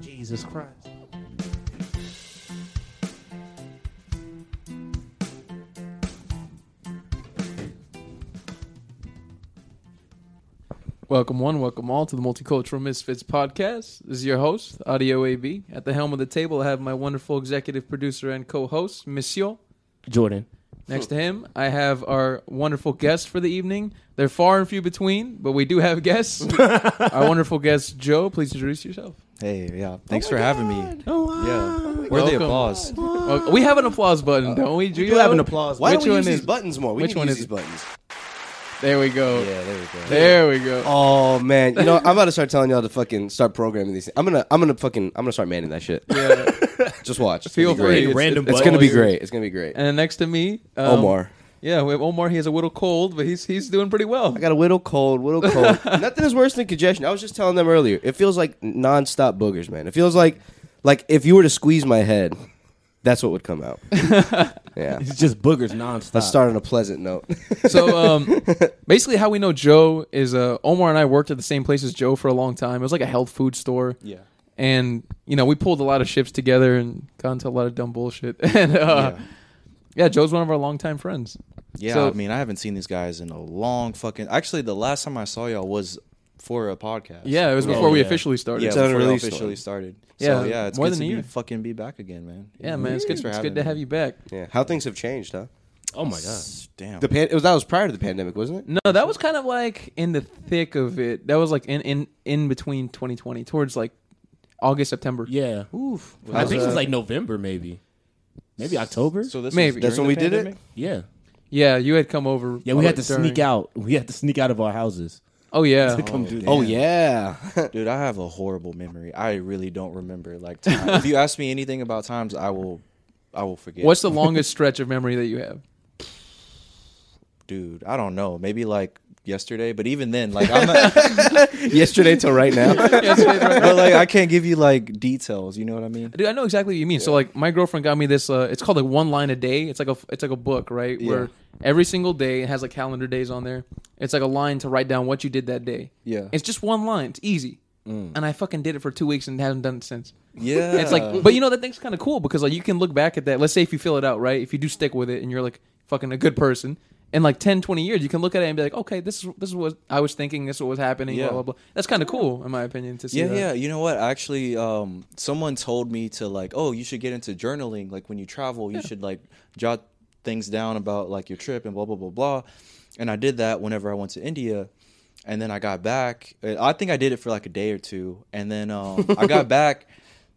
Jesus Christ. Welcome one, welcome all to the Multicultural Misfits podcast. This is your host, Audio AB. At the helm of the table, I have my wonderful executive producer and co-host, Monsieur. Jordan. Next to him, I have our wonderful guest for the evening. They're far and few between, but we do have guests. our wonderful guest, Joe. Please introduce yourself. Hey, yeah. Thanks for having me. Oh, Yeah. Where the Welcome. applause? Uh, Well, Uh, we have an applause button, don't we? Do you do have an applause Why Which don't we one use is these buttons more? We which need to one use is these buttons. There we go. Yeah, there we go. There we go. Oh man, you know I'm about to start telling y'all to fucking start programming these. Things. I'm gonna, I'm gonna fucking, I'm gonna start manning that shit. Yeah. Just watch. It's Feel gonna be great. free. Random It's gonna be great. It's gonna be great. And then next to me, um, Omar, Yeah, we have Omar. He has a little cold, but he's he's doing pretty well. I got a whittle cold, whittle cold. Nothing is worse than congestion. I was just telling them earlier. It feels like nonstop boogers, man. It feels like, like if you were to squeeze my head, that's what would come out. yeah. It's just boogers nonstop. Let's start on a pleasant note. So um, basically, how we know Joe is uh, Omar and I worked at the same place as Joe for a long time. It was like a health food store. Yeah. and you know we pulled a lot of ships together and got into a lot of dumb bullshit and uh, yeah. joe's one of our longtime friends Yeah, So- I mean, I haven't seen these guys in a long fucking. Actually, the last time I saw y'all was for a podcast. yeah it was Yeah. before we Oh, Yeah. officially started yeah, It's yeah, an before y'all unreleased officially one. started. Yeah, so, yeah, it's more good than to a year. be fucking be back again, man. man it's good, Thanks for it's good having to me. have you back yeah. How things have changed, huh? Oh my god. Damn. The pan- it was that was prior to the pandemic, wasn't it? no that was kind of like in the thick of it that was like in in, in between 2020 towards like august september Yeah. Oof. I think it was uh, like November, maybe, maybe October. so this Maybe. was That's during when the we did it? pandemic? yeah. Oh, yeah you had come over Yeah, we had to during- sneak out. We had to sneak out of our houses oh yeah to come do. damn. That. Oh yeah. Dude, I have a horrible memory. I really don't remember like time. if you ask me anything about times, I will, I will forget. what's the longest stretch of memory that you have dude? I don't know. Maybe like yesterday, but even then, like I'm not, Yesterday till right now. but like I can't give you like details. You know what I mean? Dude, I know exactly what you mean. So like, my girlfriend got me this. Uh, it's called like one line a day. It's like a it's like a book, right? Where every single day it has like calendar days on there. It's like a line to write down what you did that day. Yeah. it's just one line. It's easy. And I fucking did it for two weeks and haven't done it since. Yeah, It's like, but you know that thing's kind of cool because like you can look back at that. Let's say if you fill it out right, if you do stick with it and you're like fucking a good person, in like 10, 20 years you can look at it and be like, okay, this is this is what I was thinking, this is what was happening, Yeah. blah blah blah. That's kind of cool in my opinion to see. Yeah, that. yeah. You know what? Actually, um, someone told me to like, oh, you should get into journaling. Like when you travel, you should like jot things down about like your trip and blah blah blah blah. And I did that whenever I went to India, and then I got back. Uh, I think I did it for like a day or two, and then um, I got back.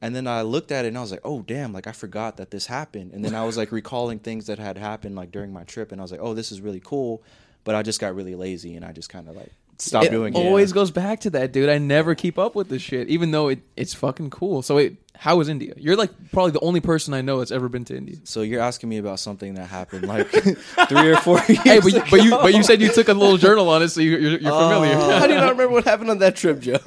And then I looked at it and I was like, "Oh damn! Like I forgot that this happened." And then I was like recalling things that had happened like during my trip, and I was like, "Oh, this is really cool," but I just got really lazy and I just kind of like stopped it doing it. always goes back to that, dude. I never keep up with this shit, even though it, it's fucking cool. So wait, how was India? You're like probably the only person I know that's ever been to India. So you're asking me about something that happened like three or four years. Hey, but you, but you but you said you took a little journal on it, so you, you're, you're familiar. Oh. How do you not remember what happened on that trip, Joe?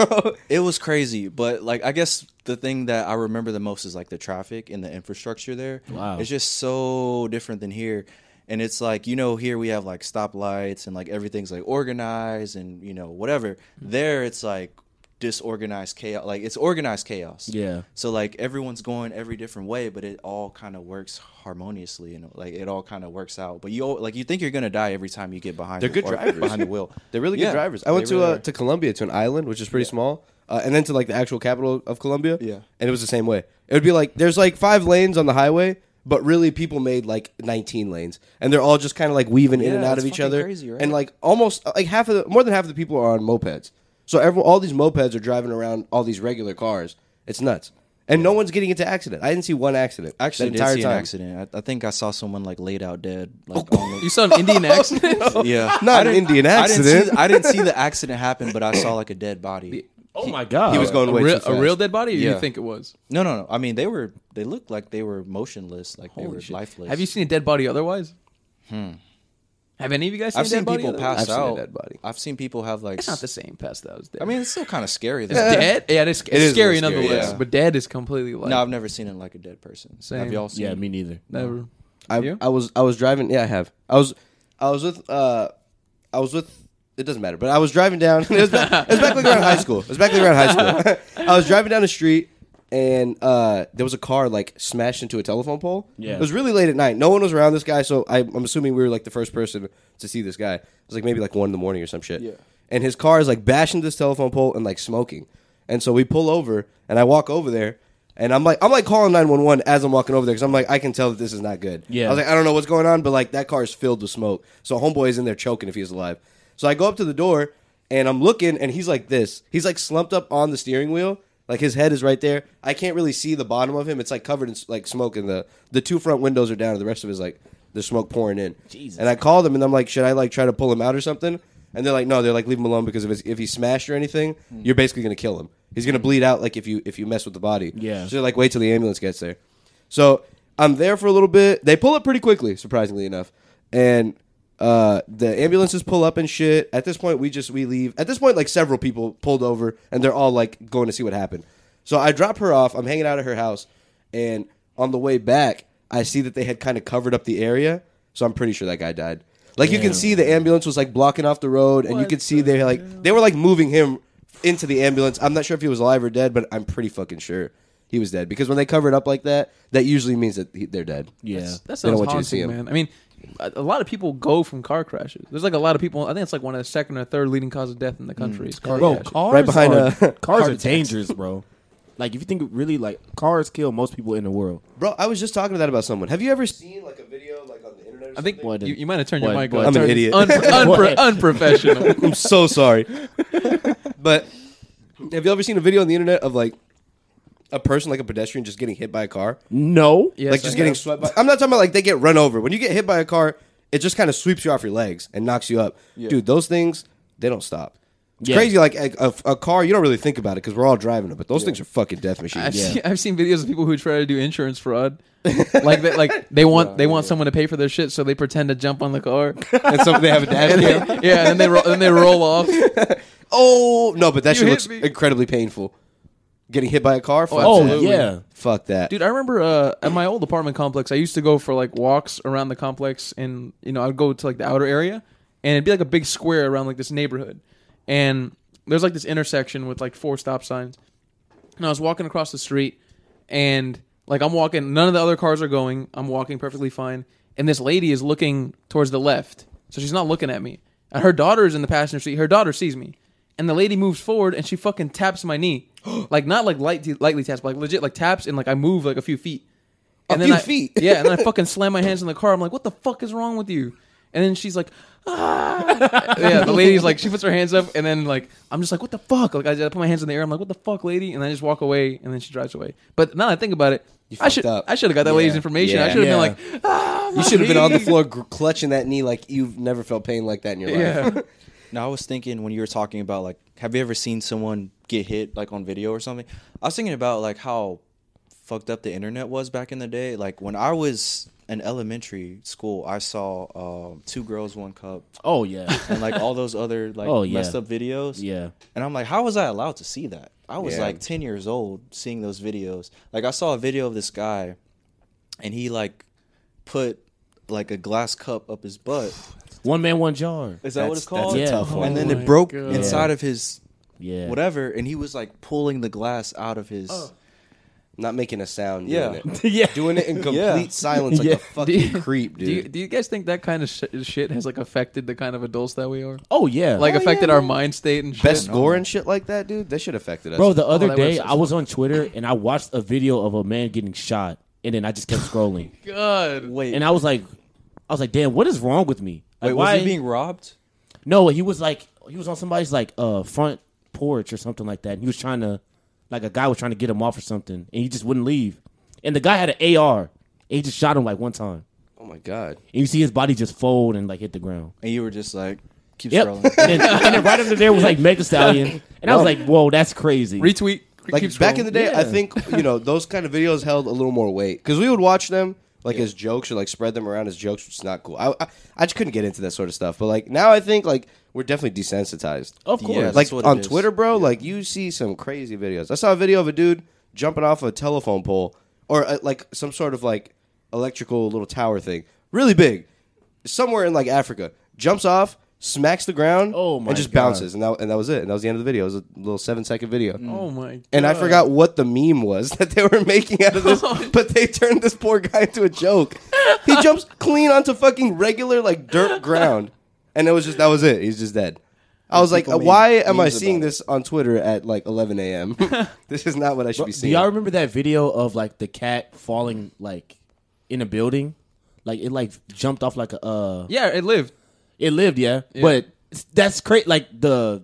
It was crazy, but like I guess the thing that I remember the most is like the traffic and the infrastructure there. Wow. it's just so different than here. And it's like you know here we have like stoplights and like everything's like organized and you know whatever. Mm-hmm. There it's like disorganized chaos. Like it's organized chaos. Yeah. So like everyone's going every different way, but it all kind of works harmoniously and like it all kind of works out. But you al- like you think you're gonna die every time you get behind. They're the- good or drivers. behind the wheel. They're really Yeah, good drivers. I went they to really uh, are. to Colombia to an island, which is pretty small, uh, and then to like the actual capital of Colombia. Yeah. and it was the same way. It would be like there's like five lanes on the highway, but really people made like 19 lanes, and they're all just kind of like weaving in Yeah, and out it's of each fucking other, crazy, right? and like almost uh, like half of the more than half of the people are on mopeds. So every, all these mopeds are driving around all these regular cars. It's nuts, and no one's getting into accident. I didn't see one accident. I actually that did entire see time. an accident. I, I think I saw someone like laid out dead. Like on You the, saw an Indian accident. yeah, Not I an didn't- Indian I didn't see- accident. I didn't see, the accident happen, but I saw like a dead body. Oh my god. He was going A, way real, too a fast. real dead body, or you Yeah. think it was? No, no, no. I mean, they were they looked like they were motionless, like they were Holy shit. lifeless. Have you seen a dead body otherwise? Have any of you guys seen I've a seen dead body people otherwise? pass I've seen a out. dead body. I've seen people have like. It's not the s- same past that was dead. I mean, it's still kind of scary. Though. dead. Yeah, it's, it's is a scary little scary, nonetheless. yeah. But dead is completely like No, I've never seen it like a dead person. Same. Have y'all seen? Yeah, me neither. never. I, You? I was I was driving. Yeah, I have. I was I was with uh I was with. It doesn't matter, but I was driving down. It was back, it was back like around high school. It was back like around high school. I was driving down the street, and uh, there was a car like smashed into a telephone pole. Yeah. it was really late at night. No one was around this guy, so I, I'm assuming we were like the first person to see this guy. It was like maybe like one in the morning or some shit. Yeah. and his car is like bashing this telephone pole and like smoking. And so we pull over, and I walk over there, and I'm like, I'm like calling 911 as I'm walking over there because I'm like, I can tell that this is not good. Yeah. I was like, I don't know what's going on, but like that car is filled with smoke. So homeboy is in there choking if he's alive. So I go up to the door and I'm looking and he's like this. He's like slumped up on the steering wheel. Like his head is right there. I can't really see the bottom of him. It's like covered in s- like smoke and the the two front windows are down and the rest of it is like the smoke pouring in. Jesus. And I called him and I'm like, should I like try to pull him out or something? And they're like, no, they're like leave him alone because if it's, if he's smashed or anything, Hmm. you're basically gonna kill him. He's gonna bleed out like if you if you mess with the body. Yeah. So they're like, wait till the ambulance gets there. So I'm there for a little bit. They pull up pretty quickly, surprisingly enough. And uh, the ambulances pull up and shit. At this point, we just we leave. At this point, like several people pulled over, and they're all like going to see what happened. So I drop her off. I'm hanging out at her house, and on the way back, I see that they had kind of covered up the area. So I'm pretty sure that guy died. Like you can Damn. see the ambulance was like blocking off the road, and you What could see they like they were like moving him into the ambulance. I'm not sure if he was alive or dead, but I'm pretty fucking sure he was dead because when they cover it up like that, that usually means that he, they're dead. Yeah. That They don't sounds want you to see haunting, him. man. I mean, a a lot of people go from car crashes. There's like a lot of people. I think it's like one of the second or third leading cause of death in the country is car Bro, crashes. cars Right behind, are, uh, cars are dangerous, bro. Like if you think really like cars kill most people in the world. Bro, I was just talking to that about someone. Have you ever seen like a video like on the internet? Or I think What? you, you might have turned your What? mic What? off. I'm an Turned- idiot. unpro- unpro- What? unprofessional. I'm so sorry, but have you ever seen a video on the internet of like a person, like a pedestrian, just getting hit by a car? No. Yes, like I just have. getting swept by. I'm not talking about like they get run over. When you get hit by a car, it just kind of sweeps you off your legs and knocks you up. Dude, those things they don't stop. It's Yeah. crazy. Like a, a, a car, you don't really think about it because we're all driving it, but those things are fucking death I've, machines. seen, I've seen videos of people who try to do insurance fraud. like they, like they want they want someone to pay for their shit, so they pretend to jump on the car. and some they have a dash And cam. then, yeah, and then they ro- then they roll off. Oh no, but that You shit hit looks me. incredibly painful. Getting hit by a car. Fuck Oh that. yeah. fuck that. Dude, I remember uh, at my old apartment complex, I used to go for like walks around the complex, and you know I'd go to like the outer area, and it'd be like a big square around like this neighborhood, and there's like this intersection with like four stop signs, and I was walking across the street, and like I'm walking, none of the other cars are going. I'm walking perfectly fine, and this lady is looking towards the left, so she's not looking at me. And her daughter is in the passenger seat. Her daughter sees me, and the lady moves forward, and she fucking taps my knee, like not like light, lightly taps, but like legit like taps, and like I move like a few feet. And few I, feet? yeah, and then I fucking slam my hands in the car. I'm like, what the fuck is wrong with you? And then she's like, ah. yeah, the lady's like, she puts her hands up, and then like, I'm just like, what the fuck? Like, I just put my hands in the air. I'm like, what the fuck, lady? And I just walk away, and then she drives away. But now that I think about it, I fucked should up. I should have got that lady's information. I Yeah. should have Yeah. been like, ah, you should have been on the floor gr- clutching that knee like you've never felt pain like that in your life. yeah. Now I was thinking when you were talking about like, have you ever seen someone get hit like on video or something? I was thinking about like how fucked up the internet was back in the day. Like when I was in elementary school, I saw um, two girls, one cup, Oh yeah. and like all those other like Oh, yeah. messed up videos. Yeah. And I'm like, how was I allowed to see that? I was Yeah. like 10 years old seeing those videos. Like I saw a video of this guy and he like put like a glass cup up his butt. One man, one jar. Is that what That's- it's that's called? a Yeah. tough one. And then Oh it my broke God. inside of his Yeah. whatever and he was like pulling the glass out of his Oh. Not making a sound. Yeah. Doing it. yeah. Doing it in complete Yeah. silence like Yeah. a fucking Do you- creep, dude. Do you, do you guys think that kind of sh- shit has like affected the kind of adults that we are? Oh yeah. Like Oh, affected yeah, our man. mind state and shit. Best gore and shit like that, dude. That shit affected us. Bro, the other that day website's I was on Twitter and I watched a video of a man getting shot, and then I just kept scrolling, God. wait and I was like, I was like, damn, what is wrong with me? Like, wait was he being robbed No, he was like, he was on somebody's like uh front porch or something like that. And he was trying to, like, a guy was trying to get him off or something, and he just wouldn't leave. And the guy had an AR, and he just shot him like one time, oh my god. and you see his body just fold and like hit the ground. and you were just like keep Yep. and, scrolling then, and then right under there was like Mega Stallion, and I was like, whoa, that's crazy. Retweet. Like keep back scrolling. in the day, I Yeah. think you know those kind of videos held a little more weight because we would watch them like as jokes or like spread them around as jokes, which is not cool. I, I I just couldn't get into that sort of stuff. But like now, I think like we're definitely desensitized. Of course. Yeah, like that's what it on is. Twitter, bro. Like you see some crazy videos. I saw a video of a dude jumping off a telephone pole or uh, like some sort of like electrical little tower thing, really big, somewhere in like Africa. Jumps off, smacks the ground, Oh my and just God. bounces, and that and that was it. And that was the end of the video. It was a little seven second video. Oh my! God. And I forgot what the meme was that they were making out of this, but they turned this poor guy into a joke. He jumps clean onto fucking regular like dirt ground, and it was just that was it. He's just dead. I was like, people made why am I memes seeing about it. this on Twitter at like 11 a.m.? this is not what I should be Do seeing. y'all remember that video of like the cat falling like in a building? Like it like jumped off like a uh Yeah, it lived. it lived, yeah. But s- that's crazy like the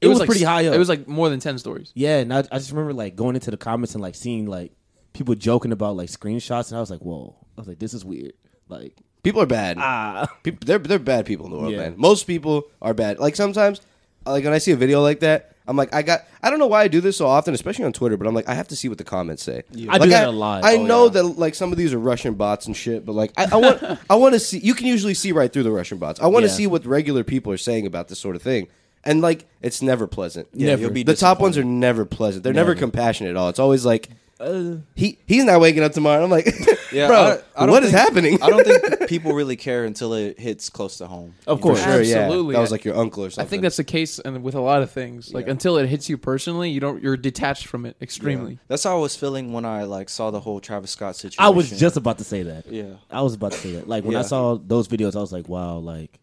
it, was, like, pretty high up. It was like more than ten stories. Yeah, and I, I just remember like going into the comments and like seeing like people joking about like screenshots and I was like, Whoa. I was like, this is weird. Like people are bad. ah People, they're they're bad people in the world, Yeah. man. Most people are bad. Like sometimes, like when I see a video like that, I'm like, I got. I don't know why I do this so often, especially on Twitter. But I'm like, I have to see what the comments say. I do Like, that a lot. I Oh, know yeah. that like some of these are Russian bots and shit, but like I, I want I want to see. You can usually see right through the Russian bots. I want to Yeah. see what regular people are saying about this sort of thing, and like it's never pleasant. Yeah, you'll be the top ones are never pleasant. They're never, compassionate at all. It's always like. Uh. he he's not waking up tomorrow. I'm like, Yeah, bro, I- I don't what is think- happening? I don't think people really care until it hits close to home. Of You course. know? sure, Absolutely. yeah. That was like your uncle or something. I think that's the case, and with a lot of things, like until it hits you personally, you don't. You're detached from it extremely. That's how I was feeling when I like saw the whole Travis Scott situation. I was just about to say that. Yeah. I was about to say that. Like when I Yeah. saw those videos, I was like, wow, like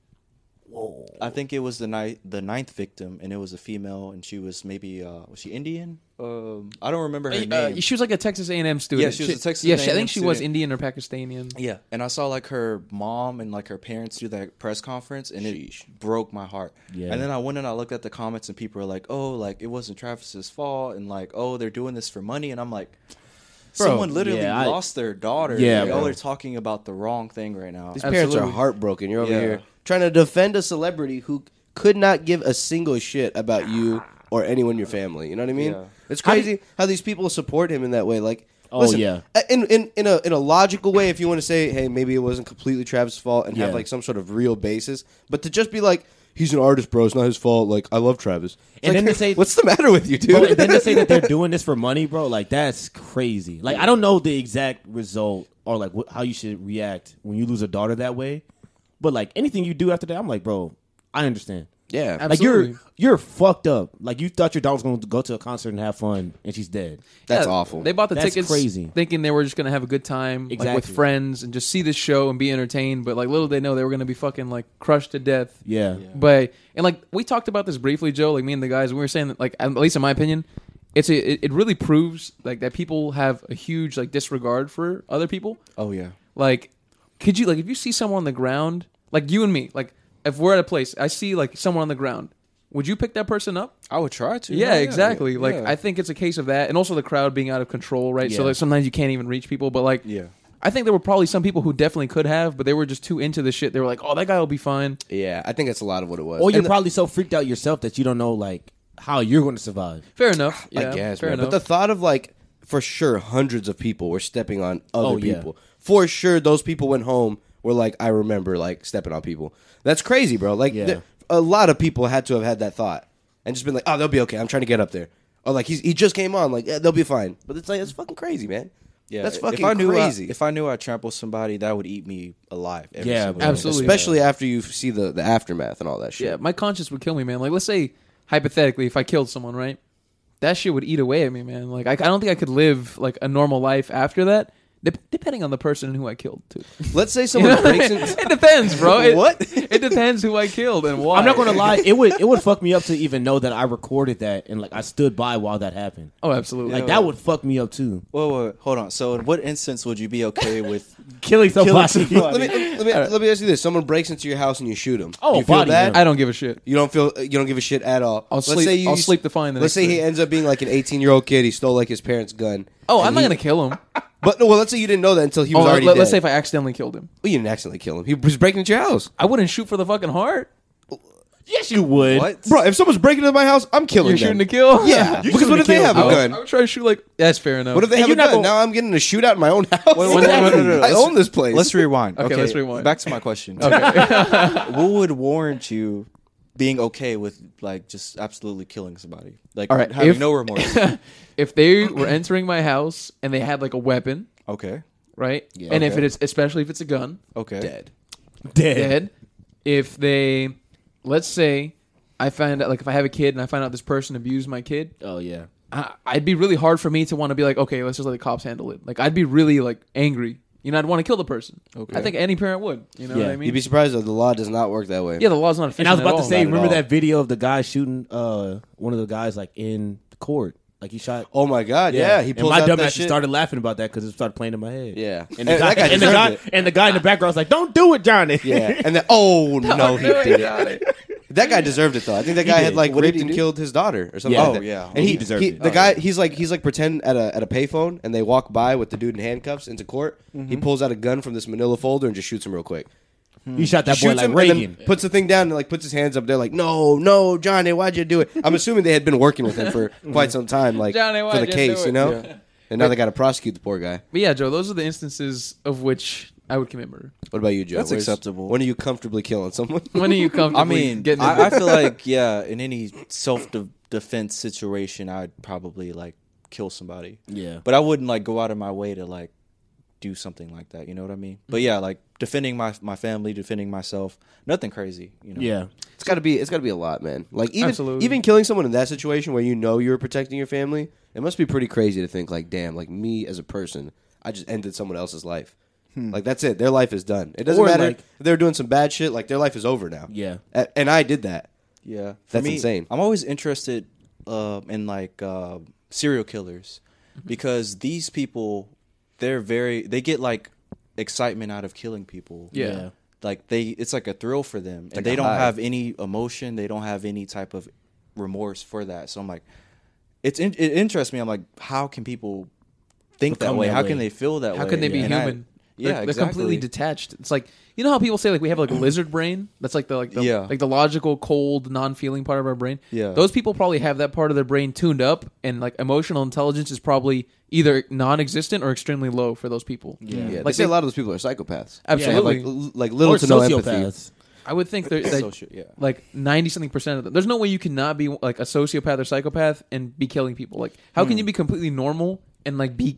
I think it was the ninth, the ninth victim, and it was a female, and she was maybe uh, was she Indian? Um, I don't remember her Uh, name. she was like a Texas A&M student. Yeah, she was a Texas Yeah, she, I A&M think she was student. Indian or Pakistani. Yeah, and I saw like her mom and like her parents do that press conference, and it broke my heart. Yeah. And then I went and I looked at the comments, and people were like, "Oh, like it wasn't Travis's fault," and like, "Oh, they're doing this for money," and I'm like, "Someone literally yeah, I- lost their daughter. Yeah, like, oh, bro. they're talking about the wrong thing right now." These parents Absolutely. are heartbroken. You're over Yeah. here trying to defend a celebrity who could not give a single shit about you or anyone in your family. You know what I mean? Yeah. It's How do- crazy how these people support him in that way. Like, Oh, listen, yeah. in, in in a in a logical way, if you want to say, hey, maybe it wasn't completely Travis' fault, and Yeah. have like some sort of real basis, but to just be like. He's an artist, bro. It's not his fault. Like I love Travis. It's And like, then they say- "What's the matter with you, But dude?" Oh, then to say that they're doing this for money, bro, like that's crazy. Like I don't know the exact result or like wh- how you should react when you lose a daughter that way. But like anything you do after that, I'm like, bro, I understand. yeah, Like Absolutely. you're you're fucked up. Like you thought your daughter was going to go to a concert and have fun, and she's dead. that's Yeah, awful. They bought the That's tickets crazy. thinking they were just gonna have a good time like, with Exactly. friends and just see this show and be entertained. But like little did they know they were gonna be fucking like crushed to death. Yeah. But and like we talked about this briefly, Joe. Like me and the guys, we were saying that like at least in my opinion, it's a, it, it really proves like that people have a huge like disregard for other people. oh yeah, Like, could you like if you see someone on the ground, like you and me, like if we're at a place, I see like someone on the ground, would you pick that person up? I would try to. Yeah, exactly. Like yeah. I think it's a case of that, and also the crowd being out of control, right? So Yeah. like sometimes you can't even reach people, but like, Yeah. I think there were probably some people who definitely could have, but they were just too into the shit. They were like, "Oh, that guy will be fine." yeah, I think that's a lot of what it was. Or And you're the- probably so freaked out yourself that you don't know like how you're going to survive. Fair enough. Yeah, I guess, fair man. enough. But the thought of like for sure hundreds of people were stepping on other Oh, yeah. people. For sure those people went home were like I remember like stepping on people. That's crazy, bro. Like Yeah. th- a lot of people had to have had that thought and just been like, "Oh, they'll be okay. I'm trying to get up there." Or like he's, he just came on like, "Yeah, they'll be fine." But it's like it's fucking crazy, man. Yeah, That's if fucking I knew I- crazy. if I knew I trampled somebody, that would eat me alive. Every Yeah, yeah, single bro. day. Absolutely. Especially after you see the the aftermath and all that shit. yeah, my conscience would kill me, man. Like, let's say hypothetically, if I killed someone, right? That shit would eat away at me, man. Like, I, I don't think I could live like a normal life after that. dep depending on the person who I killed, too. Let's say You know someone what I mean? breaks in it depends, bro. It, What? It depends who I killed and why. I'm not going to lie, it would it would fuck me up to even know that I recorded that and like I stood by while that happened. Oh, absolutely. Like that would fuck me up too. Whoa, whoa, hold on. So, in what instance would you be okay with? Killing somebody. let me, let, me, let me ask you this. Someone breaks into your house and you shoot him. Oh, you feel body, bad? yeah. I don't give a shit. You don't feel uh, you don't give a shit at all. I'll sleep- I'll sleep the fine the let's next say he day. ends up being like an 18 year old kid. He stole like his parents' gun. Oh, And I'm not he- gonna kill him. But no, well, let's say you didn't know that until he was Oh, already let, dead. us say if I accidentally killed him, well, you didn't accidentally kill him. He was breaking into your house, I wouldn't shoot for the fucking heart. yes, you would. What? bro. If someone's breaking into my house, I'm You're killing. them. shooting to kill. Yeah, because what if they have I a would, gun? I would try to shoot like. That's fair enough. What if they And have you're a not gun? gonna- Now I'm getting a shootout in my own house. wait, wait, wait, wait, wait, I let's- own this place. Let's rewind. Okay, let's rewind. Back to my question. what would warrant you being okay with like just absolutely killing somebody? Like All right, having if- no remorse. if they were entering my house and they had like a weapon, okay. right? and if it okay. is, especially if it's a gun, Okay. dead. Dead. dead. If they let's say I find out like if I have a kid and I find out this person abused my kid, Oh yeah. I, I'd be really hard for me to want to be like, okay, let's just let the cops handle it. Like I'd be really like angry. You know, I'd want to kill the person. Okay. I think any parent would. You know Yeah, what I You'd mean? be surprised that the law does not work that way. yeah, the law's not. And I was efficient at about to all. say, Not at remember all. that video of the guy shooting uh one of the guys like in the court, like he shot. Oh my god, yeah, he And pulls my out dumb that ass just shit. started laughing about that because it started playing in my head. Yeah. and the Hey, guy, that guy and, the deserved guy it. and the guy in the background was like, "Don't do it, Johnny." yeah, and then oh no, he Don't do did it, Johnny. it. That guy deserved it though. I think that guy had did. like What did raped he and do? killed his daughter or something. Yeah. like that. Oh, yeah. and he, He deserved it. The Oh, guy, he's like he's like pretend at a at a payphone, and they walk by with the dude in handcuffs into court. He pulls out a gun from this Manila folder and just shoots him real quick. he shot that boy Hmm. shoots like him and then Reagan. puts the thing down and like puts his hands up there like no no Johnny why'd you do it I'm assuming they had been working with him for quite some time like Johnny, for why'd the you case do you it? know and now they got to prosecute the poor guy But yeah, Joe, those are the instances of which I would commit murder. what about you Joe That's acceptable. when are you comfortably killing someone When are you I comfortable? mean, getting I, I feel like yeah, in any self de- defense situation, I'd probably like kill somebody. Yeah. but I wouldn't like go out of my way to like do something like that. You know what I mean? Mm-hmm. But yeah, like defending my my family, defending myself, nothing crazy. You know? yeah, it's got to be it's got to be a lot man like even Absolutely. even killing someone in that situation where you know you're protecting your family it must be pretty crazy to think like damn like me as a person I just ended someone else's life like that's it their life is done it doesn't Or, matter like- if they're doing some bad shit like their life is over now Yeah. A- and I did that yeah. For That's insane. I'm always interested uh, in like uh, serial killers Mm-hmm. because these people, they're very they get like excitement out of killing people. Yeah. Yeah. like they it's like a thrill for them and like they a don't high. have any emotion they don't have any type of remorse for that so i'm like it's in, it interests me i'm like how can people think Become that way that how way. can they feel that way how can they be And I- human? yeah they're, they're exactly. completely detached. It's like you know how people say like we have like a lizard brain. That's like the like the Yeah. like the logical, cold, non-feeling part of our brain. Yeah. those people probably have that part of their brain tuned up, and like emotional intelligence is probably either non-existent or extremely low for those people. Yeah. Yeah, Like they say they- a lot of those people are psychopaths. Absolutely. They have, like, l- like little or to no empathy. sociopaths. I would think they're, that Soci- yeah. like ninety something percent of them. There's no way you cannot be like a sociopath or psychopath and be killing people. Like how can you be completely normal and like be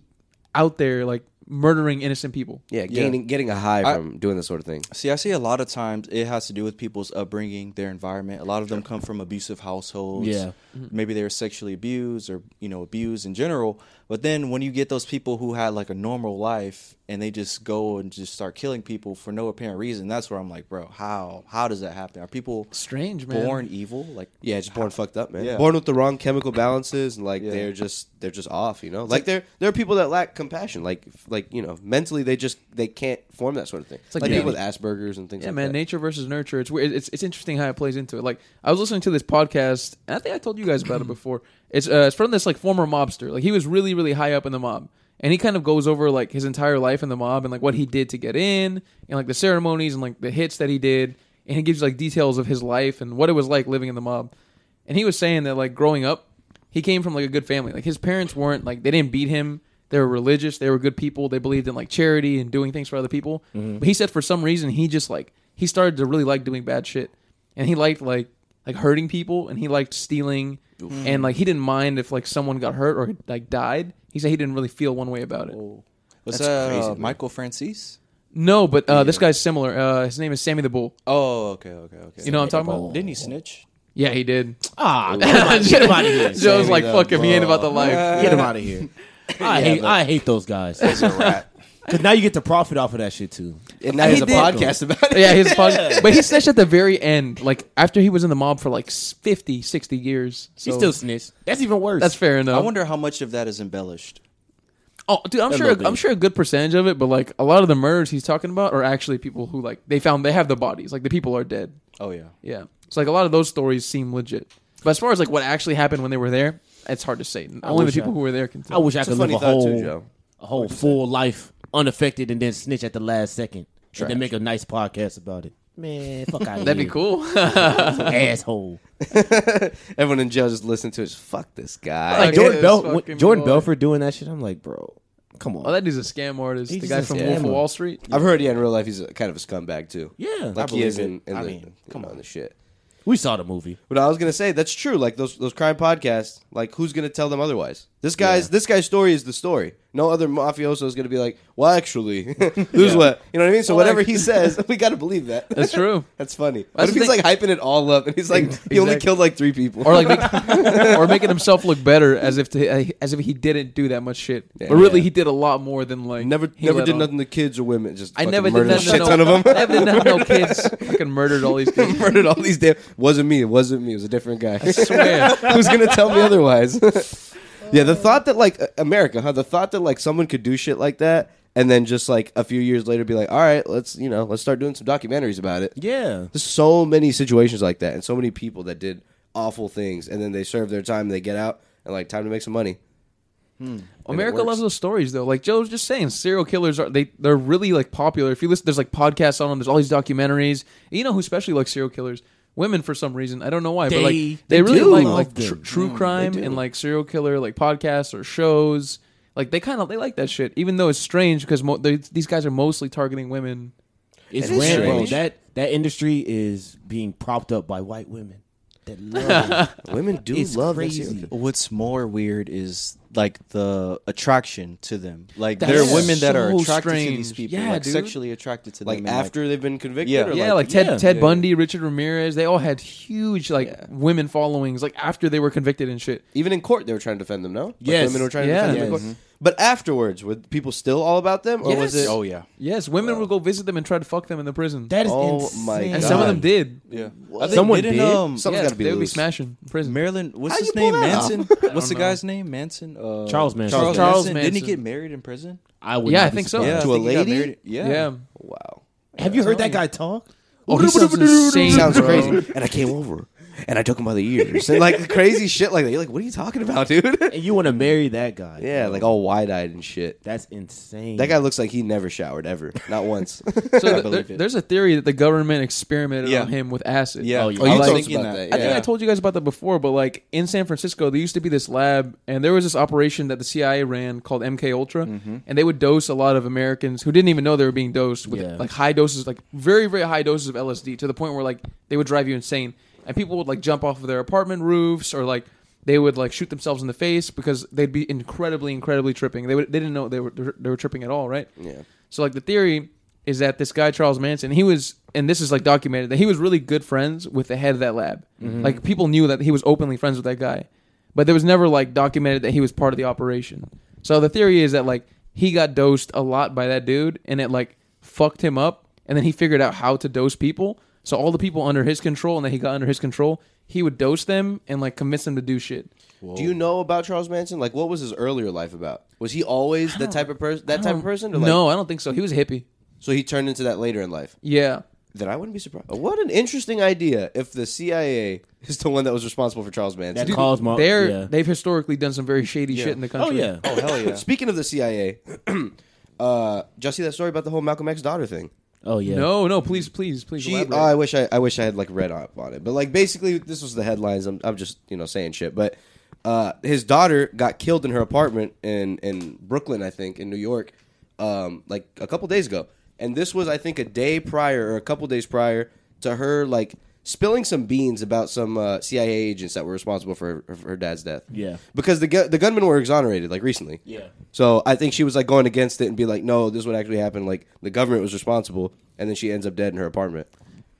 out there like murdering innocent people? Yeah, gaining getting a high from doing this sort of thing. see i see a lot of times it has to do with people's upbringing their environment a lot of them come from abusive households Yeah. maybe they were sexually abused or you know abused in general but then when you get those people who had like a normal life and they just go and just start killing people for no apparent reason that's where i'm like bro how how does that happen are people Strange man. born evil like Yeah, just born fucked up, man. Yeah. Born with the wrong chemical balances, and like Yeah. they're just they're just off, you know. Like there there are people that lack compassion, like like you know mentally they just they can't form that sort of thing. It's like, like people with nature- Aspergers and things. Yeah, like man, that. nature versus nurture. It's weird. It's it's interesting how it plays into it. Like I was listening to this podcast, and I think I told you guys about it before. It's uh, it's from this like former mobster. Like he was really really high up in the mob, and he kind of goes over like his entire life in the mob and like what he did to get in, and like the ceremonies and like the hits that he did, and he gives like details of his life and what it was like living in the mob. And he was saying that like growing up, he came from like a good family. Like his parents weren't like they didn't beat him. They were religious. They were good people. They believed in like charity and doing things for other people. Mm-hmm. But he said for some reason he just like he started to really like doing bad shit, and he liked like like hurting people, and he liked stealing, and like he didn't mind if like someone got hurt or like died. He said he didn't really feel one way about it. Oh. was That's that crazy, uh, man. michael francis No, but uh, this guy's similar. Uh, his name is Sammy the Bull. oh okay okay okay You know what I'm talking about? didn't he snitch Yeah, he did. Ah, come on, get him out of here. Joe's Sammy. like, "Fuck him. He ain't about the life." get him out of here. I hate, I hate those guys. Because now you get to profit off of that shit too. And now He there's a did- podcast about it. yeah, his podcast. But he snitched at the very end, like after he was in the mob for like s- 50, 60 years. He So still snitched. That's even worse. that's fair enough. i wonder how much of that is embellished Oh, dude, I'm sure little bit. I'm sure a good percentage of it, but like a lot of the murders he's talking about are actually people who like they found they have the bodies, like the people are dead. oh yeah Yeah, so like a lot of those stories seem legit. But as far as like what actually happened when they were there, it's hard to say. Only the wish I- people who were there can I tell. wish I a could live funny a thought, whole, too, Joe. a whole full life unaffected and then snitch at the last second and then make a nice podcast about it. Man, fuck out That'd be cool. Asshole. Everyone in jail just listen to it. just, Fuck this guy. Like Like, Jordan, his Bel- fucking Jordan boy. Belfort doing that shit. I'm like, bro, come on. oh, that dude's a scam artist. He's the guy just a from Wolf of scammer. Wall Street. I've heard yeah in real life he's a, kind of a scumbag too. yeah, like he believe is in, it. in I the, mean, come on the shit. we saw the movie. But I was gonna say that's true. Like those those crime podcasts, like who's gonna tell them otherwise? This guy's this guy's story is the story. No other mafioso is going to be like, well, actually, this is what you know what I mean. So whatever he says, we got to believe that. That's true. That's funny. That's what if the he's thing. like hyping it all up, and he's like, he only Exactly. killed like three people, or like make, or making himself look better as if to, as if he didn't do that much shit, but really he did a lot more than like never he never let did on. nothing to kids or women. Just I fucking never did murdered a nothing. shit no, ton of them. Never did nothing. No kids. Fucking murdered all these kids. murdered all these damn. Wasn't me. It wasn't me. It was a different guy. I swear. Who's gonna tell me otherwise? yeah, the thought that like uh, America, huh? The thought that like someone could do shit like that, and then just like a few years later, be like, all right, let's you know, let's start doing some documentaries about it. Yeah. There's so many situations like that, and so many people that did awful things, and then they serve their time, and they get out, and like time to make some money. America works. loves those stories though. Like Joe was just saying, serial killers are they they're really like popular. If you listen, there's like podcasts on them. There's all these documentaries. And you know who especially likes serial killers? Women for some reason. I don't know why, but like They- they, they really do like love like tr- them. Mm, true crime and like serial killer like podcasts or shows. Like they kind of they like that shit, even though it's strange because mo- they, these guys are mostly targeting women. It's It is rare, bro. strange. That that industry is being propped up by white women that love it. Women do It's love that crazy. serial- What's more weird is like the attraction to them. Like That's there are women that are so attracted to these strange. people, Yeah, like dude. sexually attracted to them. Like and, after they've been convicted, Yeah. or, Yeah, like, Ted yeah. Ted Yeah. Bundy, Richard Ramirez, they all had huge like women followings. Like after they were convicted and shit. even in court they were trying to defend them. No, Like, Yes. women were trying Yeah. to defend them. In Yes. court. But afterwards, were people still all about them, or was Yes. it? oh yeah, Yes, women would go visit them and try to fuck them in the prison. That is Oh insane. my and some of them God. did. yeah. Someone didn't, did? Um, Something's yeah, gotta be they would be loose. smashing in prison. Marilyn, what's How'd his you pull name? that off? Manson. What's the guy's name? Manson. Uh, Charles Manson. Charles, Charles Manson. Didn't he Manson. get married in prison? I would Yeah, not I be think so. surprised. I To a think he got lady? married- Yeah. yeah. Wow. Have you heard that guy talk? Oh, he sounds insane. sounds bro. crazy. And I came over and I took him by the ears and like crazy shit like that. You're like, what are you talking about, dude? And you want to marry that guy? yeah, like all wide eyed and shit. that's insane. That guy looks like he never showered ever, not once. So th- believe there- it. there's a theory that the government experimented Yeah. on him with acid. Yeah. Oh, you I told was us thinking about that, I think Yeah. I told you guys about that before, but like in San Francisco, there used to be this lab, and there was this operation that the CIA ran called MK Ultra, and they would dose a lot of Americans who didn't even know they were being dosed with Yeah. like high doses, like very very high doses of LSD to the point where like they would drive you insane, and people would like jump off of their apartment roofs or like they would like shoot themselves in the face because they'd be incredibly incredibly tripping. They would they didn't know they were they were tripping at all, right? Yeah. So like the theory is that this guy Charles Manson, he was, and this is like documented that he was really good friends with the head of that lab. Like people knew that he was openly friends with that guy, but there was never like documented that he was part of the operation. So the theory is that like he got dosed a lot by that dude, and it like fucked him up, and then he figured out how to dose people. So all the people under his control, and that he got under his control, he would dose them and like convince them to do shit. Do you know about Charles Manson? Like, what was his earlier life about? Was he always that type of person? That type of person? Or like, no, I don't think so. He was a hippie. So he turned into that later in life. Yeah. Then I wouldn't be surprised. What an interesting idea if the CIA is the one that was responsible for Charles Manson. That calls my. They're yeah. they've historically done some very shady shit in the oh country. yeah. Oh hell yeah. Speaking of the CIA, uh, did y'all see that story about the whole Malcolm X daughter thing? Oh yeah. No, no, please, please, please. She, elaborate. oh, I wish I, I wish I had like read up on it, but like basically this was the headlines. I'm, I'm just you know saying shit, but uh, his daughter got killed in her apartment in in Brooklyn, I think, in New York, um, like a couple days ago, and this was I think a day prior or a couple days prior to her like spilling some beans about some uh, CIA agents that were responsible for her, for her dad's death. Yeah. because the gu- the gunmen were exonerated like recently. Yeah. So I think she was like going against it and be like, no, this would actually happen. Like the government was responsible, and then she ends up dead in her apartment.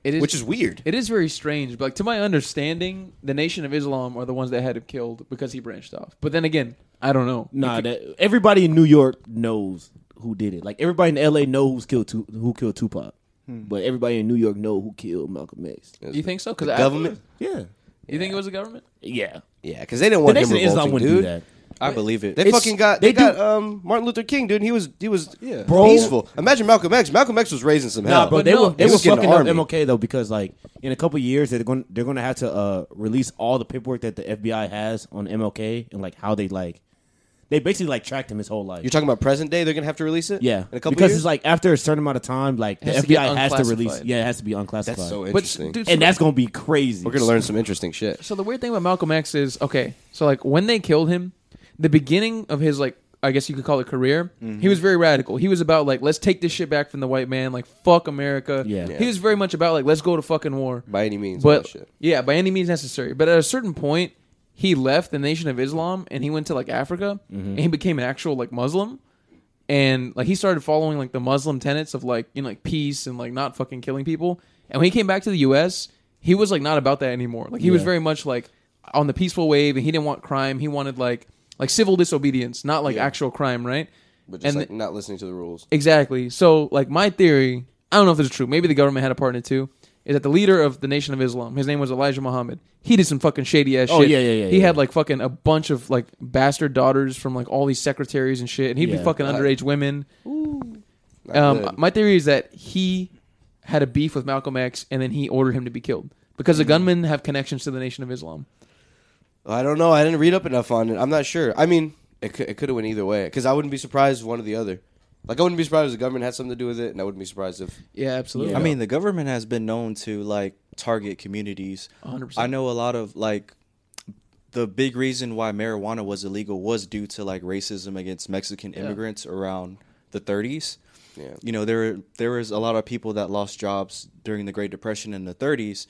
It which is weird. It is very strange, but like to my understanding, the Nation of Islam are the ones that had him killed because he branched off. But then again, I don't know. Nah. That, everybody in New York knows who did it. Like everybody in L.A. knows who's killed Tu- who killed Tupac. But everybody in New York know who killed Malcolm X. Do you think so? Because government? Yeah. You think it was the government? Yeah. Yeah, because they didn't The want him Nation of Islam revolting, wouldn't dude. do that. I believe it. They It's- fucking got they, they do- got um, Martin Luther King, dude. He was he was Yeah. Bro. peaceful. Imagine Malcolm X. Malcolm X was raising some hell. Nah, bro, But they no, were they he were was getting fucking up army. MLK though because like in a couple of years they're going they're going to have to uh, release all the paperwork that the FBI has on MLK and like how they like they basically like tracked him his whole life. You're talking about present day. They're gonna have to release it. yeah, in a couple because years. it's like after a certain amount of time, like the Has to get FBI has to release. unclassified. Yeah, it has to be unclassified. that's so But s- interesting. dude, and that's gonna be crazy. We're gonna learn some interesting shit. so the weird thing about Malcolm X is okay. So like when they killed him, the beginning of his like I guess you could call it career. He was very radical. He was about like let's take this shit back from the white man. Like fuck America. Yeah. Yeah. He was very much about like let's go to fucking war By any means, all But that shit. yeah, by any means necessary. But at a certain point, he left the Nation of Islam and he went to like Africa Mm-hmm. and he became an actual like Muslim. And like he started following like the Muslim tenets of like you know like peace and like not fucking killing people. And when he came back to the U.S., he was like not about that anymore. Like he was Yeah. very much like on the peaceful wave, and he didn't want crime. He wanted like like civil disobedience, not like actual crime, right? but just and like not listening to the rules. Exactly. So, like, my theory, I don't know if this is true. Maybe the government had a part in it too. Is that the leader of the Nation of Islam? His name was Elijah Muhammad. He did some fucking shady ass Oh, shit. yeah, yeah, yeah, He yeah. had like fucking a bunch of like bastard daughters from like all these secretaries and shit, and he'd be Yeah. fucking God. underage women. Not Um, good. my theory is that he had a beef with Malcolm X, and then he ordered him to be killed because the gunmen have connections to the Nation of Islam. I don't know. I didn't read up enough on it. I'm not sure. I mean, it could, it could have went either way because I wouldn't be surprised if one or the other. Like I wouldn't be surprised if the government had something to do with it, and I wouldn't be surprised if Yeah, absolutely. I mean, the government has been known to like target communities. 100%. I know a lot of like the big reason why marijuana was illegal was due to like racism against Mexican immigrants around the 30s. Yeah. You know, there there was a lot of people that lost jobs during the Great Depression in the 30s.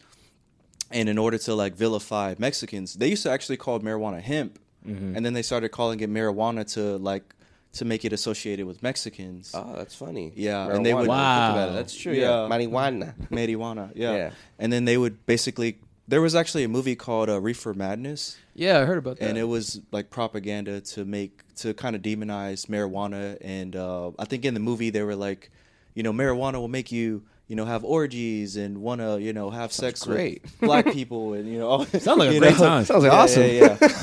And in order to like vilify Mexicans, they used to actually call marijuana hemp. And then they started calling it marijuana to like to make it associated with Mexicans. oh, that's funny. Yeah, and they would- Marijuana, Wow. think about it. That's true. Yeah. Yeah, marijuana. marijuana. Yeah. Yeah. And then they would basically. There was actually a movie called uh, Reefer Madness, yeah, I heard about that. and it was like propaganda to make to kind of demonize marijuana. And uh, I think in the movie they were like, you know, marijuana will make you. You know, have orgies and want to, you know, have sex great. with black people, and you know, Sounds like a you great time. Sounds like Yeah, awesome. Yeah, yeah,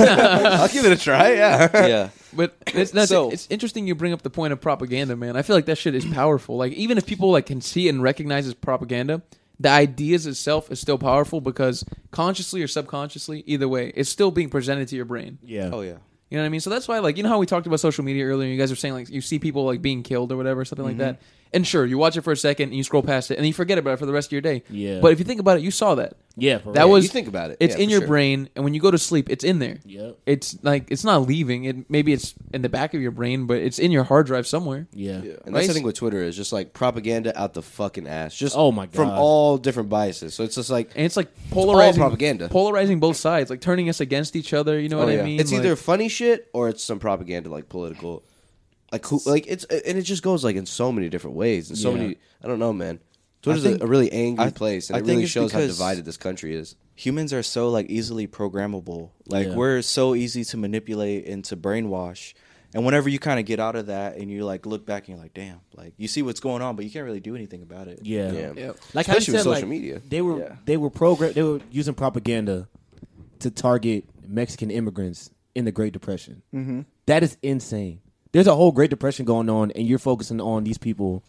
I'll give it a try. Yeah. yeah. But it's, that's, So- it's interesting you bring up the point of propaganda, man. I feel like that shit is powerful. Like even if people like can see and recognize as propaganda, the ideas itself is still powerful because consciously or subconsciously, either way, it's still being presented to your brain. Yeah. Oh yeah. You know what I mean? So that's why, like, you know how we talked about social media earlier. You guys are saying like you see people like being killed or whatever, something like that. And sure, you watch it for a second and you scroll past it and you forget about it for the rest of your day. Yeah. But if you think about it, you saw that. Yeah. For That real. was you think about it. It's Yeah, in for your sure. brain, and when you go to sleep, it's in there. Yep. It's like it's not leaving. It maybe it's in the back of your brain, but it's in your hard drive somewhere. Yeah. And that's Right? the thing with Twitter is just like propaganda out the fucking ass. Just Oh my from God. all different biases. So it's just like And it's like polarizing propaganda. Oh, polarizing both sides, like turning us against each other. Oh, You know what I mean? It's Like, either funny shit or it's some propaganda like political, like who, like it's and it just goes like in so many different ways and so Yeah. many. I don't know, man. Twitter's think- a, a really angry I- place, and I it think really it's shows how because- divided this country is. humans are so like easily programmable like Yeah. we're so easy to manipulate and to brainwash and whenever you kind of get out of that and you like look back and you're like damn like you see what's going on but you can't really do anything about it Yeah. Yeah. Yep. Like how you Especially with said, social like, media. They were Yeah. they were program they were using propaganda to target Mexican immigrants in the Great Depression. Mm-hmm. is insane. There's a whole Great Depression going on, and you're focusing on these people.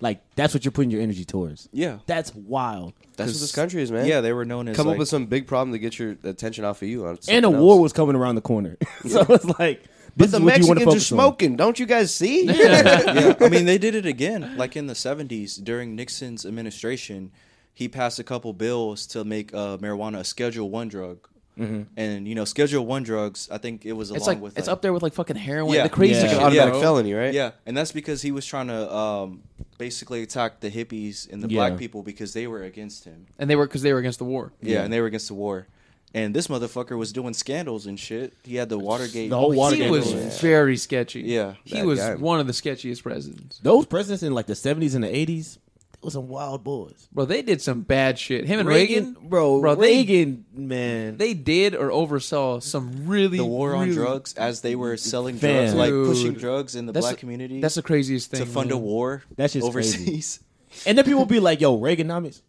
Like that's what you're putting your energy towards. Yeah. that's wild. That's what this country is, man. yeah they were known as come like, up with some big problem to get your attention off of you. On and a something war else. was coming around the corner, so it's like this But the is what you want to Mexicans are focus on. smoking. Don't you guys see? yeah i mean they did it again like in the 70s during nixon's administration he passed a couple bills to make uh, marijuana a schedule one drug and you know schedule one drugs i think it was along It's like with it's like, up there with like fucking heroin. Yeah. The crazy Yeah. shit, It's like an you automatic know? felony, right? Yeah, and that's because he was trying to um, basically attack the hippies and the Yeah. black people because they were against him. And they were because they were against the war. Yeah, and they were against the war. And this motherfucker was doing scandals and shit. He had the Watergate. The whole Watergate he was bill. very sketchy. Yeah, he that was guy. one of the sketchiest presidents. Those presidents in like the 70s and the 80s, it was some wild boys. Bro, they did some bad shit. Him and Reagan, bro, they- Reagan, man, They, did or oversaw some really The war on really- drugs as they were selling drugs, Fam. like Dude. pushing drugs in the That's black the- community That's the craziest thing to fund man. a war That's just crazy. overseas. and then people be like, "Yo, Reaganomics,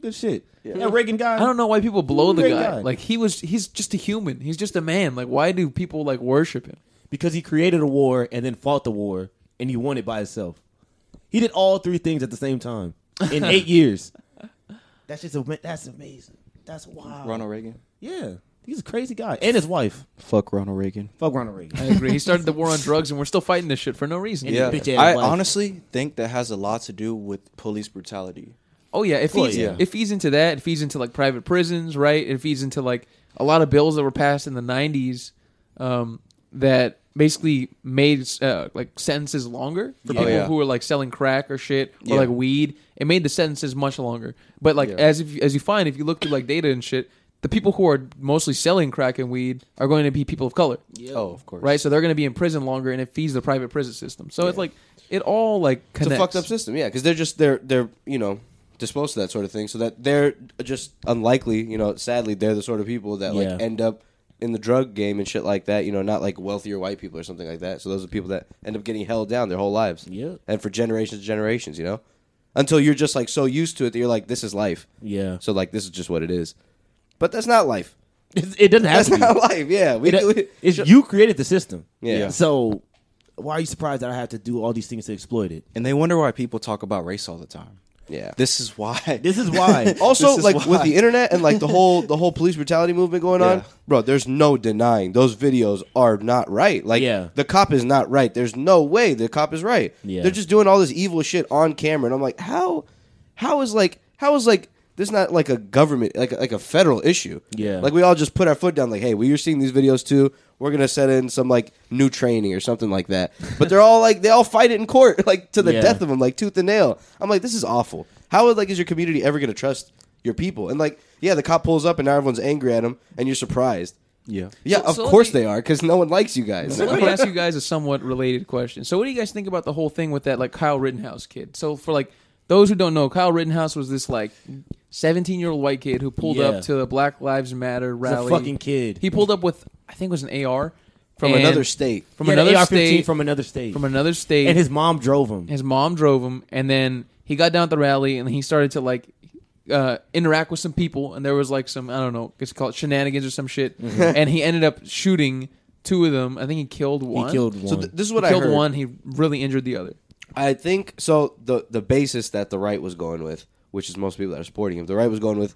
good shit." That Reagan guy, I don't know why people blow the Great guy. guy. Like he was, he's just a human. He's just a man. Like why do people like worship him? because he created a war and then fought the war and he won it by himself. He did all three things at the same time in eight years. That's just ama- that's amazing. That's wild. Ronald Reagan. yeah, he's a crazy guy and his wife. Fuck Ronald Reagan. Fuck Ronald I Reagan. agree. he started the war on drugs, and we're still fighting this shit for no reason. And Yeah, bitch ass I wife. honestly think that has a lot to do with police brutality. Oh yeah. If Well, he's yeah. if he's into that, if he's into like private prisons, right? If he's into like a lot of bills that were passed in the '90s um, that basically made uh, like sentences longer for Yeah. people Oh, yeah. who were like selling crack or shit or Yeah. like weed. It made the sentences much longer. But like Yeah. as if as you find if you look through like data and shit. the people who are mostly selling crack and weed are going to be people of color, Oh, of course. right? So they're going to be in prison longer, and it feeds the private prison system. So it's like it all like It's connects. a fucked up system, yeah, because they're just they're they're you know disposed to that sort of thing, so that they're just unlikely, you know. Sadly, they're the sort of people that like Yeah. end up in the drug game and shit like that. You know, not like wealthier white people or something like that. So those are people that end up getting held down their whole lives, Yeah. and for generations and generations, you know, until you're just like so used to it that you're like, this is life. Yeah. So like this is just what it is, but that's not life. It, it doesn't have That's to. not Be. life. Yeah, we. we It, it's, you created the system. Yeah. So why are you surprised that I have to do all these things to exploit it? And they wonder why people talk about race all the time. yeah. This is why. This is why. also This is like with why. the internet and like the whole the whole police brutality movement going on Yeah. bro there's no denying those videos are not right like Yeah. the cop is not right there's no way the cop is right Yeah. they're just doing all this evil shit on camera and i'm like how how is like how is like this not like a government like like a federal issue Yeah. like we all just put our foot down like hey we are seeing these videos too we're gonna set in some like new training or something like that but they're all like they all fight it in court like to the Yeah. death of them like tooth and nail i'm like this is awful how like is your community ever gonna trust your people and like yeah the cop pulls up and now everyone's angry at him and you're surprised yeah. yeah So- of so let course me- they are because no one likes you guys So let me ask you guys a somewhat related question. So, what do you guys think about the whole thing with that like Kyle Rittenhouse kid? So, for like those who don't know, Kyle Rittenhouse was this like seventeen-year-old white kid who pulled Yeah. up to the Black Lives Matter He's rally. a fucking kid. He pulled up with I think it was an AR from and- another state from He had an another AR-15 state from another state. from another state, and his mom drove him. his mom drove him, and then he got down at the rally and he started to like. Uh, interact with some people, and there was like some I don't know, it's called shenanigans or some shit, and he ended up shooting two of them. I think he killed one. He killed one. so th- this is what he i killed heard one. He really injured the other. I think so. The the basis that the right was going with, which is most people that are supporting him, the right was going with,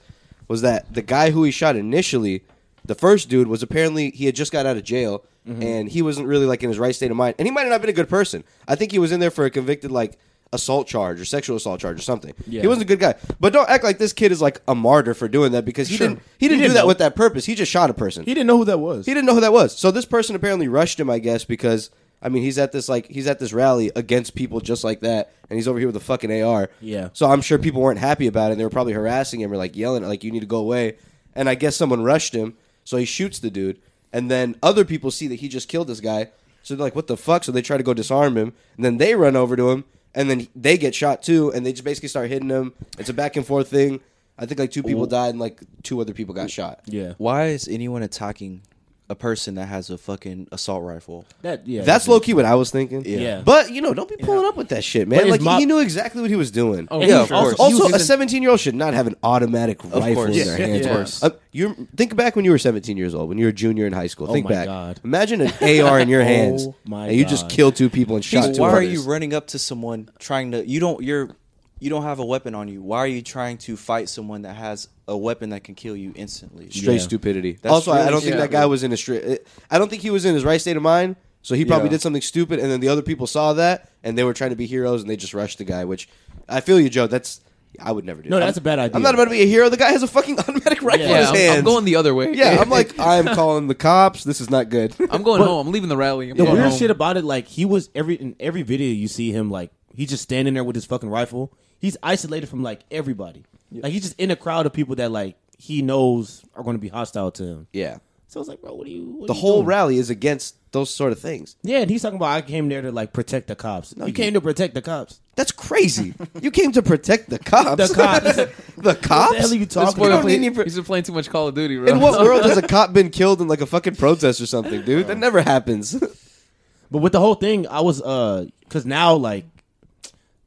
was that the guy who he shot initially, the first dude was apparently he had just got out of jail and he wasn't really like in his right state of mind, and he might not have been a good person. I think he was in there for a convicted like assault charge or sexual assault charge or something. Yeah. He wasn't a good guy, but don't act like this kid is like a martyr for doing that because he didn't he didn't, didn't do that know. with that purpose. He just shot a person. he didn't know who that was. He didn't know who that was. So this person apparently rushed him, I guess, because I mean he's at this like he's at this rally against people just like that, and he's over here with a fucking AR. Yeah. So I'm sure people weren't happy about it. They were probably harassing him or like yelling like you need to go away. And I guess someone rushed him, so he shoots the dude, and then other people see that he just killed this guy. So they're like, what the fuck? So they try to go disarm him, and then they run over to him, and then they get shot too, and they just basically start hitting him. It's a back and forth thing. I think like two people died and like two other people got shot. yeah. Why is anyone attacking a person that has a fucking assault rifle? That, yeah. That's low key what I was thinking. Yeah. But you know, don't be pulling up with that shit, man. his Like mom- he knew exactly what he was doing. Oh, And yeah, he- of course. Also, Also, he a was in- 17 year old should not have an automatic rifle in course. their Yeah, hands. of course. Uh, you think back when you were 17 years old, when you were a junior in high school. Oh think my back. God. Imagine an AR in your hands, my and you just God. kill two people and shot two why are others. you running up to someone trying to? You don't. You're. You don't have a weapon on you. Why are you trying to fight someone that has a weapon that can kill you instantly? Straight Yeah. stupidity. That's also, I- I really don't think that stupid. guy was in a straight. I don't think he was in his right state of mind. So he probably Yeah. did something stupid, and then the other people saw that, and they were trying to be heroes, and they just rushed the guy. Which I feel you, Joe. That's I would never do. No, that. that's I'm- a bad idea. I'm not about to be a hero. The guy has a fucking automatic rifle in Yeah, his I'm, hands. I'm going the other way. yeah, I'm like, I'm calling the cops. This is not good. I'm going home. I'm leaving the rally. I'm The going weird home. shit about it, like he was every in every video you see him like he's just standing there with his fucking rifle. He's isolated from like everybody. Like he's just in a crowd of people that like he knows are going to be hostile to him. yeah, So it's like, bro, what are you? what the are you whole doing? rally is against those sort of things. Yeah, and he's talking about I came there to like protect the cops. you came to protect the cops. That's crazy. you came to protect the cops. The cops. the cops. What the hell are you This talking boy You don't about? play- need any pro- he's been playing too much Call of Duty, bro. in what world has a cop been killed in like a fucking protest or something, dude? Oh. That never happens. But with the whole thing, I was uh, cause now like,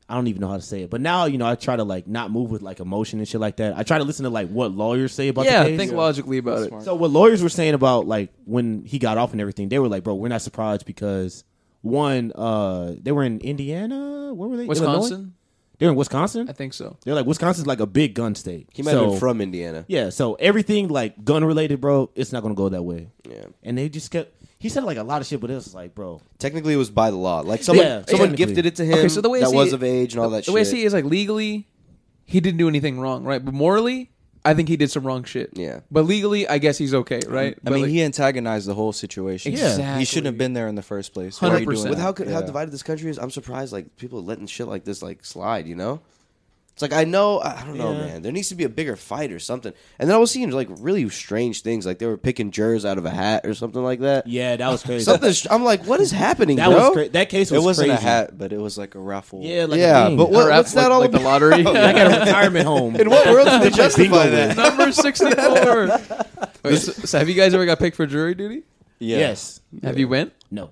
I don't even know how to say it. But now you know, I try to like not move with like emotion and shit like that. I try to listen to like what lawyers say about yeah, the case. think logically about it. So what lawyers were saying about like when he got off and everything, they were like, "Bro, we're not surprised because one, uh, they were in Indiana. Where were they? Illinois? Wisconsin, They're in Wisconsin. I think so. They're like Wisconsin's like a big gun state. He might have So- been from Indiana. Yeah, so everything like gun related, bro, it's not gonna go that way. Yeah. And they just kept. He said like a lot of shit, but it was like, bro, Technically, it was by the law. Like someone, Yeah, someone technically. gifted it to him. Okay, so the way I that see was it- of age and all that The shit. way I see it is like legally, he didn't do anything wrong, right? But morally, I think he did some wrong shit. Yeah. But legally, I guess he's okay, right? I mean, he antagonized the whole situation. Yeah. he shouldn't have been there in the first place. Why are you doing 100%. that? with how co- how Yeah. divided this country is, I'm surprised like people are letting shit like this like slide. You know, It's like I know, I I don't know, Yeah. man. There needs to be a bigger fight or something. And then I was seeing like really strange things, like they were picking jurors out of a hat or something like that. Yeah, that was crazy. Something. str- I'm like, what is happening, that bro? was cra- that case It was wasn't crazy. a hat, but it was like a raffle. Yeah, like yeah, a thing. but what, Or what's like, that all like the about? lottery? like at a retirement home. In what world did they justify that? Number 64. Wait, so, so have you guys ever got picked for jury duty? Yeah. Yes. Have you went? No.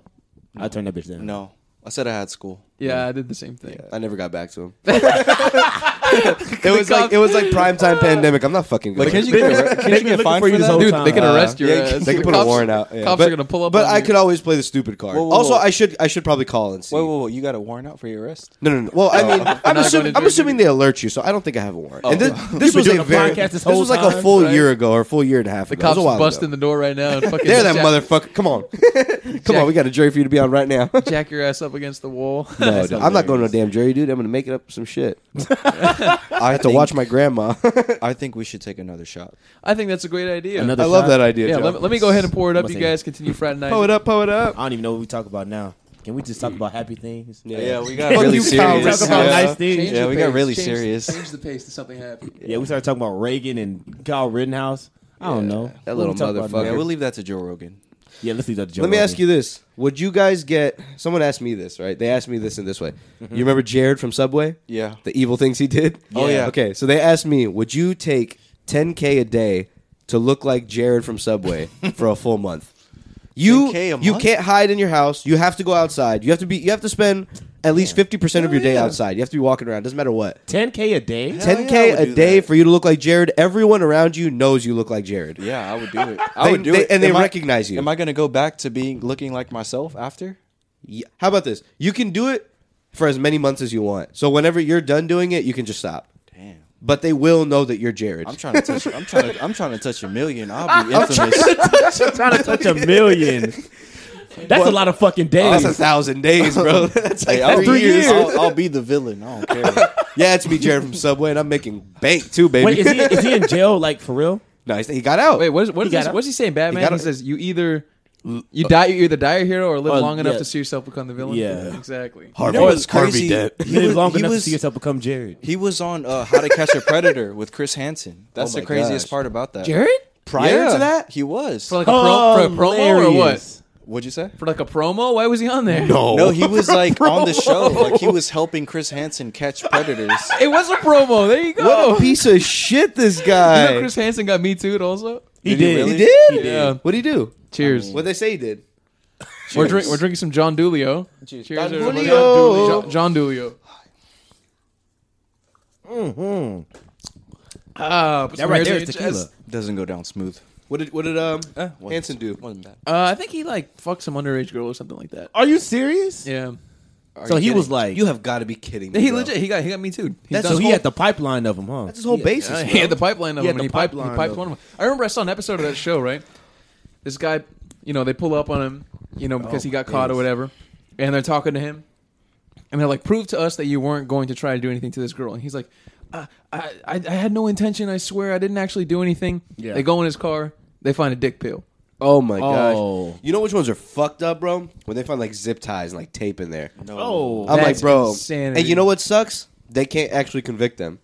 I turned that bitch down. No, I said I had school. Yeah, I did the same thing. I never got back to him. it was like cops- it was like prime time pandemic. I'm not fucking. But going. can you get, arre- can you get looking fined for for, you this that? whole Dude, time. they can Uh, arrest your yeah, ass. they can The put cops- a warrant out. yeah. Cops but, are gonna pull up. But on I you. could always play the stupid card. Whoa, whoa, also, whoa. I should I should probably call and see. Whoa, whoa, whoa! You got a warrant out for your arrest? No, no, no. Well, I mean, I'm not assuming, going to I'm do Oh. assuming they alert you, so I don't think I have a warrant. And this, this been was doing a a very, podcast this this, whole was like a time, full right? year ago or a full year and a half The ago. It was cops a while busting ago. the door right now. And fucking There, that jack, motherfucker! Come on, come on, we got a jury for you to be on right now. jack your ass up against the wall. No, dude, I'm not going to a damn jury, dude. I'm going to make it up some shit. I have to think- watch my grandma. I think we should take another shot. I think that's a great idea. Another I love shot? that idea. yeah, Joe. let, me- let me go ahead and pour it up. Must You say- guys continue fraternizing. Pow it up, pow it up. I don't even know what we talk about now. Can we just talk about happy things? Yeah, we got Fuck really you, serious. Kyle. Talk about Yeah. nice things. Change Yeah, the we got pace. really Change- serious. Change the pace to something happy. Yeah, we started talking about Reagan and Kyle Rittenhouse. I don't know. that What little we talk about motherfucker. Yeah, now? we'll leave that to Joe Rogan. Yeah, let's leave that to Joe Let me Rogan. ask you this: Would you guys get? Someone asked me this, right? They asked me this in this way. You remember Jared from Subway? Yeah. The evil things he did. Oh, Yeah. yeah. Okay, so they asked me, would you take 10k a day to look like Jared from Subway for a full month? You 10K a you month? can't hide in your house. You have to go outside. You have to be. You have to spend at least fifty percent of your day outside. You have to be walking around. Doesn't matter what. 10K a day? Hell Ten yeah, I k would a do day that. for you to look like Jared. Everyone around you knows you look like Jared. Yeah, I would do it. I They- would do they- it, and they Am I- recognize you. Am I going to go back to being looking like myself after? Yeah. How about this? You can do it for as many months as you want. So whenever you're done doing it, you can just stop. Damn. But they will know that you're Jared. I'm trying to touch. I'm trying to. I'm trying to touch a million. I'll be infamous. trying to touch a million. That's a lot of fucking days. That's a thousand days, bro. That's like Hey, I'll, three years. I'll, I'll be the villain. I don't care. yeah, it's me, Jared from Subway, and I'm making bank too, baby. Wait, is he, is he in jail, like, for real? no, he's- he got out. Wait, what is what is got this, up. what's he saying, Batman? He, got up. says you either you die, you either die a hero or live Oh, long enough yeah. to see yourself become the villain. Yeah. exactly. Harvey, know what's crazy? He Live was, long he enough was, to see yourself become Jared. he was on uh, How to Catch a Predator with Chris Hansen. That's my the craziest gosh. part about that. Jared? Prior Yeah, to that, he was. For like a, pro, for a promo or what? Hilarious. What'd you say? For like a promo? Why was he on there? Oh. No, he was like on the show. Like he was helping Chris Hansen catch predators. it was a promo. There you go. what a piece of shit this you guy. know Chris Hansen got me too. Also, He Did he did. really? he did. He did. What did he do? cheers. What they say he did. we're drink, we're drinking some John Dulio. Cheers, Don everybody. Julio. John Dulio. John, John Dulio. Mm-hmm. Ah, put That some right hairs there in is your tequila. chest. Doesn't go down smooth. What did what did um wasn't- Hanson do? Wasn't bad. Uh, I think he like fucked some underage girl or something like that. Are you serious? Yeah, So he was like, You have got to be kidding me. he bro. legit he got he got me too. That's so his he whole- had the pipeline of him, huh? That's his whole basis. Yeah, bro. he had the pipeline of He him. had and the he piped, he pipeline piped of one of them. I remember I saw an episode of that show. Right, this guy, you know, they pull up on him, you know, because he got caught or whatever, and they're talking to him, and they're like, "Prove to us that you weren't going to try to do anything to this girl." And he's like, "I, I, I I had no intention. I swear, I didn't actually do anything." Yeah. They go in his car. They find a dick pill. Oh my Oh. gosh! You know which ones are fucked up, bro? When they find like zip ties and like tape in there. No. Oh, I'm That's like, bro. insanity. And you know what sucks? They can't actually convict them.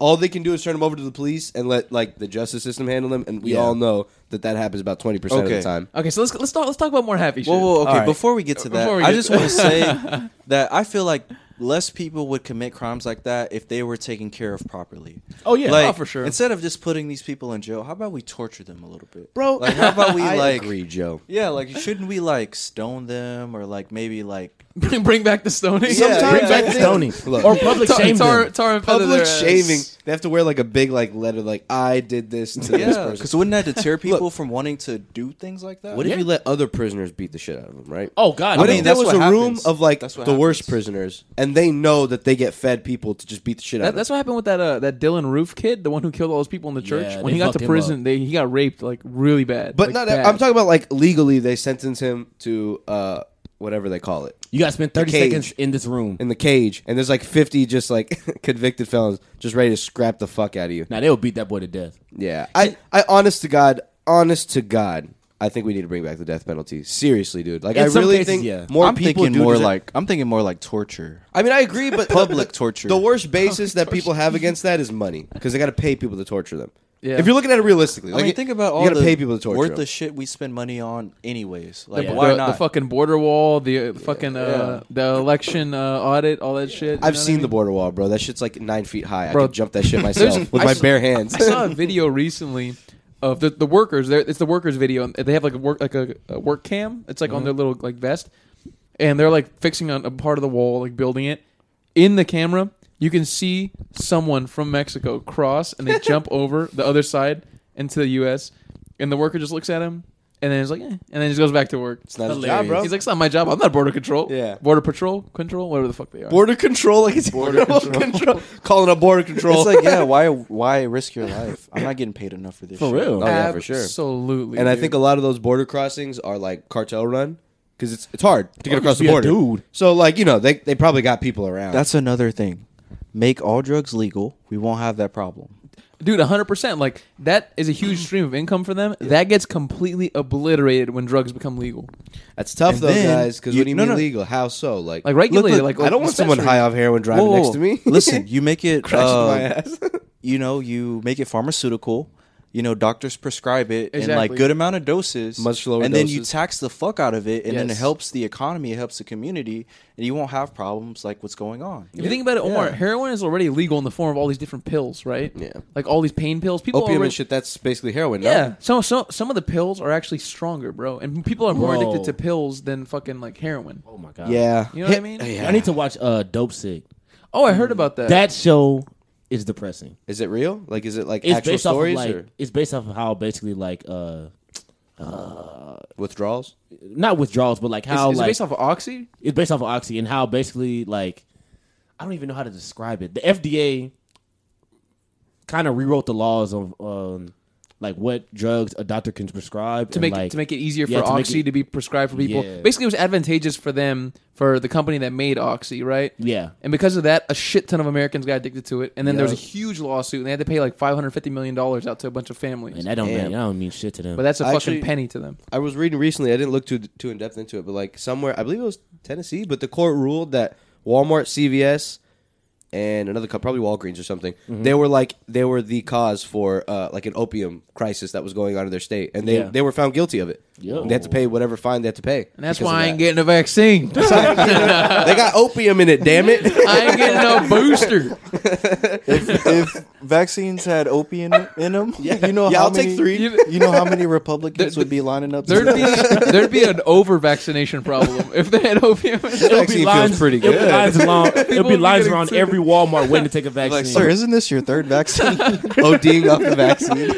All they can do is turn them over to the police and let like the justice system handle them. And we Yeah. all know that that happens about twenty percent of Okay. the time. Okay, so let's let's talk let's talk about more happy shit. Whoa, whoa, okay. All right. Before we get to that, Before we I get just to- want to say that I feel like less people would commit crimes like that if they were taken care of properly. Oh, yeah. like, Oh, for sure. Instead of just putting these people in jail, how about we torture them a little bit, Bro, Like, how about we I like? agree, Joe. Yeah, like shouldn't we like stone them or like maybe like bring, bring back the stoning. Yeah, Sometimes Bring I back the think- stoning. Look, Or public tar, shame tar, them. tar and feather public their ass. shaming. They have to wear like a big like letter, like I did this to this yeah? person. Because wouldn't that deter people from wanting to do things like that? What if Yeah. you let other prisoners beat the shit out of them? Right? Oh, God. What no. mean, if there that's was what a room happens. of like the That's what worst happens. prisoners, and they know that they get fed people to just beat the shit out That, of them? that's what happened with that uh, that Dylan Roof kid, the one who killed all those people in the church. Yeah, when he they got to fucked him prison, up. they, he got raped like really bad. But like, not. bad. I'm talking about like legally, they sentence him to uh, whatever they call it You got to spend 30 cage. seconds in this room. in the cage, and there's like 50 just like convicted felons just ready to scrap the fuck out of you. Now, they'll beat that boy to death. Yeah, I, I honest to God, honest to God, I think we need to bring back the death penalty. Seriously, dude. Like In I some really cases, think yeah. more I'm people thinking do more deserve- like I'm thinking more like torture. I mean, I agree, but Public the- the- torture. The worst basis that people have against that is money because they got to pay people to torture them. Yeah. If you're looking at it realistically, I like mean, it- think about all you got the to pay people to torture worth them. the shit we spend money on, anyways. Like, the, why the- not? the fucking border wall, the uh, fucking uh, the election uh, audit, all that shit. you I've know what seen I the mean? border wall, bro. That shit's like nine feet high. I Bro, could jump that shit myself with I my s- bare hands. I saw a video recently of the, the workers. They're, it's the workers video, and they have like a work like a, a work cam. It's like on their Uh-huh. little like vest, and they're like fixing on a part of the wall, like building it. In the camera, you can see someone from Mexico cross, and they jump over the other side into the U.S. And the worker just looks at him, and then he's like, eh, and then he just goes back to work. It's not his Hilarious. job, bro. He's like, it's not my job. I'm not border control. Yeah. border patrol, control, whatever the fuck they are. border control, like it's border control. Calling up border control. It's like, yeah, why why risk your life? I'm not getting paid enough for this. For shit. real. Oh, yeah, for sure. Absolutely. and I dude. think a lot of those border crossings are like cartel run because it's it's hard to get Or across just the be a border, dude. So like you know they they probably got people around. That's another thing. Make all drugs legal. We won't have that problem. dude 100% like that is a huge stream of income for them that gets completely obliterated when drugs become legal that's tough And though, then guys. Because you- what do you no, mean no. legal? How so? Like like regulated like I don't want someone high off heroin driving Whoa, whoa, next to me. whoa. Listen, you make it Crashing uh, my ass. you know, you make it pharmaceutical. You know, doctors prescribe it in like Exactly. good amount of doses, Much lower and then you doses. tax the fuck out of it, and then it Yes. helps the economy, it helps the community, and you won't have problems like what's going on. if you think about it Omar heroin is already legal in the form of all these different pills right Yeah. like all these pain pills people Opium already, and shit. That's basically heroin. no? yeah some, some some of the pills are actually stronger bro and people are more Whoa. addicted to pills than fucking like heroin Oh my god. yeah. you know what I mean I need to watch uh Dope Sick. oh I heard about that That show is depressing. Is it real? Like, is it like It's actual based off of stories like or it's based off of how basically like uh withdrawals? not withdrawals, but like Is- how is like it based off of oxy it's based off of oxy and how basically like I don't even know how to describe it. The FDA kind of rewrote the laws of um, like what drugs a doctor can prescribe to and, make like- to make it easier yeah, for to make oxy it- to be prescribed for people. Yeah. Basically, it was advantageous for them for the company that made oxy, right? Yeah. And because of that, a shit ton of Americans got addicted to it, and then there was a Yeah. huge lawsuit, and they had to pay like five hundred fifty million dollars out to a bunch of families. and that don't Damn. mean, that don't mean shit to them. but that's a I fucking actually- penny to them. I was reading recently. I didn't look too too in depth into it, but like somewhere, I believe it was Tennessee, but the court ruled that Walmart, CVS, and another co- probably Walgreens or something, Mm-hmm. they were like they were the cause for uh, like an opium crisis that was going on in their state, and they Yeah. they were found guilty of it. Yo. They had to pay whatever fine they had to pay, And that's because why I of ain't getting a vaccine. I that. they got opium in it. Damn it! ain't getting no booster. If, if vaccines had opium in them, you know Yeah, how I'll many, take three. You know how many Republicans would be lining up? to There'd be there'd be an over vaccination problem if they had opium. it'll vaccine feels pretty It'll good. be lines, along, People it'll be be lines getting around sick. every Walmart waiting to take a vaccine. like, sir, isn't this your third vaccine? ODing off the vaccine.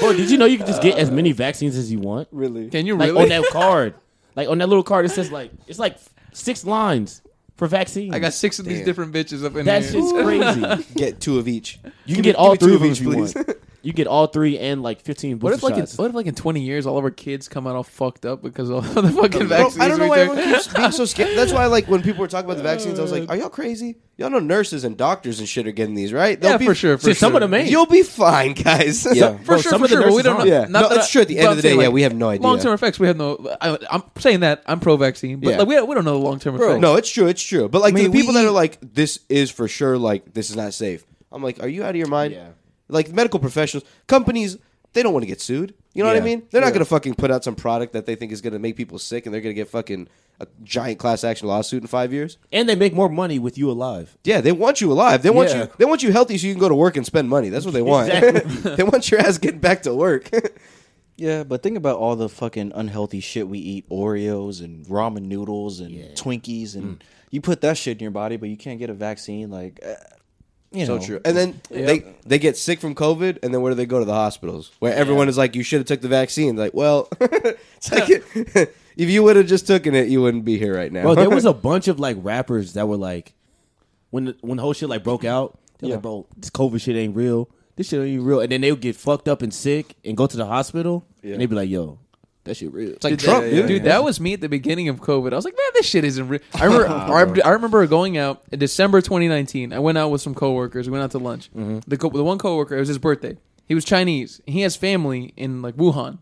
Bro, did you know you can just get as many vaccines as you want? really? Can you Like really? on that card, like on that little card, it says like it's like six lines for vaccines. I got six of these Damn. different bitches up in that here. shit's crazy. Get two of each. You can get all give three me two of them of if you each, want. You get all three and like fifteen What booster if like in, shots. what if like in twenty years all of our kids come out all fucked up because of all the fucking Bro, vaccines? I don't know we why took? everyone keeps being so scared. That's why, like, when people were talking about the vaccines, I was Uh. like, "Are y'all crazy? Y'all know nurses and doctors and shit are getting these, right? They'll Yeah, be- for sure. For See, sure. some of them ain't. You'll be fine, guys. Yeah. For Bro, sure, some for of the sure. but we nurses don't know. aren't. Yeah. not No, that that's I- true. At the but end I'm of the day, saying, yeah, like, we have no idea. Long-term effects, we have no. I, I'm saying that I'm pro-vaccine, but Yeah. like, we, don't, we don't know the long-term Bro, effects. no, it's true. It's true. But like I to mean, the people we- that are like, "This is for sure," like, "This is not safe." I'm like, "Are you out of your mind?" Yeah. Like medical professionals, companies, they don't want to get sued. You know what I Yeah. mean? They're not gonna fucking put out some product that they think is gonna make people sick, and they're gonna get fucking a giant class action lawsuit in five years. and they make more money with you alive. Yeah, they want you alive. They want Yeah. you. They want you healthy so you can go to work and spend money. That's what they want. Exactly. they want your ass getting back to work. Yeah, but think about all the fucking unhealthy shit we eat Oreos and ramen noodles and Twinkies, Mm. and you put that shit in your body, but you can't get a vaccine. Like, uh, you know. so true. And then they they get sick from COVID, and then where do they go to the hospitals? Where everyone is like, "You should have took the vaccine." Like, well, it's like if you would have just taken it, you wouldn't be here right now. Bro, there was a bunch of like rappers that were like, when the, when the whole shit like broke out, they're like, bro, this COVID shit ain't real. This shit ain't real. And then they would get fucked up and sick and go to the hospital, and they'd be like, yo, that shit real. it's like Dude, Trump, that, dude. dude, that was me at the beginning of COVID. I was like, man, this shit isn't real. I remember, I- I remember going out in December 2019. I went out with some coworkers. We went out to lunch. The co- the one coworker, it was his birthday. He was Chinese. He has family in like Wuhan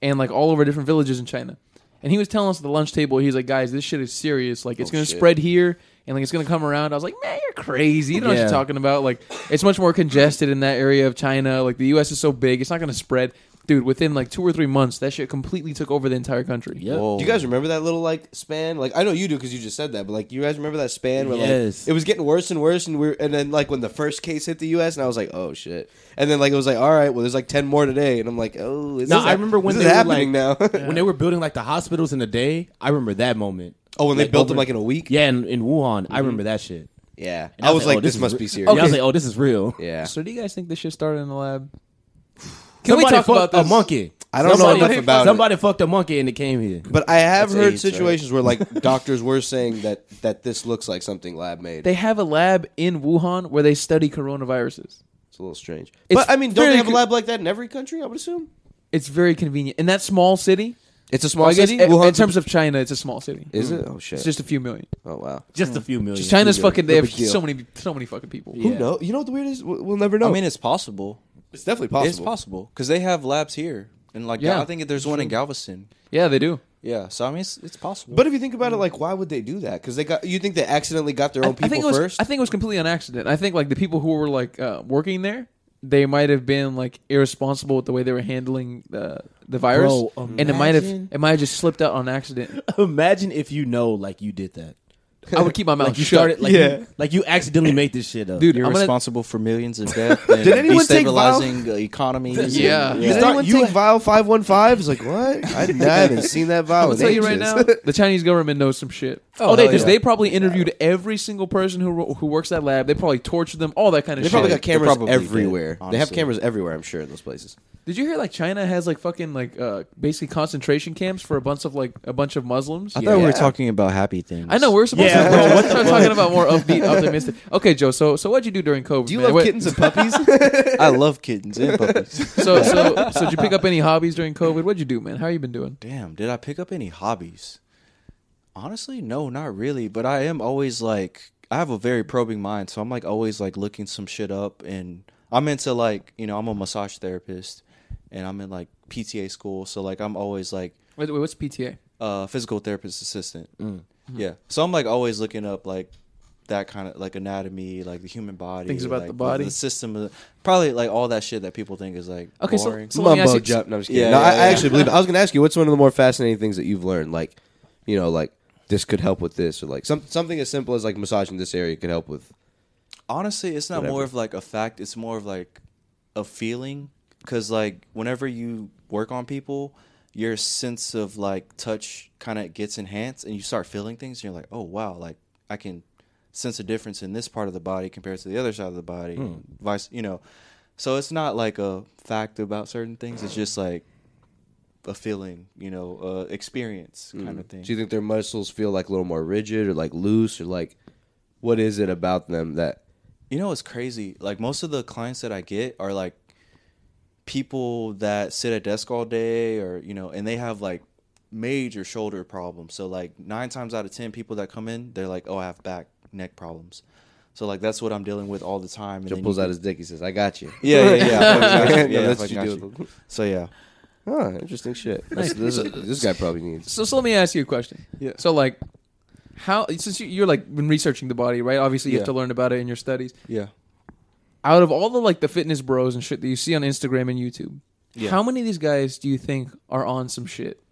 and like all over different villages in China. And he was telling us at the lunch table, he's like, guys, this shit is serious. Like, it's gonna shit. spread here and like it's gonna come around. I was like, man, you're crazy. You don't know what Yeah. you're talking about. Like, it's much more congested in that area of China. Like, the U.S. is so big, it's not gonna spread. Dude, within like two or three months, that shit completely took over the entire country. Yep. Whoa. Do you guys remember that little like span? Like I know you do because you just said that, but like you guys remember that span where Yes. like it was getting worse and worse, and we are and then like when the first case hit the U.S. and I was like, oh shit, and then like it was like, all right, well there's like ten more today, and I'm like, oh, is No, this I remember when this they is were, happening like- now. when they were building like the hospitals in the day, I remember that moment. Mm-hmm. oh, when they built them over- like in a week. Yeah, in, in Wuhan, I remember that shit. yeah. And I was like, oh, this, is must re- be serious. Yeah, I was like, oh, this is real. Yeah, So, do you guys think this shit started in the lab? Can Somebody we talk fucked about this? a monkey. I don't know somebody, enough about it. Somebody fucked a monkey and it came here. but I have That's heard AIDS, right? situations where like doctors were saying that that this looks like something lab made. They have a lab in Wuhan where they study coronaviruses. it's a little strange, It's but I mean, don't very they have a co- lab like that in every country? I would assume. It's very convenient in that small city. It's a Well, small I guess city. i- in Wuhan's a- terms of China, it's a small city. is it? Oh shit! It's just a few million. oh wow. Just a few million. China's fucking. They No have big deal. so many, so many fucking people. Yeah. Who knows? You know what the weird is? We'll we'll never know. I mean, it's possible. it's definitely It's possible because they have labs here, and like Yeah. I think there's one in Galveston. Yeah, they do. Yeah, so I mean, it's, it's possible. But if you think about it, like, why would they do that? Because they got you think they accidentally got their I, own I people think it was. first. I think it was completely on accident. I think like the people who were like uh, working there, they might have been like irresponsible with the way they were handling the the virus, Bro, and it might have imagine- it might have just slipped out on accident. Imagine if you know, like you did that. I would keep my mouth Like you shut. started, like, Yeah. you, like you accidentally made this shit up, Dude, you're I'm gonna- responsible for millions of death. And Did anyone take destabilizing economies? Yeah. and- You Did start- anyone you take ha- vial five one five? It's like what? I, I haven't seen that vial. I'll in tell you right ages. now, the Chinese government knows some shit. Oh, Oh, they hell because yeah. they probably interviewed every single person who ro- who works that lab. They probably tortured them, all that kind of they shit. probably got They cameras probably did, everywhere. they have honestly. cameras everywhere. I'm sure in those places. Did you hear like China has like fucking like uh basically concentration camps for a bunch of like a bunch of Muslims? I thought we Yeah. were talking about happy things. I know we're supposed Yeah, to. bro, we're talking about more upbeat, optimistic. Okay, Joe. So, so what'd you do during COVID? Do you man? love What- kittens and puppies? I love kittens and puppies. So, so, so did you pick up any hobbies during COVID? What'd you do, man? How you been doing? Damn, did I pick up any hobbies? Honestly, no, not really. But I am always like, I have a very probing mind, so I'm like always like looking some shit up, and I'm into like, you know, I'm a massage therapist, and I'm in like PTA school, so like I'm always like Wait, wait, what's PTA? uh, physical therapist assistant. Mm. Mm-hmm. Yeah, so I'm like always looking up like that kind of like anatomy, like the human body, Things about the like, body. the system, of- probably like all that shit that people think is like Okay, so- boring. so let me ask Mumbo you- jump. No, I'm just Yeah, kidding. no, yeah, I, I yeah. actually believe. It. I was going to ask you, what's one of the more fascinating things that you've learned? Like, you know, like this could help with this, or like some something as simple as like massaging this area could help with. honestly it's not Whatever. more of like a fact it's more of like a feeling because like whenever you work on people your sense of like touch kind of gets enhanced and you start feeling things and you're like oh wow like i can sense a difference in this part of the body compared to the other side of the body and vice you know so it's not like a fact about certain things it's just like a feeling you know uh experience kind of thing Do you think their muscles feel like a little more rigid or like loose or like what is it about them that You know what's crazy? Like most of the clients that I get are like people that sit at desk all day or you know, and they have like major shoulder problems. So like nine times out of ten people that come in, they're like, Oh, I have back neck problems. So like that's what I'm dealing with all the time. And Joe then pulls you out can- his dick? He says, "I got you." Yeah, yeah, yeah. I got you. No, Yeah, that's I what you got do with you. So yeah. Huh, interesting shit. This, this, this guy probably needs. So, so let me ask you a question. Yeah. So, like, how since you, you're like been researching the body, right? Obviously, you Yeah. have to learn about it in your studies. Yeah. out of all the like the fitness bros and shit that you see on Instagram and YouTube, Yeah. how many of these guys do you think are on some shit?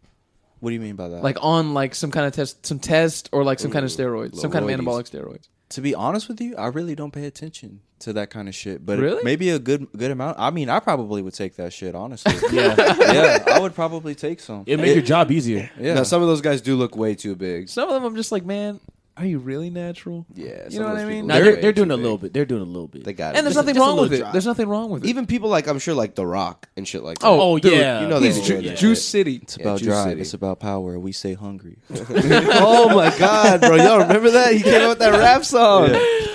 What do you mean by that? Like on like some kind of test, some test or like some kind of steroids, some kind of loidies. anabolic steroids. to be honest with you, I really don't pay attention to that kind of shit. But Really? maybe a good good amount. I mean, I probably would take that shit, honestly. yeah. yeah. I would probably take some. It made your job easier. Yeah. Now, some of those guys do look way too big. Some of them I'm just like, man, are you really natural? Yeah, you some know of what those I mean. people Now They're they're, way they're doing too a big. little bit. They're doing a little bit. They got it. And there's Just- nothing just a wrong little with it. drop. There's nothing wrong with it. even people like I'm sure like The Rock and shit like. that. oh, Oh, dude, yeah. you know he's they Ju- will, yeah. Juice City. It's Yeah, about Juice drive. City. It's about power. We stay hungry. oh my god, bro! Y'all remember that? He came out with that rap song,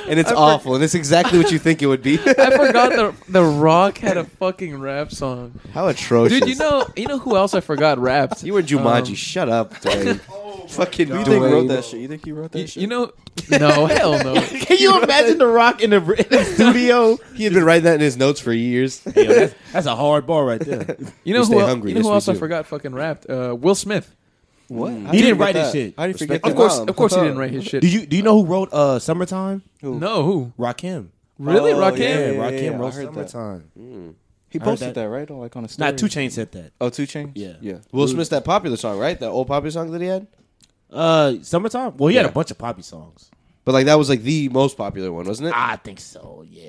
and it's awful, and it's exactly what you think it would be. I forgot the the Rock had a fucking rap song, How atrocious! dude. You know, you know who else I forgot rapped? you were Jumanji. Um, Shut up, Dwayne. Fucking You think Dwayne. wrote that shit? You think he wrote that You, shit? you know, no, hell no. Can you imagine The Rock in the, in the studio? He had been writing that in his notes for years. Yo, that's, that's a hard bar right there. You know who? We stay el- hungry, You know yes, who we else I do. forgot? Fucking rapped. Uh, Will Smith. what? How He do you didn't get write that? his shit. How do you forget Of that? course, of course, he didn't write his shit. Do you do you know who wrote uh, "Summertime"? No, who? Rakim. Really, Oh, Rakim? yeah. Rakim wrote I heard that. "Summertime." He I heard posted that. that. right? On, like on a story. Not Two Chainz said that. Oh, two chains. Yeah. yeah. Will Smith's that popular song, right? That old popular song that he had. Uh, "Summertime." Well, he had Yeah. a bunch of poppy songs. But like that was like the most popular one, wasn't it? I think so. Yeah,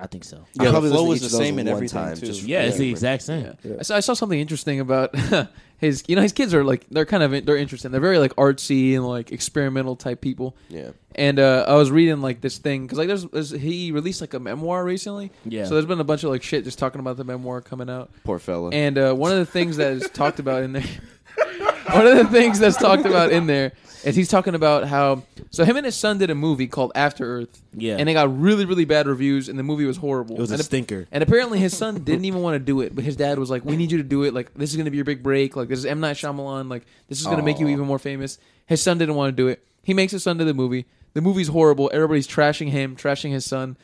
I think so. Yeah, I the probably flow listened to was each the of those same in one everything, time, too. just- Yeah, it's the exact same. I saw, I saw something interesting about his. You know, his kids are like they're kind of in- they're interesting. They're very like artsy and like experimental type people. Yeah. And uh, I was reading like this thing because like there's, there's he released like a memoir recently. Yeah. So there's been a bunch of like shit just talking about the memoir coming out. Poor fella. And uh, one of the things that is talked about in there, one of the things that's talked about in there is he's talking about how so him and his son did a movie called After Earth. Yeah. And it got really really bad reviews, and the movie was horrible. It was a and stinker. And apparently his son didn't even want to do it, but his dad was like, "We need you to do it. Like this is gonna be your big break. Like this is M Night Shyamalan. Like this is gonna make you even more famous." His son didn't want to do it. He makes his son do the movie. The movie's horrible. Everybody's trashing him, trashing his son.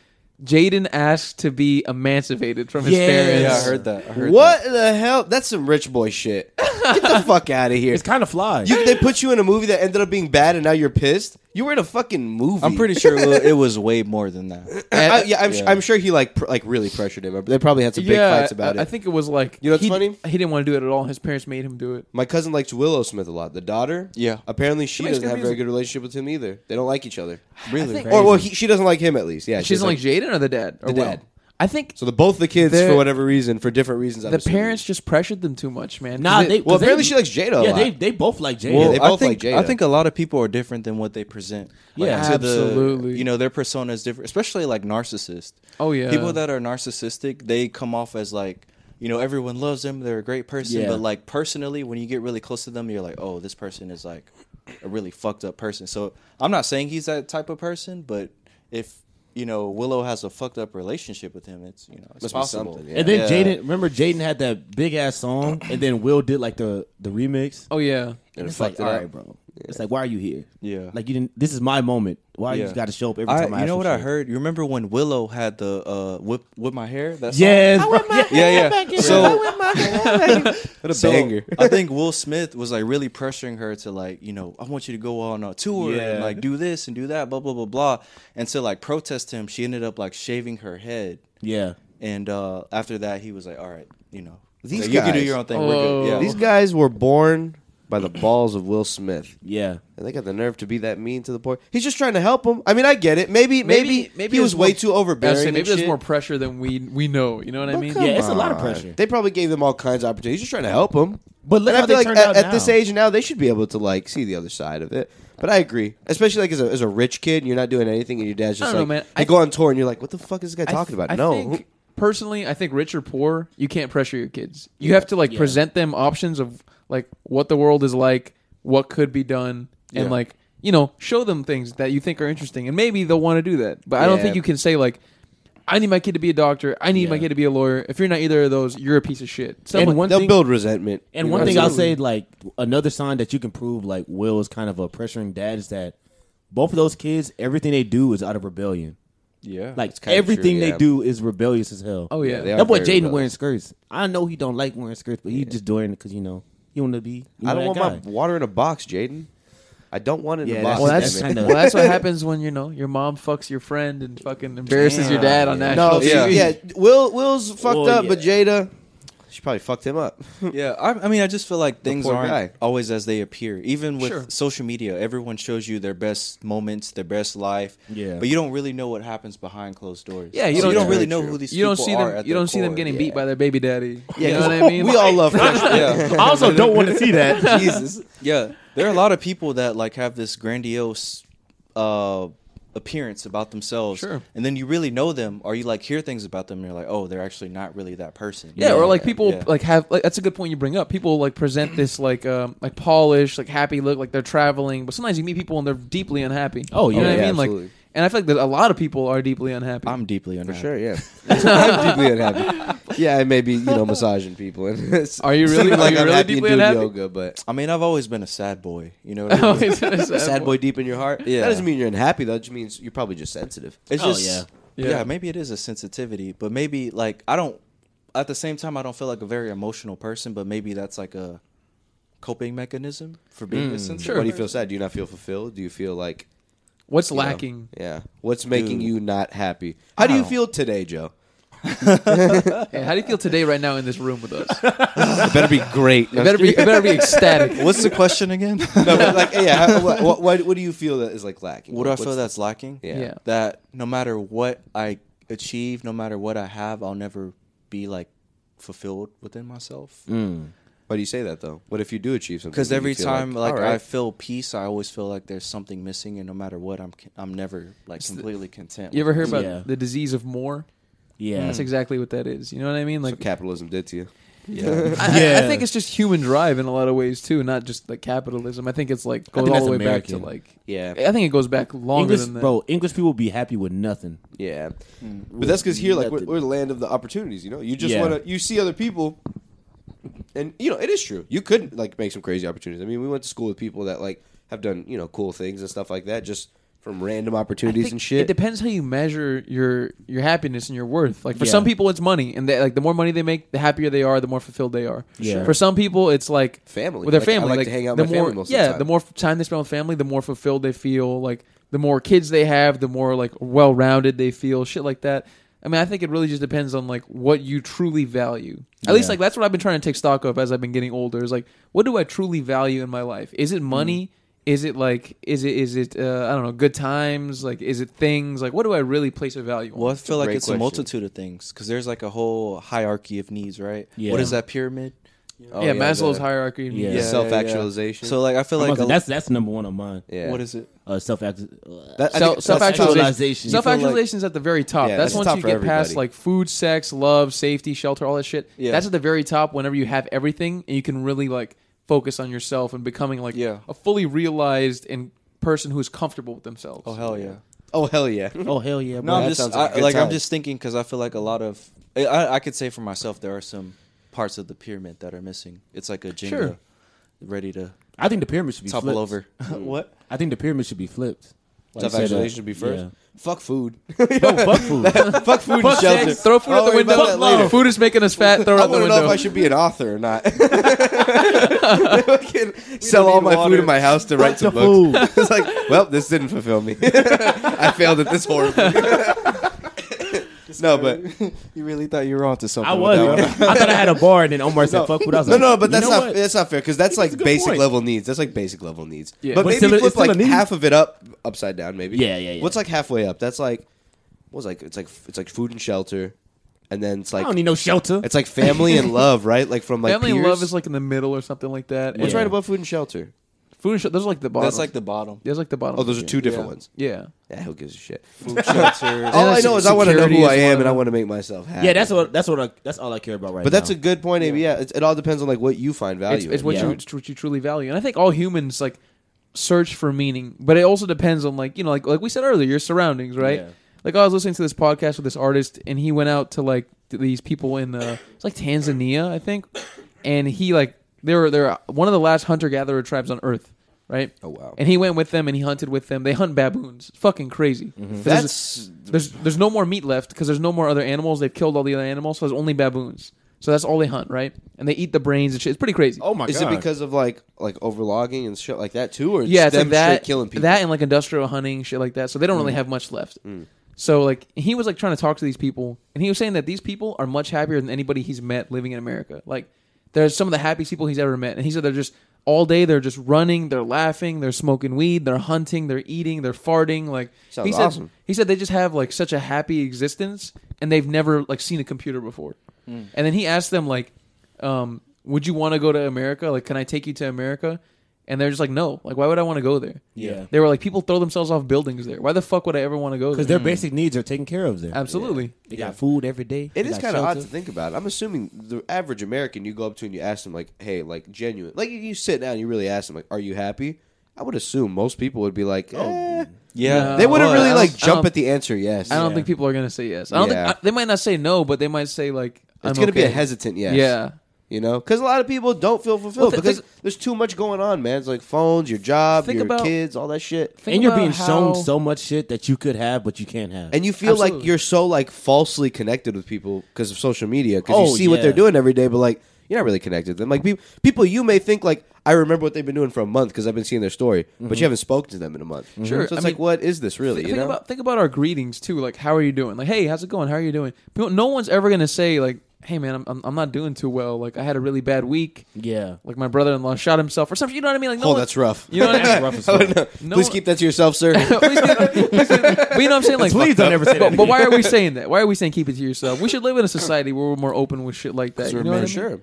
Jaden asks to be emancipated from his Yes. parents. Yeah, I Yes. heard that. I heard what the hell? That's some rich boy shit. Get the fuck out of here. It's kind of fly. You, they put you in a movie that ended up being bad, and now you're pissed. You were in a fucking movie. that. I'm pretty sure it was, it was way more than that. I, yeah, I'm, Yeah. I'm sure he like pr- like really pressured him. They probably had some big fights about I, it. I think it was like You know what's he, funny? He didn't want to do it at all. His parents made him do it. My cousin likes Willow Smith a lot. The daughter, Yeah. Apparently, she makes doesn't good have a very music. good relationship with him either. They don't like each other. Really? think- Or well, he, she doesn't like him at least. Yeah, She doesn't like, like Jaden or the dad. Or The Will? dad. I think so. The both the kids They're- for whatever reason, for different reasons. I'm the assuming. parents just pressured them too much, man. 'Cause Nah, they- Well, 'cause apparently she likes Jada a yeah, lot. they they both like Jada. Well, they I both think like Jada. I think a lot of people are different than what they present. Like, Yeah. to the- Absolutely. you know, their persona is different, especially like narcissists. Oh, yeah. people that are narcissistic, they come off as like, you know, everyone loves them. They're a great person, Yeah. but like personally, when you get really close to them, you're like, oh, this person is like a really fucked up person. So I'm not saying he's that type of person, but if you know Willow has a fucked up relationship with him, it's you know it's Must be possible. something, yeah. and then Yeah. Jaden, remember Jaden had that big ass song, and then Will did like the the remix. oh yeah, And it's like, fucked it all up. right, bro. It's like, why are you here? Yeah. Like you didn't. This is my moment. Why Yeah. you got to show up every I, time? I, you ask know for what I shit? heard? You remember when Willow had the uh, whip whip my hair? That song? Yes, bro. Yeah. yeah, yeah. So what a So, banger. I think Will Smith was like really pressuring her to like, you know, I want you to go on a tour and Yeah. like do this and do that, blah blah blah blah. And to like protest him, she ended up like shaving her head. yeah. And uh after that, he was like, all right, you know, These you can do guys. your own thing. We're good. Oh. Yeah. These guys were born by the balls of Will Smith. Yeah. And they got the nerve to be that mean to the point. He's just trying to help him. I mean, I get it. Maybe, maybe, maybe, he was there's way more- too I was overbearing. saying, and maybe there's shit. more pressure than we we know. You know what I mean? come Yeah, it's a lot of pressure. They probably gave them all kinds of opportunities. He's just trying to help them. But look and how I feel they like turned at, out at this now. age now, they should be able to like see the other side of it. But I agree, especially like as a, as a rich kid, and you're not doing anything, and your dad's just I don't like, know, man. they I go on tour, and you're like, what the fuck is this guy I th- talking about? I no, think, personally, I think rich or poor, you can't pressure your kids. You have to like Yeah. present them options of like what the world is like, what could be done, and Yeah. like you know show them things that you think are interesting, and maybe they'll want to do that. But I don't Yeah. think you can say like. I need my kid to be a doctor. I need my Yeah. kid to be a lawyer. If you're not either of those, you're a piece of shit. Something And like- one they'll thing- build resentment. And You one know? thing I'll Absolutely. say, like another sign that you can prove like Will is kind of a pressuring dad is that both of those kids, everything they do is out of rebellion. yeah. Like kinda everything true, they yeah. do is rebellious as hell. Oh, yeah. Yeah, they are that boy very Jaden rebellious. wearing skirts. I know he don't like wearing skirts, but he just doing it because you know he want to be. you I know, don't want that guy. my water in a box, Jaden. I don't want it in Yeah, a box. Well, that's That's kinda- well, that's what happens when you know your mom fucks your friend and fucking embarrasses your dad on national no, TV. yeah. yeah. yeah. Will Will's fucked Well, up, but yeah. Jada, she probably fucked him up. Yeah, I, I mean, I just feel like things poor aren't guy. always as they appear. Even with Sure. social media, everyone shows you their best moments, their best life. Yeah. but you don't really know what happens behind closed doors. Yeah, you So don't- Very really know true. who these You don't people see are them. at You their don't see them core. getting Yeah. beat by their baby daddy. Yeah, you know 'cause what I mean. We all love French. Yeah. I also don't want to see that. Jesus. Yeah, there are a lot of people that like have this grandiose uh, appearance about themselves. Sure. And then you really know them, or you like hear things about them, and you're like, oh, they're actually not really that person. Yeah, or like people Yeah. like have like that's a good point you bring up. People like present this like um like polished, like happy look, like they're traveling, but sometimes you meet people and they're deeply unhappy. Oh, you yeah. know what Yeah, I mean? absolutely. Like, and I feel like that a lot of people are deeply unhappy. I'm deeply unhappy. Sure, yeah. I'm deeply unhappy. yeah, I may be you know massaging people. And it's- Are you it's really- not are like you I'm really happy to deeply do unhappy? yoga? But I mean, I've always been a sad boy. You know, what I mean? Always a sad sad boy deep in your heart. Yeah. That doesn't mean you're unhappy though. It just means you're probably just sensitive. it's Oh, just yeah. yeah. Yeah. Maybe it is a sensitivity, but maybe like I don't. At the same time, I don't feel like a very emotional person, but maybe that's like a coping mechanism for being a sensitive. Mm, Sure. Why do you person. feel sad? Do you not feel fulfilled? Do you feel like What's you know, lacking? yeah. What's making Dude. you not happy? How do I you don't- feel today, Joe? Hey, how do you feel today, right now, in this room with us? It better be great. It better be, it better be ecstatic. What's the question again? no, but like yeah. How, what, what, what, do you feel that is like lacking? what do I What's feel that's lacking? Yeah. Yeah. That no matter what I achieve, no matter what I have, I'll never be like fulfilled within myself. Why do Mm, you say that though? What if you do achieve something? Because that you every feel time like, all I right. feel peace, I always feel like there's something missing, and no matter what, I'm I'm never like completely content. You ever with hear about Yeah. the disease of more? Yeah. That's exactly what that is. You know what I mean? That's Like, what capitalism did to you. Yeah. I, I- I Yeah. think it's just human drive in a lot of ways too, not just like capitalism. I think it's like goes think all the way that's back to American. like. Yeah. I think it goes back longer English, than that. bro, English people be happy with nothing. Yeah, but that's because here, like, we're, Nothing. we're the land of the opportunities. You know, you just Yeah. want to. You see other people, and you know it is true. You could like make some crazy opportunities. I mean, we went to school with people that like have done you know cool things and stuff like that, just from random I opportunities think and It shit. depends how you measure your your happiness and your worth. Like for Yeah. some people, it's money, and they, like the more money they make, the happier they are, the more fulfilled they are. Yeah. For some people, it's like Family. with their Like, I family. like to hang out the with my more, family most of the yeah, time. more f- time they spend with family, the more fulfilled they feel. Like the more kids they have, the more like well rounded they feel. Shit like that. I mean, I think it really just depends on like what you truly value. At least Yeah. like that's what I've been trying to take stock of as I've been getting older. Is like what do I truly value in my life? Is it money? Is it like is it is it uh, I don't know good times? Like is it things? Like what do I really place a value on? Well, I feel like great it's question. a multitude of things because there's like a whole hierarchy of needs, right? Yeah. What is that pyramid? Oh, yeah, Maslow's the- hierarchy. of Yeah. needs. Self actualization. So like I feel like I'm a, about to- that's that's number one on mine. yeah, what is it? Uh, self act. That- I Self- think that's- self-actualization. self-actualization. You feel like- Self-actualization is at the very top. Yeah, that's that's once top you for get past everybody. like food, sex, love, safety, shelter, all that shit. Yeah. That's at the very top. Whenever you have everything, and you can really like focus on yourself and becoming like Yeah. a fully realized and person who's comfortable with themselves. Oh hell yeah! Oh hell yeah. oh hell yeah! Bro. No, that I'm just sounds like a I, good like I'm time. just thinking because I feel like a lot of I- I, I could say for myself there are some parts of the pyramid that are missing. It's like a Jenga, Sure. ready to I think the pyramid should be topple flipped. over. what? Hmm. I think the pyramid should be flipped. Like Self you said, uh, actualization should be first. yeah. Fuck food. No, fuck food. Fuck food and Oh, Fuck sex, shelter. Throw food I'll out the worry about window. that later. Food is making us fat. Throw it I out the want to know if window. I should be an author or not. Fucking Sell all need my water. food in my house to write some the books. it's like, well, this didn't fulfill me. I failed at this horribly. no, but you really thought you were onto something? I was. bro. I thought I had a bar, and then Omar said, "Fuck food." I was no, like, no, but that's you know not what? that's not fair because that's like a good basic point. level needs. That's like basic level needs. Yeah. But But maybe still- it's flip still a like need. half of it up, upside down. Maybe. Yeah, yeah, yeah. What's like halfway up? That's like, what's like it's like it's like food and shelter, and then it's I like don't need no shelter. it's like family and love, right? Like from like Family and peers. love is like in the middle or something like that. What's And right above food and shelter? Food and sh- those are like the bottom. That's like the bottom. There's like the bottom. Oh, those are two different Yeah. ones. Yeah. Yeah, who gives a shit? Food shelter. All I know is I want to know security who I is one am of and I them. want to make myself happy. yeah, that's what that's what I, that's all I care about right But now. that's a good point, AB. Yeah, it's, it all depends on like what you find It's, value. it's in. what Yeah. you it's what you truly value, and I think all humans like search for meaning, but it also depends on like you know like like we said earlier, your surroundings, right? Yeah. Like I was listening to this podcast with this artist, and he went out to like to these people in uh, it's like Tanzania, I think, and he like they were they're one of the last hunter gatherer tribes on Earth, right? Oh, wow. And he went with them, and he hunted with them. They hunt baboons, It's fucking crazy. There's- Mm-hmm. That's- there's there's no more meat left because there's no more other animals. They've killed all the other animals, so there's only baboons. So that's all they hunt, right? And they eat the brains and shit. It's pretty crazy. oh my Is god! it because of like like overlogging and shit like that too, or yeah, just it's them like that straight killing people? Mm. that and like industrial hunting shit like that. So they don't really have much left. So like he was like trying to talk to these people, and he was saying that these people are much happier than anybody he's met living in America. Like they're some of the happiest people he's ever met, and he said they're just all day they're just running, they're laughing, they're smoking weed, they're hunting, they're eating, they're farting. Like Sounds he said, awesome. he said they just have like such a happy existence, and they've never like seen a computer before. Hmm. And then he asked them like, um, "Would you want to go to America? Like, can I take you to America?" And they're just like, "No. Like, why would I want to go there?" Yeah. They were like, people throw themselves off buildings there. Why the fuck would I ever want to go there? because Hmm. their basic needs are taken care of there. Absolutely. They got food every day. It They is got kind of odd to shelter. think about. I'm assuming the average American, you go up to and you ask them like, "Hey, like genuine, like you- you sit down, and you really ask them like, are you happy?" I would assume most people would be like, eh. Yeah, they Oh. wouldn't but- I really don't- like I jump don't- at the answer yes. I don't Yeah. think people are gonna say yes. I don't Yeah. think I, they might not say no, but they might say like It's I'm going to be a okay. hesitant yes. Yeah. You know, because a lot of people don't feel fulfilled Well, th- because think- there's too much going on, man. It's like phones, your job, Think your about- kids, all that shit. Think and you're about being shown how- so much shit that you could have, but you can't have. And you feel like Absolutely. you're so like falsely connected with people because of social media because Oh, you see what they're yeah. doing every day, but like you're not really connected to them. Like people, people you may think like I remember what they've been doing for a month because I've been seeing their story, but you haven't spoken to them in a month. Mm-hmm. Sure, so it's I like mean, what is this really? Think, you know, about think about our greetings too. Like, how are you doing? Like, hey, how's it going? How are you doing? People, no one's ever gonna say like, hey, man, I'm- I'm I'm not doing too well. Like, I had a really bad week. yeah. Like, my brother-in-law shot himself or something. You know what I mean? Like, no oh, one- that's rough. You know what I mean? That's rough as Oh, fuck. No Please one- keep that to yourself, sir. Please don't- please don't- but you know what I'm saying? Like, Please don't ever say that. But, but why are we saying that? Why are we saying keep it to yourself? We should live in a society where we're more open with shit like that. You know what I mean? sure.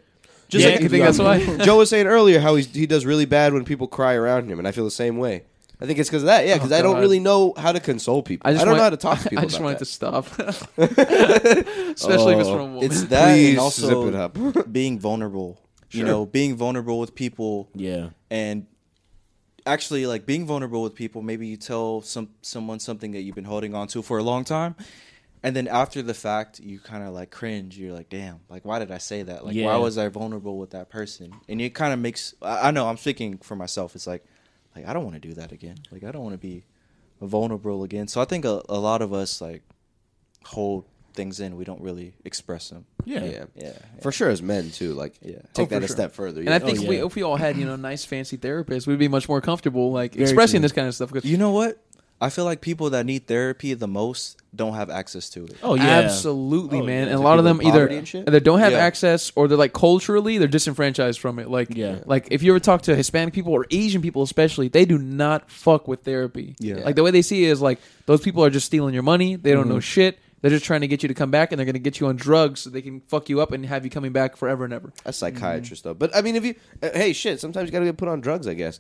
Just Yeah, like, it you could think be that's why? Joe was saying earlier how he's, he does really bad when people cry around him, and I feel the same way. I think it's because of that, yeah. Because I don't Oh, God. really know how to console people. I, don't want- know how to talk to people. I just about Oh, want it that. to stop. Especially if it's from a woman. It's that Please and also zip it up. being vulnerable. You know, being vulnerable with people Yeah. and actually like being vulnerable with people maybe you tell some someone something that you've been holding on to for a long time and then after the fact you kind of like cringe you're like damn like why did i say that like Yeah. why was i vulnerable with that person and it kind of makes I, I know i'm speaking for myself it's like like i don't want to do that again like i don't want to be vulnerable again so i think a, a lot of us like hold things in we don't really express them Yeah. yeah. yeah for sure as men too. Like, Yeah. Oh, take that for sure. a step further. And I think Oh, we, yeah. if we all had, you know, nice fancy therapists, we'd be much more comfortable like Very expressing true. this kind of stuff. Cause you know what i feel like people that need therapy the most don't have access to it Oh yeah. absolutely, Oh, man. yeah. And a lot of people them in either poverty and shit? they don't have Yeah. access, or they're like culturally they're disenfranchised from it. Like, Yeah. like if you ever talk to Hispanic people or Asian people, especially, they do not fuck with therapy. Yeah. like the way they see it is like those people are just stealing your money. They don't know shit. They're just trying to get you to come back, and they're going to get you on drugs so they can fuck you up and have you coming back forever and ever. That's psychiatrist though. But I mean, if you uh, hey shit, sometimes you got to get put on drugs, I guess.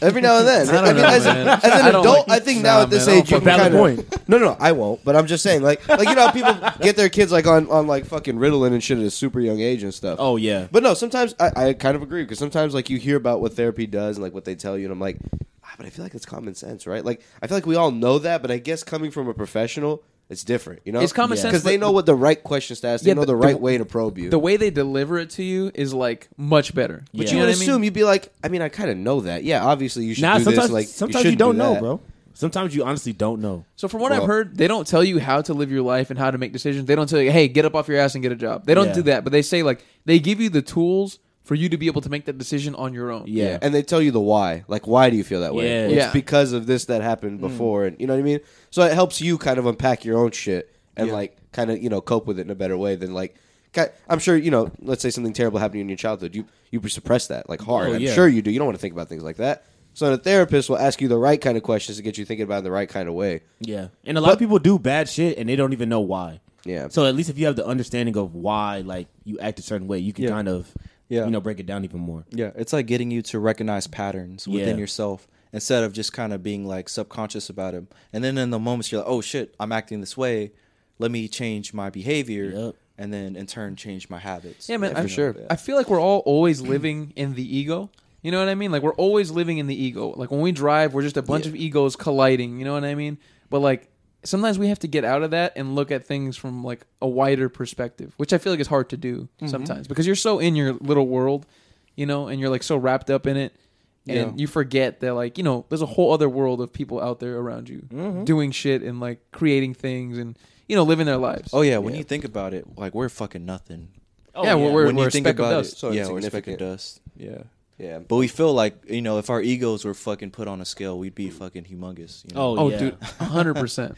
Every now and then, I, don't mean, know, as, a- man. as an I don't adult, like- I think Nah, now at this man, I don't age you fuck can with kind that. of Point. no, no, no, I won't. But I'm just saying, like, like you know, how people get their kids like on on like fucking Ritalin and shit at a super young age and stuff. Oh yeah. But no, sometimes I, I kind of agree because sometimes like you hear about what therapy does and like what they tell you, and I'm like, ah, but I feel like it's common sense, right? Like I feel like we all know that, but I guess coming from a professional, it's different, you know? It's common sense, because they but- know what the right questions to ask, they Yeah, know but the, the- right way to probe you. The way they deliver it to you is like much better. But But you you you know would what I mean? assume you'd be like, I mean, I kind of know that. Yeah, obviously you should Nah, do sometimes this. Like sometimes you, shouldn't don't do know, that. bro. Sometimes you honestly don't know. So from what I've Well- heard, they don't tell you how to live your life and how to make decisions. They don't tell you, "Hey, get up off your ass and get a job." They don't Yeah. do that, but they say like they give you the tools for you to be able to make that decision on your own. Yeah. and they tell you the why. Like, why do you feel that way? Yeah. It's Yeah. Mm. because of this that happened before, and you know what I mean. So it helps you kind of unpack your own shit and like kind of you know cope with it in a better way than like. ki- I'm sure you know. Let's say something terrible happened in your childhood. You you suppress that like hard. Oh, I'm yeah. sure you do. You don't want to think about things like that. So the therapist will ask you the right kind of questions to get you thinking about it the right kind of way. Yeah. And a lot of people do bad shit and they don't even know why. Yeah. So at least if you have the understanding of why like you act a certain way, you can Yeah. kind of Yeah. you know break it down even more. Yeah, it's like getting you to recognize patterns Yeah. within yourself instead of just kind of being like subconscious about them. And then in the moments you're like, "Oh shit, I'm acting this way. Let me change my behavior." Yep. And then in turn change my habits. yeah, man, You I, know? sure. I feel like we're all always living in the ego. You know what I mean? Like we're always living in the ego. Like when we drive, we're just a bunch of egos colliding. You know what I mean? But like sometimes we have to get out of that and look at things from like a wider perspective, which I feel like is hard to do Mm-hmm. sometimes because you're so in your little world, you know, and you're like so wrapped up in it. And Yeah. you forget that, like, you know, there's a whole other world of people out there around you Mm-hmm. doing shit and like creating things and, you know, living their lives. Oh yeah, when you think about it, like we're fucking nothing. Oh, yeah, We're, when we're you a think speck of about dust. it, So yeah, we're a speck of insignificant. dust. Yeah. Yeah, But we feel like, you know, if our egos were fucking put on a scale, we'd be fucking humongous, you know? Oh, Oh, yeah. dude, 100%.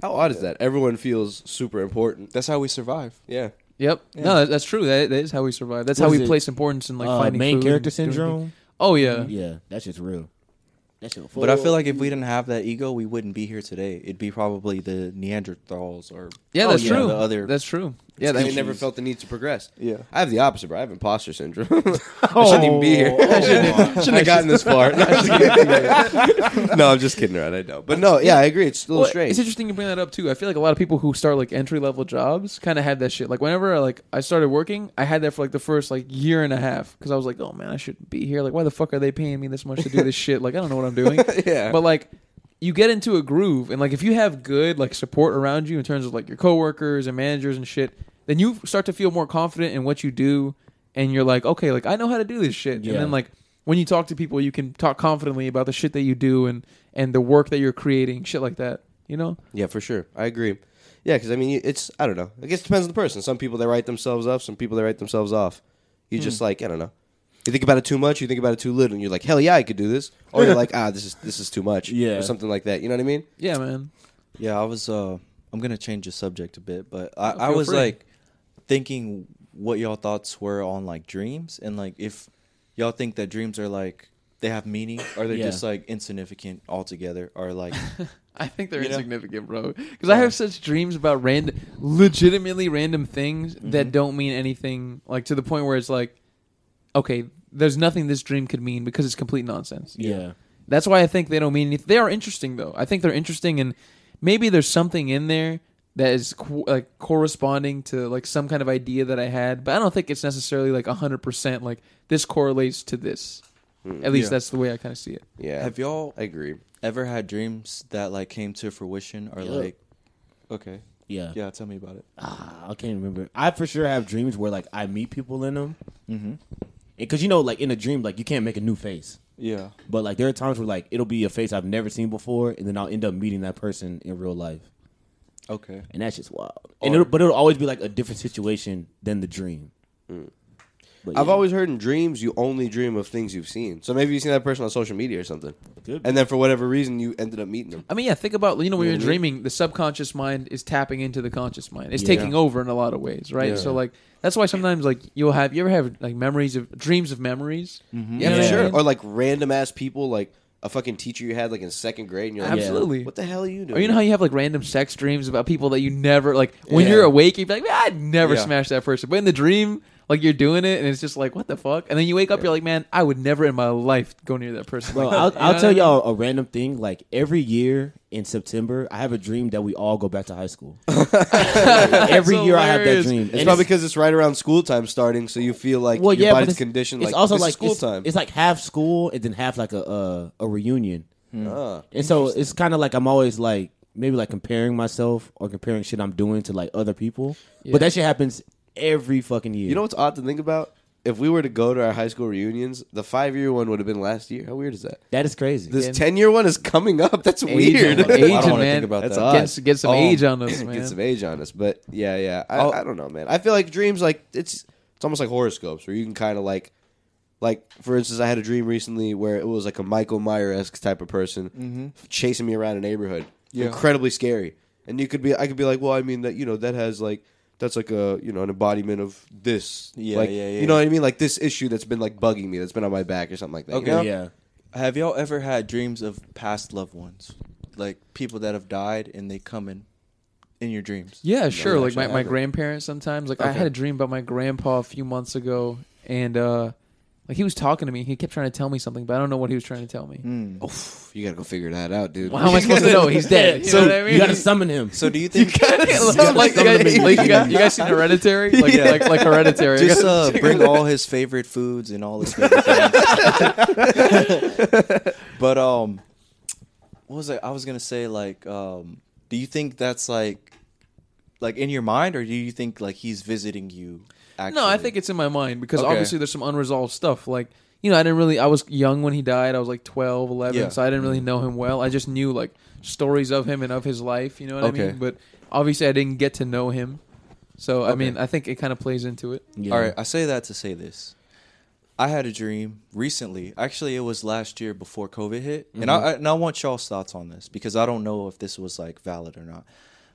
how odd is that? Everyone feels super important. That's how we survive. Yeah, Yep. No, that- that's true. That, that is how we survive. That's What how is we it? place importance in like Uh, finding main food character and doing syndrome. things. Oh yeah. Yeah, that's just real. That's shit But I feel like if we didn't have that ego, we wouldn't be here today. It'd be probably the Neanderthals or Yeah, Oh, that's yeah, true. the other- That's true. Yeah, they that, never felt the need to progress. Yeah. I have the opposite, bro. I have imposter syndrome. I shouldn't even be here. I shouldn't, Oh. shouldn't have gotten this far. No, I'm just kidding. No, I'm just kidding, right? I know, but no, yeah, I agree. It's a little Well, strange. It's interesting you bring that up too. I feel like a lot of people who start like entry level jobs kind of had that shit. Like whenever like I started working, I had that for like the first like year and a half because I was like, oh man, I shouldn't be here. Like why the fuck are they paying me this much to do this shit? Like I don't know what I'm doing. Yeah. But like you get into a groove and like if you have good like support around you in terms of like your coworkers and managers and shit, then you start to feel more confident in what you do, and you're like, okay, like I know how to do this shit. Yeah. And then like when you talk to people, you can talk confidently about the shit that you do and and the work that you're creating, shit like that. You know, Yeah, for sure. I agree. Yeah, because I mean, it's I don't know. I guess it depends on the person. Some people they write themselves up. Some people they write themselves off. You just like I don't know. You think about it too much. You think about it too little, and you're like, hell yeah, I could do this. Or you're like, ah, this is this is too much. Yeah. or something like that. You know what I mean? yeah, man. Yeah, I was. Uh, I'm gonna change the subject a bit, but I, No, I feel was free. like thinking what y'all thoughts were on like dreams and like if y'all think that dreams are like they have meaning or they're Yeah. just like insignificant altogether or like I think they're You know? insignificant, bro. Because I have such dreams about random, legitimately random things Mm-hmm. that don't mean anything. Like to the point where it's like, okay, there's nothing this dream could mean because it's complete nonsense. Yeah. That's why I think they don't mean anything. They are interesting though. I think they're interesting, and maybe there's something in there that is co- like corresponding to like some kind of idea that I had. But I don't think it's necessarily like hundred percent like this correlates to this. At least Yeah. that's the way I kind of see it. Yeah. have y'all I agree. ever had dreams that like came to fruition or Yeah. like okay Yeah. yeah tell me about it Ah, I can't remember. I for sure have dreams where like I meet people in them. Mm-hmm. Because you know, like in a dream, like you can't make a new face. yeah But like there are times where like it'll be a face I've never seen before, and then I'll end up meeting that person in real life, okay and that's just wild. and it'll, but it'll always be like a different situation than the dream. But I've yeah. always heard in dreams you only dream of things you've seen. So maybe you've seen that person on social media or something, Could be. and then for whatever reason you ended up meeting them. I mean, yeah, think about you know when Yeah, you're we- dreaming, the subconscious mind is tapping into the conscious mind. It's Yeah. taking over in a lot of ways, right? Yeah. So like that's why sometimes like you'll have you ever have like memories of dreams of memories. Mm-hmm. Yeah, Yeah. for sure. Or like random ass people, like a fucking teacher you had like in second grade, and you're like, Absolutely. what the hell are you doing? Or you know how you have like random sex dreams about people that you never like when Yeah. you're awake, you'd be like, "Man, I'd never Yeah. smash that person. But in the dream, like you're doing it and it's just like, what the fuck? And then you wake up, you're like, man, I would never in my life go near that person. Bro, like I'll, that." You know I'll what I tell mean? y'all a random thing. Like every year in September, I have a dream that we all go back to high school. every year I have that hilarious. dream. It's And probably because it's right around school time starting, so you feel like well, your yeah, but body's it's, conditioned. It's like, also this is like school it's, time. It's like half school and then half like a uh, a reunion. Ah. And so it's kind of like I'm always like maybe like comparing myself or comparing shit I'm doing to like other people. But that shit happens every fucking year. You know what's odd to think about? If we were to go to our high school reunions, the five year one would have been last year. How weird is that? that is crazy. This ten year one is coming up. That's Aging, weird. I don't aging, wanna man. think about That's that. odd. Get, get some Oh, age on us, man. Oh. Get some age on us, but yeah, yeah. I'll- I, I don't know, man. I feel like dreams, like it's it's almost like horoscopes, where you can kind of like, like for instance, I had a dream recently where it was like a Michael Meyer esque type of person Mm-hmm. chasing me around a neighborhood, Yeah. incredibly scary. And you could be, I could be like, well, I mean that you know that has like that's like a you know an embodiment of this, Yeah, like, yeah, yeah. You know what I mean? Like this issue that's been like bugging me, that's been on my back or something like that. you Okay, know? yeah. Have y'all ever had dreams of past loved ones, like people that have died and they come in, in your dreams? Yeah, sure. like actually my, my haven't. grandparents sometimes. Like I Okay. had a dream about my grandpa a few months ago, and uh like he was talking to me. He kept trying to tell me something, but I don't know what he was trying to tell me. Hmm. Oof, you gotta go figure that out, dude. Well, how am I supposed to know? He's dead. You so know what I mean? you gotta summon him. So do you think? like, like, you guys, like, you guys, you guys seen Hereditary? Like, Yeah. like, like Hereditary. I just guess- uh, bring all his favorite foods and all his favorite things. but um, what was I? I was gonna say like, um, do you think that's like, like in your mind, or do you think like he's visiting you? Actually? no, I think it's in my mind because Okay. obviously there's some unresolved stuff. Like, you know, I didn't really. I was young when he died. I was like 12, 11, Yeah. so I didn't really know him well. I just knew like stories of him and of his life. You know what Okay. I mean? But obviously, I didn't get to know him. So I mean, I think it kind of plays into it. Yeah. All right, I say that to say this. I had a dream recently. Actually, it was last year before COVID hit, and I, I and I want y'all's thoughts on this because I don't know if this was like valid or not.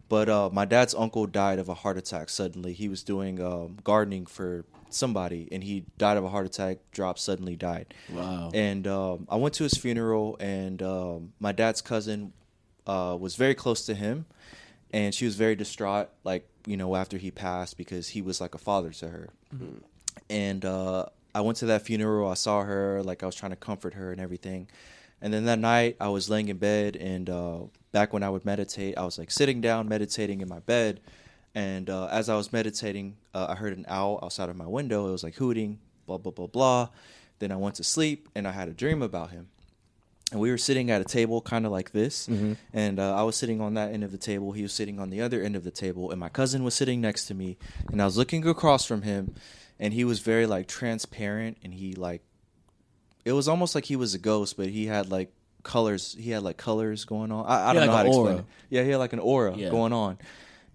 But uh, my dad's uncle died of a heart attack suddenly. He was doing um, gardening for somebody, and he died of a heart attack. Dropped suddenly died. Wow. And um, I went to his funeral, and um, my dad's cousin uh, was very close to him, and she was very distraught, like you know, after he passed because he was like a father to her. And uh, I went to that funeral. I saw her, like I was trying to comfort her and everything. And then that night, I was laying in bed, and uh, back when I would meditate, I was like sitting down, meditating in my bed. And uh, as I was meditating, uh, I heard an owl outside of my window. It was like hooting, blah blah blah blah. Then I went to sleep, and I had a dream about him and we were sitting at a table kind of like this Mm-hmm. and uh, i was sitting on that end of the table he was sitting on the other end of the table and my cousin was sitting next to me and i was looking across from him and he was very like transparent and he like it was almost like he was a ghost but he had like colors he had like colors going on i, I He don't had, know like, how to an explain aura. it yeah he had like an aura Yeah. going on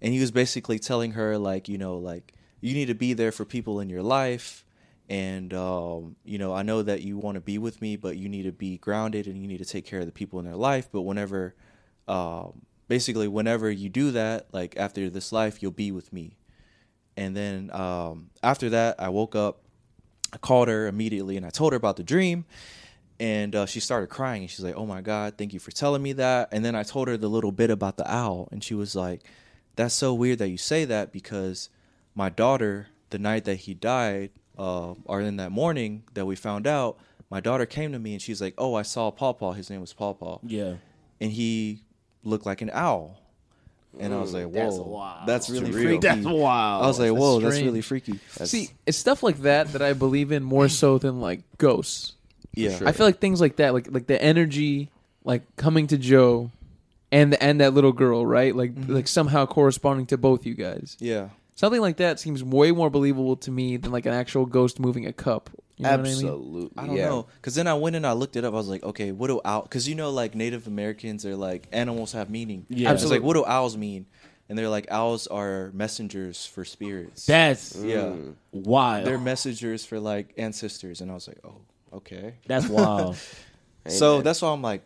and he was basically telling her like you know like you need to be there for people in your life and um, you know i know that you want to be with me but you need to be grounded and you need to take care of the people in their life but whenever um, basically whenever you do that like after this life you'll be with me and then um, after that i woke up i called her immediately and i told her about the dream and uh, she started crying and she's like oh my god thank you for telling me that and then i told her the little bit about the owl and she was like that's so weird that you say that because my daughter the night that he died uh, or in that morning that we found out my daughter came to me and she's like oh i saw paw paw his name was paw paw Yeah. and he looked like an owl and i was like whoa that's wild. that's really surreal. freaky That's wild. i was like That's whoa that's strange. really freaky See, it's stuff like that that I believe in more so than like ghosts. yeah I feel like things like that, like like the energy, like coming to Joe, and and that little girl, right? Like Mm-hmm. like somehow corresponding to both you guys. yeah Something like that seems way more believable to me than like an actual ghost moving a cup. You know what I mean? Absolutely. I don't yeah. know. Because then I went and I looked it up. I was like, okay, what do owl? Because you know, like Native Americans are like animals have meaning. Yeah. I was like, Absolutely. what do owls mean? And they're like, owls are messengers for spirits. That's yeah, Mm. wild. they're messengers for like ancestors. And I was like, oh, okay. that's wild. so man. that's why I'm like,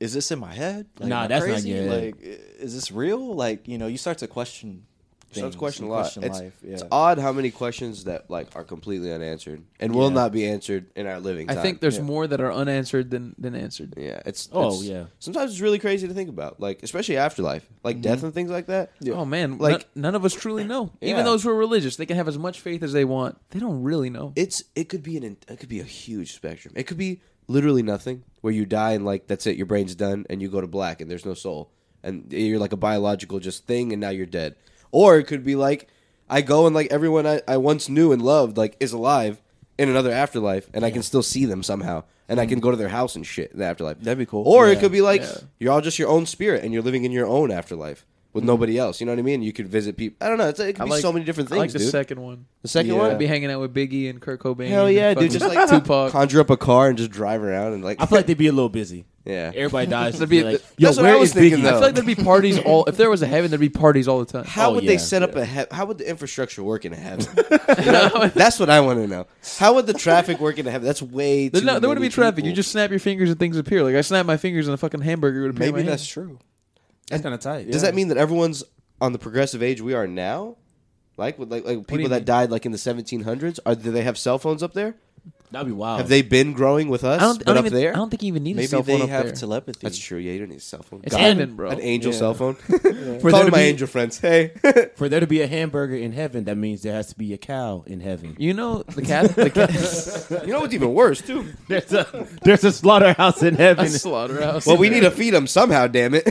is this in my head? Like, Nah, am I that's not crazy? your head. Like, i- is this real? Like, you know, you start to question. So things, that's question a you lot. question it's, life. Yeah. it's odd how many questions that like are completely unanswered and will Yeah. not be answered in our living I time. think there's Yeah. more that are unanswered than than answered. yeah, it's Oh, it's- yeah. Sometimes it's really crazy to think about, like especially afterlife, like death Mm-hmm. and things like that. Oh man, like Like- none of us truly know. Yeah. Even those who are religious, they can have as much faith as they want. They don't really know. It's it could be an it could be a huge spectrum. It could be literally nothing, where you die and like that's it, your brain's done, and you go to black, and there's no soul, and you're like a biological just thing, and now you're dead. Or it could be like I go and like everyone I, I once knew and loved like is alive in another afterlife, and I can still see them somehow, and I can go to their house and shit in the afterlife. That'd be cool. Or it Yeah. could be like Yeah. you're all just your own spirit, and you're living in your own afterlife. With nobody else, you know what I mean. You could visit people. I don't know. It's, it could Mm. I be like- so many different things, I like the dude. second one. the second Yeah. one, I'd be hanging out with Biggie and Kurt Cobain. Hell and yeah, dude! fucking Just like Tupac. conjure up a car and just drive around and like. I feel like they'd be a little busy. yeah. Everybody dies. That'd be- they're like, that's Yo, what I where was is Biggie? thinking, I though. feel like there'd be parties all. If there was a heaven, there'd be parties all the time. How Oh, would yeah. they set up a he- how would the infrastructure work in heaven? You know? That's what I want to know. How would the traffic work in heaven? That's way too. There's no, there wouldn't many be traffic. people. You just snap your fingers and things appear. Like I snapped my fingers and a fucking hamburger would appear. in Maybe my that's hand. true. That's kind of tight. does that mean that everyone's on the progressive age we are now? Like with like, like people you that mean? died like in the 1700s? Are do they have cell phones up there? That'd be wild. Have they been growing with us? Oh. I don't. I but don't up even, there, I don't think you even need a Maybe cell phone they up have there. telepathy. that's true. Yeah, you don't need a cell phone. it's God, heaven, bro. An angel Yeah. cell phone. For there Calling to my be- angel friends. Hey, For there to be a hamburger in heaven, that means there has to be a cow in heaven. You know the cat. The cat you know what's even worse too? There's a there's a slaughterhouse in heaven. slaughterhouse. Well, we need to feed them somehow, damn it.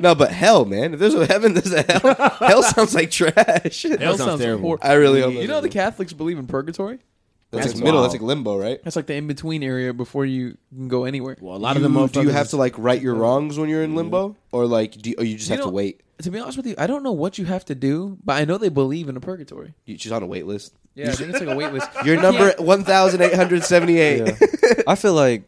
no, but hell, man. If there's a heaven, there's a hell. hell sounds like trash. Hell sounds terrible. horrible. I really hope You know the Catholics believe in purgatory. that's, That's like middle. wild. That's like limbo, right? That's like the in between area before you can go anywhere. Well, a lot You- of them. do you have to like right your wrongs when you're in limbo, or like do you, or you just You have know- to wait? To be honest with you, I don't know what you have to do, but I know they believe in a purgatory. You, she's on a wait list. Yeah, I think it's like a wait list. You're number one thousand eight hundred seventy-eight. I feel like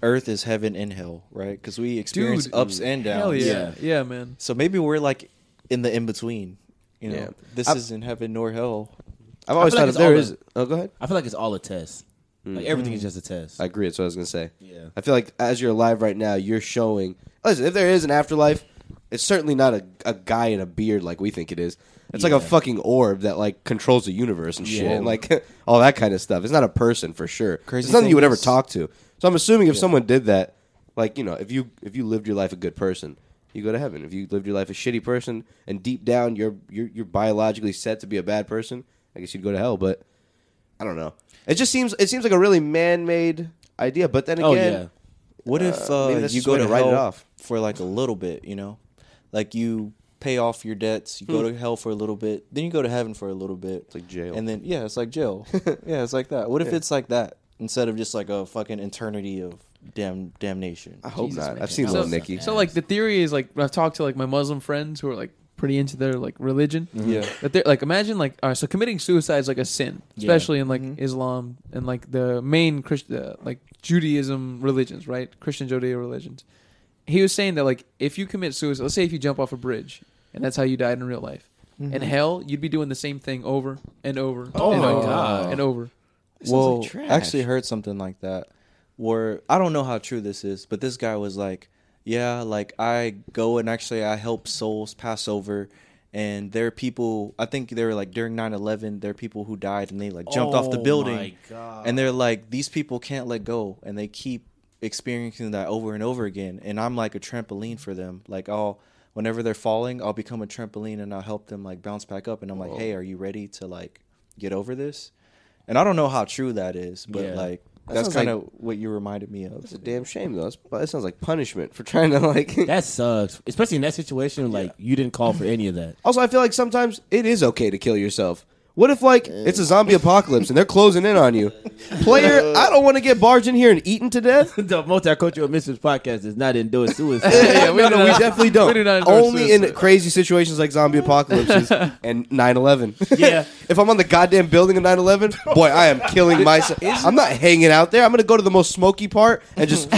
Earth is heaven and hell, right? Because we experience Dude, ups and downs. Hell yeah. Yeah. yeah, man. So maybe we're like in the in between. You know, Yeah. this I- isn't heaven nor hell. I've always I feel thought like if it's there all is. the- Oh, go ahead. I feel like it's all a test. Mm. Like everything is just a test. I agree. That's what I was gonna say. Yeah. I feel like as you're alive right now, you're showing. Listen, if there is an afterlife, it's certainly not a, a guy in a beard like we think it is. It's like a Yeah. fucking orb that like controls the universe and shit, Yeah. and like all that kind of stuff. It's not a person for sure. Crazy it's nothing you thing would ever is- talk to. So I'm assuming if someone did that, like you know, if you if you lived your life a good person, you go to heaven. If you lived your life a shitty person, and deep down you're you're, you're biologically set to be a bad person, I guess you'd go to hell. But I don't know. It just seems it seems like a really man made idea. But then again, oh yeah. What if Uh, maybe uh, that's you just a go way to to write it hell off. for like a little bit? You know, like you pay off your debts, you go to hell for a little bit, then you go to heaven for a little bit. It's Hmm. like jail. and then yeah, it's like jail. yeah, it's like that. What if it's like that? instead of just like a fucking eternity of damn damnation. I hope Jesus, not. man. I've seen So- Little Nicky. So like the theory is like when I've talked to like my Muslim friends who are like pretty into their like religion. Mm-hmm. Yeah. That they're like imagine like all right, so committing suicide is like a sin, especially in like Mm-hmm. Islam and like the main Christian uh, like Judaism religions, right? Christian Judeo religions. He was saying that like if you commit suicide, let's say if you jump off a bridge and that's how you died in real life. Mm-hmm. In hell, you'd be doing the same thing over and over Oh and my over God. and over. Whoa, I actually heard something like that where I don't know how true this is, but this guy was like, Yeah, like I go and actually I help souls pass over. And there are people, I think they were like during 9 11, there are people who died and they like jumped off the Oh building. my God. And they're like, These people can't let go. And they keep experiencing that over and over again. And I'm like a trampoline for them. Like, I'll. Whenever they're falling, I'll become a trampoline and I'll help them like bounce back up. And I'm like, hey, are you ready to like get over this? And I don't know how true that is, but Yeah. like That that's sounds kind of what you reminded me of. It's a damn shame though. That's, that sounds like punishment for trying to like. That sucks, especially in that situation. Like you didn't call for any of that. also, I feel like sometimes it is okay to kill yourself. What if like it's a zombie apocalypse and they're closing in on you, player? I don't want to get barged in here and eaten to death. the multicultural misfits podcast is not endorse suicide. Yeah, we, no, do no, we not- definitely don't. we do not endorse Only in suicide. crazy situations like zombie apocalypses and 9-11. Yeah. if I'm on the goddamn building of 9-11, boy, I am killing myself. I'm not hanging out there. I'm going to go to the most smoky part and just...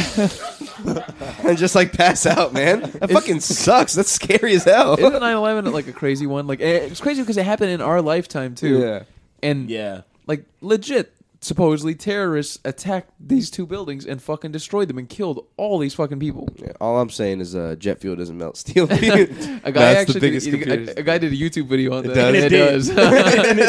and just like pass out, man. That fucking sucks. That's scary as hell. Isn't 9/11 like a crazy one? Like eh, it's crazy because it happened in our lifetime too. Yeah. And yeah, like legit supposedly terrorists attacked these two buildings and fucking destroyed them and killed all these fucking people. Yeah, All I'm saying is uh, jet fuel doesn't melt steel. a guy A guy actually did, a- a, guy did a YouTube video on that. does? and It It does.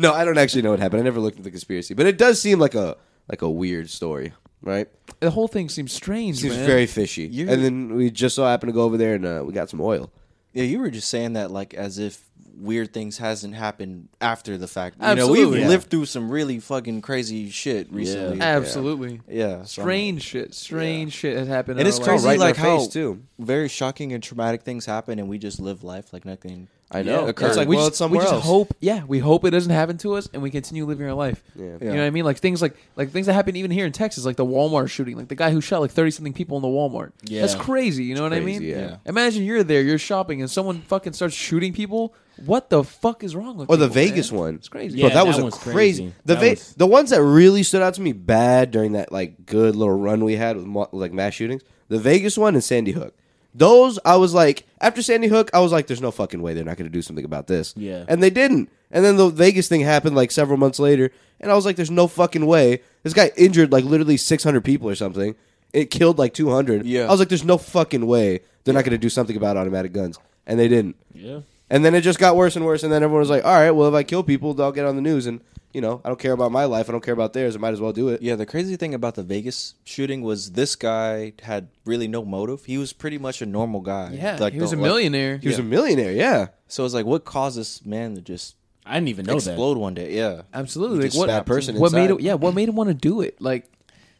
No, I don't actually know what happened. I never looked into the conspiracy, but it does seem like a like a weird story, right? the whole thing seems strange, Seems man. very fishy. You- And then we just so happened to go over there and uh, we got some oil. Yeah, you were just saying that like as if weird things hasn't happened after the fact. You know, Absolutely. we've Yeah. lived through some really fucking crazy shit recently. Yeah. Absolutely. Yeah, so I'm- Strange shit. Strange shit has happened. in And it's our life. crazy, Oh, right in like our how face, too. very shocking and traumatic things happen, and we just live life like nothing. I know. Yeah, It's occurred. like, we well, just, it's somewhere we just else. hope, yeah, we hope it doesn't happen to us, and we continue living our life. You know what I mean? Like things like like things that happen even here in Texas, like the Walmart shooting, like the guy who shot like thirty something people in the Walmart. Yeah. that's crazy. You know what I crazy, mean? yeah. Yeah. Imagine you're there, you're shopping, and someone fucking starts shooting people. What the fuck is wrong with? Or the people, Vegas man? one. It's crazy. Yeah, Bro, that, that was one's a crazy. crazy. The That va- was- the ones that really stood out to me bad during that like good little run we had with mo- like mass shootings. The Vegas one and Sandy Hook. Those I was like after Sandy Hook, I was like, "There's no fucking way they're not going to do something about this." Yeah. and they didn't. And then the Vegas thing happened like several months later, and I was like, "There's no fucking way." This guy injured like literally 600 people or something. It killed like 200. Yeah. I was like, "There's no fucking way they're not going to do something about automatic guns," and they didn't. yeah. And then it just got worse and worse. And then everyone was like, all right, well, if I kill people, they'll get on the news. And, you know, I don't care about my life. I don't care about theirs. I might as well do it. Yeah, the crazy thing about the Vegas shooting was this guy had really no motive. He was pretty much a normal guy. Yeah, Like, he was a the- like- millionaire. He was a millionaire. Yeah. So it's like, what caused this man to just I didn't even know explode one day? Yeah, Absolutely. He Like, just what bad person What made inside. it? Yeah, what made him want to do it? Like,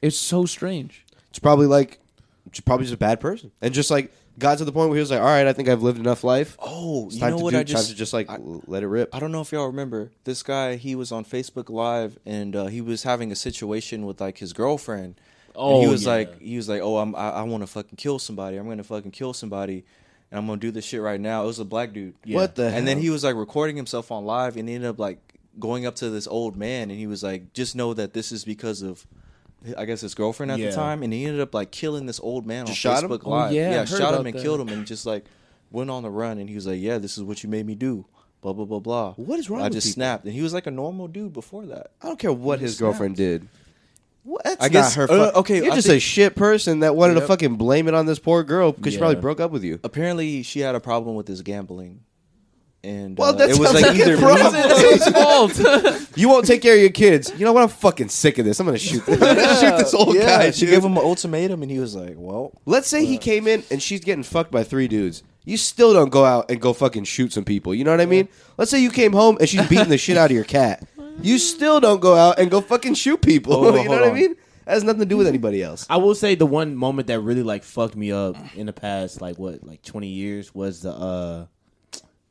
it's so strange. It's probably like, it's probably just a bad person. And just like, got to the point where he was like, all right, I think I've lived enough life. Oh, you time know to what? do- I just time to just like l- let it rip. I don't know if y'all remember this guy. He was on Facebook Live and uh, he was having a situation with like his girlfriend. and Oh, he was yeah. like, he was like, oh, I'm, I, I want to fucking kill somebody. I'm gonna fucking kill somebody, and I'm gonna do this shit right now. It was a black dude. What the And then hell? he was like recording himself on live, and he ended up like going up to this old man, and he was like, just know that this is because of. I guess his girlfriend at Yeah. the time, and he ended up like killing this old man Just on shot him? Facebook Oh, Live. yeah, I heard shot about him and that. killed him, and just like went on the run. And he was like, "Yeah, this is what you made me do." Blah blah blah blah. What is wrong I with just people? snapped, and he was like a normal dude before that. I don't care what his girlfriend did. What? That's I guess- not her. uh, fu- okay, You're I just a think- shit person that wanted to Yep. fucking blame it on this poor girl because she Yeah. probably broke up with you. Apparently, she had a problem with his gambling, and Well, uh, that it was sounds like, like a either problem. me- It's his fault. You won't take care of your kids. You know what? I'm fucking sick of this. I'm gonna shoot this. I'm gonna shoot this old yeah, guy. she dude. gave him an ultimatum, and he was like, "Well, Let's say he came in and she's getting fucked by three dudes. You still don't go out and go fucking shoot some people. You know what I mean? Let's say you came home and she's beating the shit out of your cat. You still don't go out and go fucking shoot people. Hold on, you know hold what I on. mean? That has nothing to do with anybody else. I will say the one moment that really like fucked me up in the past, like what, like twenty years, was the uh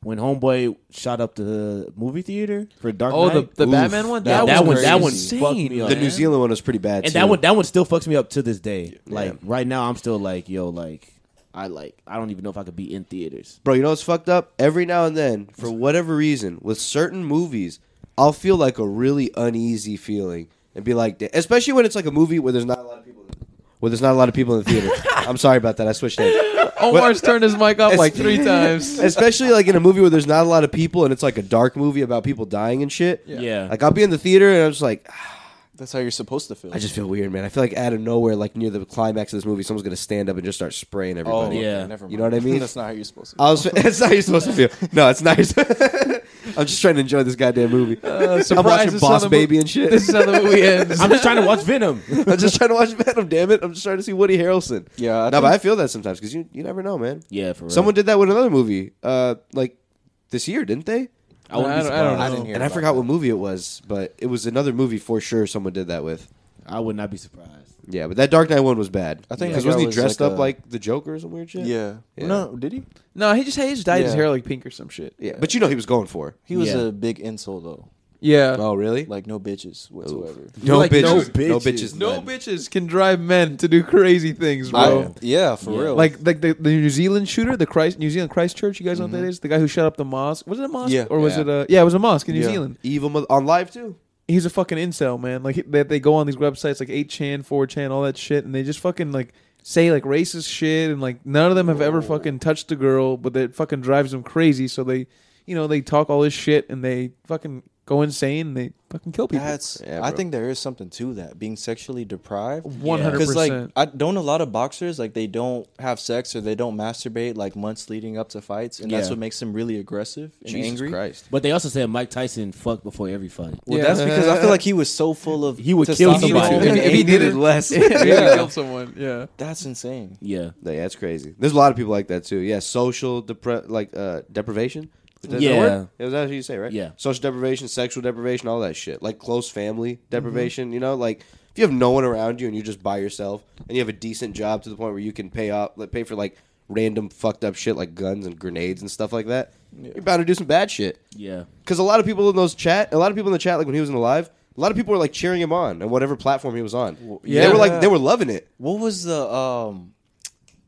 when Homeboy shot up the movie theater for Dark Oh, Knight. the, the Oof. Batman one. Yeah, That, that was one- that one insane, fucked me up. The man. New Zealand one was pretty bad. and too. that one that one still fucks me up to this day. Like right now, I'm still like, yo, like I like I don't even know if I could be in theaters. bro. You know what's fucked up? Every now and then, for whatever reason, with certain movies, I'll feel like a really uneasy feeling and be like, da- especially when it's like a movie where there's not a lot of people, where there's not a lot of people in the theater. I'm sorry about that. I switched names. Omar's turned his mic up like Es- three times. especially like in a movie where there's not a lot of people and it's like a dark movie about people dying and shit. Yeah. Yeah. Like I'll be in the theater and I'm just like, "Ah, That's how you're supposed to feel. I just feel weird, man. I feel like out of nowhere, like near the climax of this movie, someone's gonna stand up and just start spraying oh everybody. okay, Yeah. never mind. You know what I mean? Uh, That's not how you're supposed to. Feel. I was, it's not how you're supposed to feel. No, it's nice. I'm just trying to enjoy this goddamn movie. Uh, I'm surprise, this watching is Boss how the mo- Baby and shit. This is how the movie ends. I'm just trying to watch Venom. I'm just trying to watch Venom. Damn it! I'm just trying to see Woody Harrelson. Yeah, I no, but think- I feel that sometimes because you you never know, man. yeah, for real. Someone did that with another movie, uh, like this year, didn't they? I, wouldn't be I don't- I don't surprised. I didn't hear. And I about forgot that. what movie it was, but it was another movie for sure. Someone did that with. I would not be surprised. Yeah, but that Dark Knight one was bad. I think because that guy wasn't he was dressed like up a- like the Joker or some weird shit? Yeah. Yeah. No, did he? no, he just he just dyed his Yeah. hair like pink or some shit. yeah. But you know he was going for. Oh, He was Yeah. a big insole though. Yeah. really? Like no bitches whatsoever. no, Like, bitches. no no bitches. bitches. No then. bitches can drive men to do crazy things, bro. I- yeah, for Yeah. real. Like like the, the New Zealand shooter, the Christ New Zealand Christchurch. You guys know what that is? The guy who shut up the mosque. Was it a mosque Yeah. or was Yeah. it a Mm-hmm. yeah? It was a mosque in New Yeah. Zealand. Evil mother- on live too. He's a fucking incel, man. Like he- that they, go on these websites like eight chan, four chan, all that shit, and they just fucking like say like racist shit, and like none of them have ever fucking touched a girl, but that fucking drives them crazy. So they, you know, they talk all this shit and they fucking go insane. and They fucking kill people. that's. Yeah, I bro. think there is something to that. Being sexually deprived. One hundred Because like percent. I don't a lot of boxers like they don't have sex or they don't masturbate like months leading up to fights, and that's Yeah. what makes them really aggressive and angry. Christ. But they also said Mike Tyson fucked before every fight. Well, Yeah. that's because I feel like he was so full of He would kill testosterone somebody. and If he- if he did anger. it less. If you Yeah. kill someone. Yeah. That's insane. Yeah. No, yeah, that's crazy. There's a lot of people like that too. Yeah, social depre- like uh, deprivation. Is that the Yeah. word? it was that what you say, right? Yeah. social deprivation, sexual deprivation, all that shit. Like close Mm-hmm. family deprivation. You know, like if you have no one around you and you're just by yourself and you have a decent job to the point where you can pay off, like, pay for like random fucked up shit like guns and grenades and stuff like that. You're bound to do some bad shit. Yeah. Because a lot of people in those chat, a lot of people in the chat, like when he was in the live, a lot of people were like cheering him on and whatever platform he was on. yeah. They were like, they were loving it. What was the um?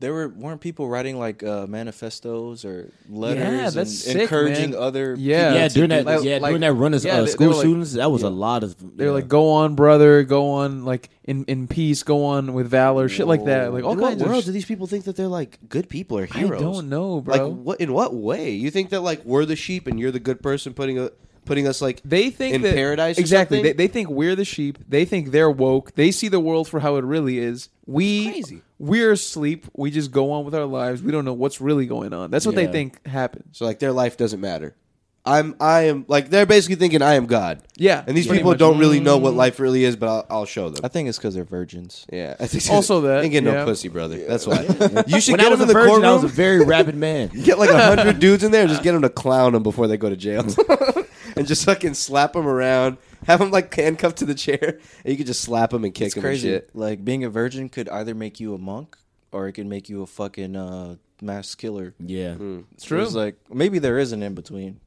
There were weren't people writing like uh, manifestos or letters Yeah, and that's sick, encouraging man. other. Yeah. yeah, to during do that, that. yeah, Like- during that run of yeah, uh, they- they school were like- shootings, that was a lot of. They're yeah. like, go on, brother, go on, like in in peace, go on with valor, shit like that, like all in what kinds of. world sh- do these people think that they're like good people or I heroes? don't know, bro. Like what? In what way? You think that like we're the sheep and you're the good person putting a, putting us like they think in that, paradise? or exactly. They, something? they think we're the sheep. They think they're woke. They see the world for how it really is. We crazy. we're asleep. We just go on with our lives. We don't know what's really going on. That's what Yeah. they think happens. so like their life doesn't matter. I'm I am like they're basically thinking I am God. Yeah, and these pretty people much. Mm-hmm. don't really know what life really is, but I'll, I'll show them. I think it's because they're virgins. yeah, I think Also that, ain't getting yeah. no pussy, brother. That's why you should when get I was them a in the virgin, I was a courtroom. very rapid man. Get like a hundred dudes in there, and just get them to clown them before they go to jail, and just fucking slap them around. Have them like handcuffed to the chair, and you could just slap them and kick It's them crazy. and shit. Like being a virgin could either make you a monk or it could make you a fucking uh, mass killer. Yeah, Hmm. It's true. like maybe there is an in between.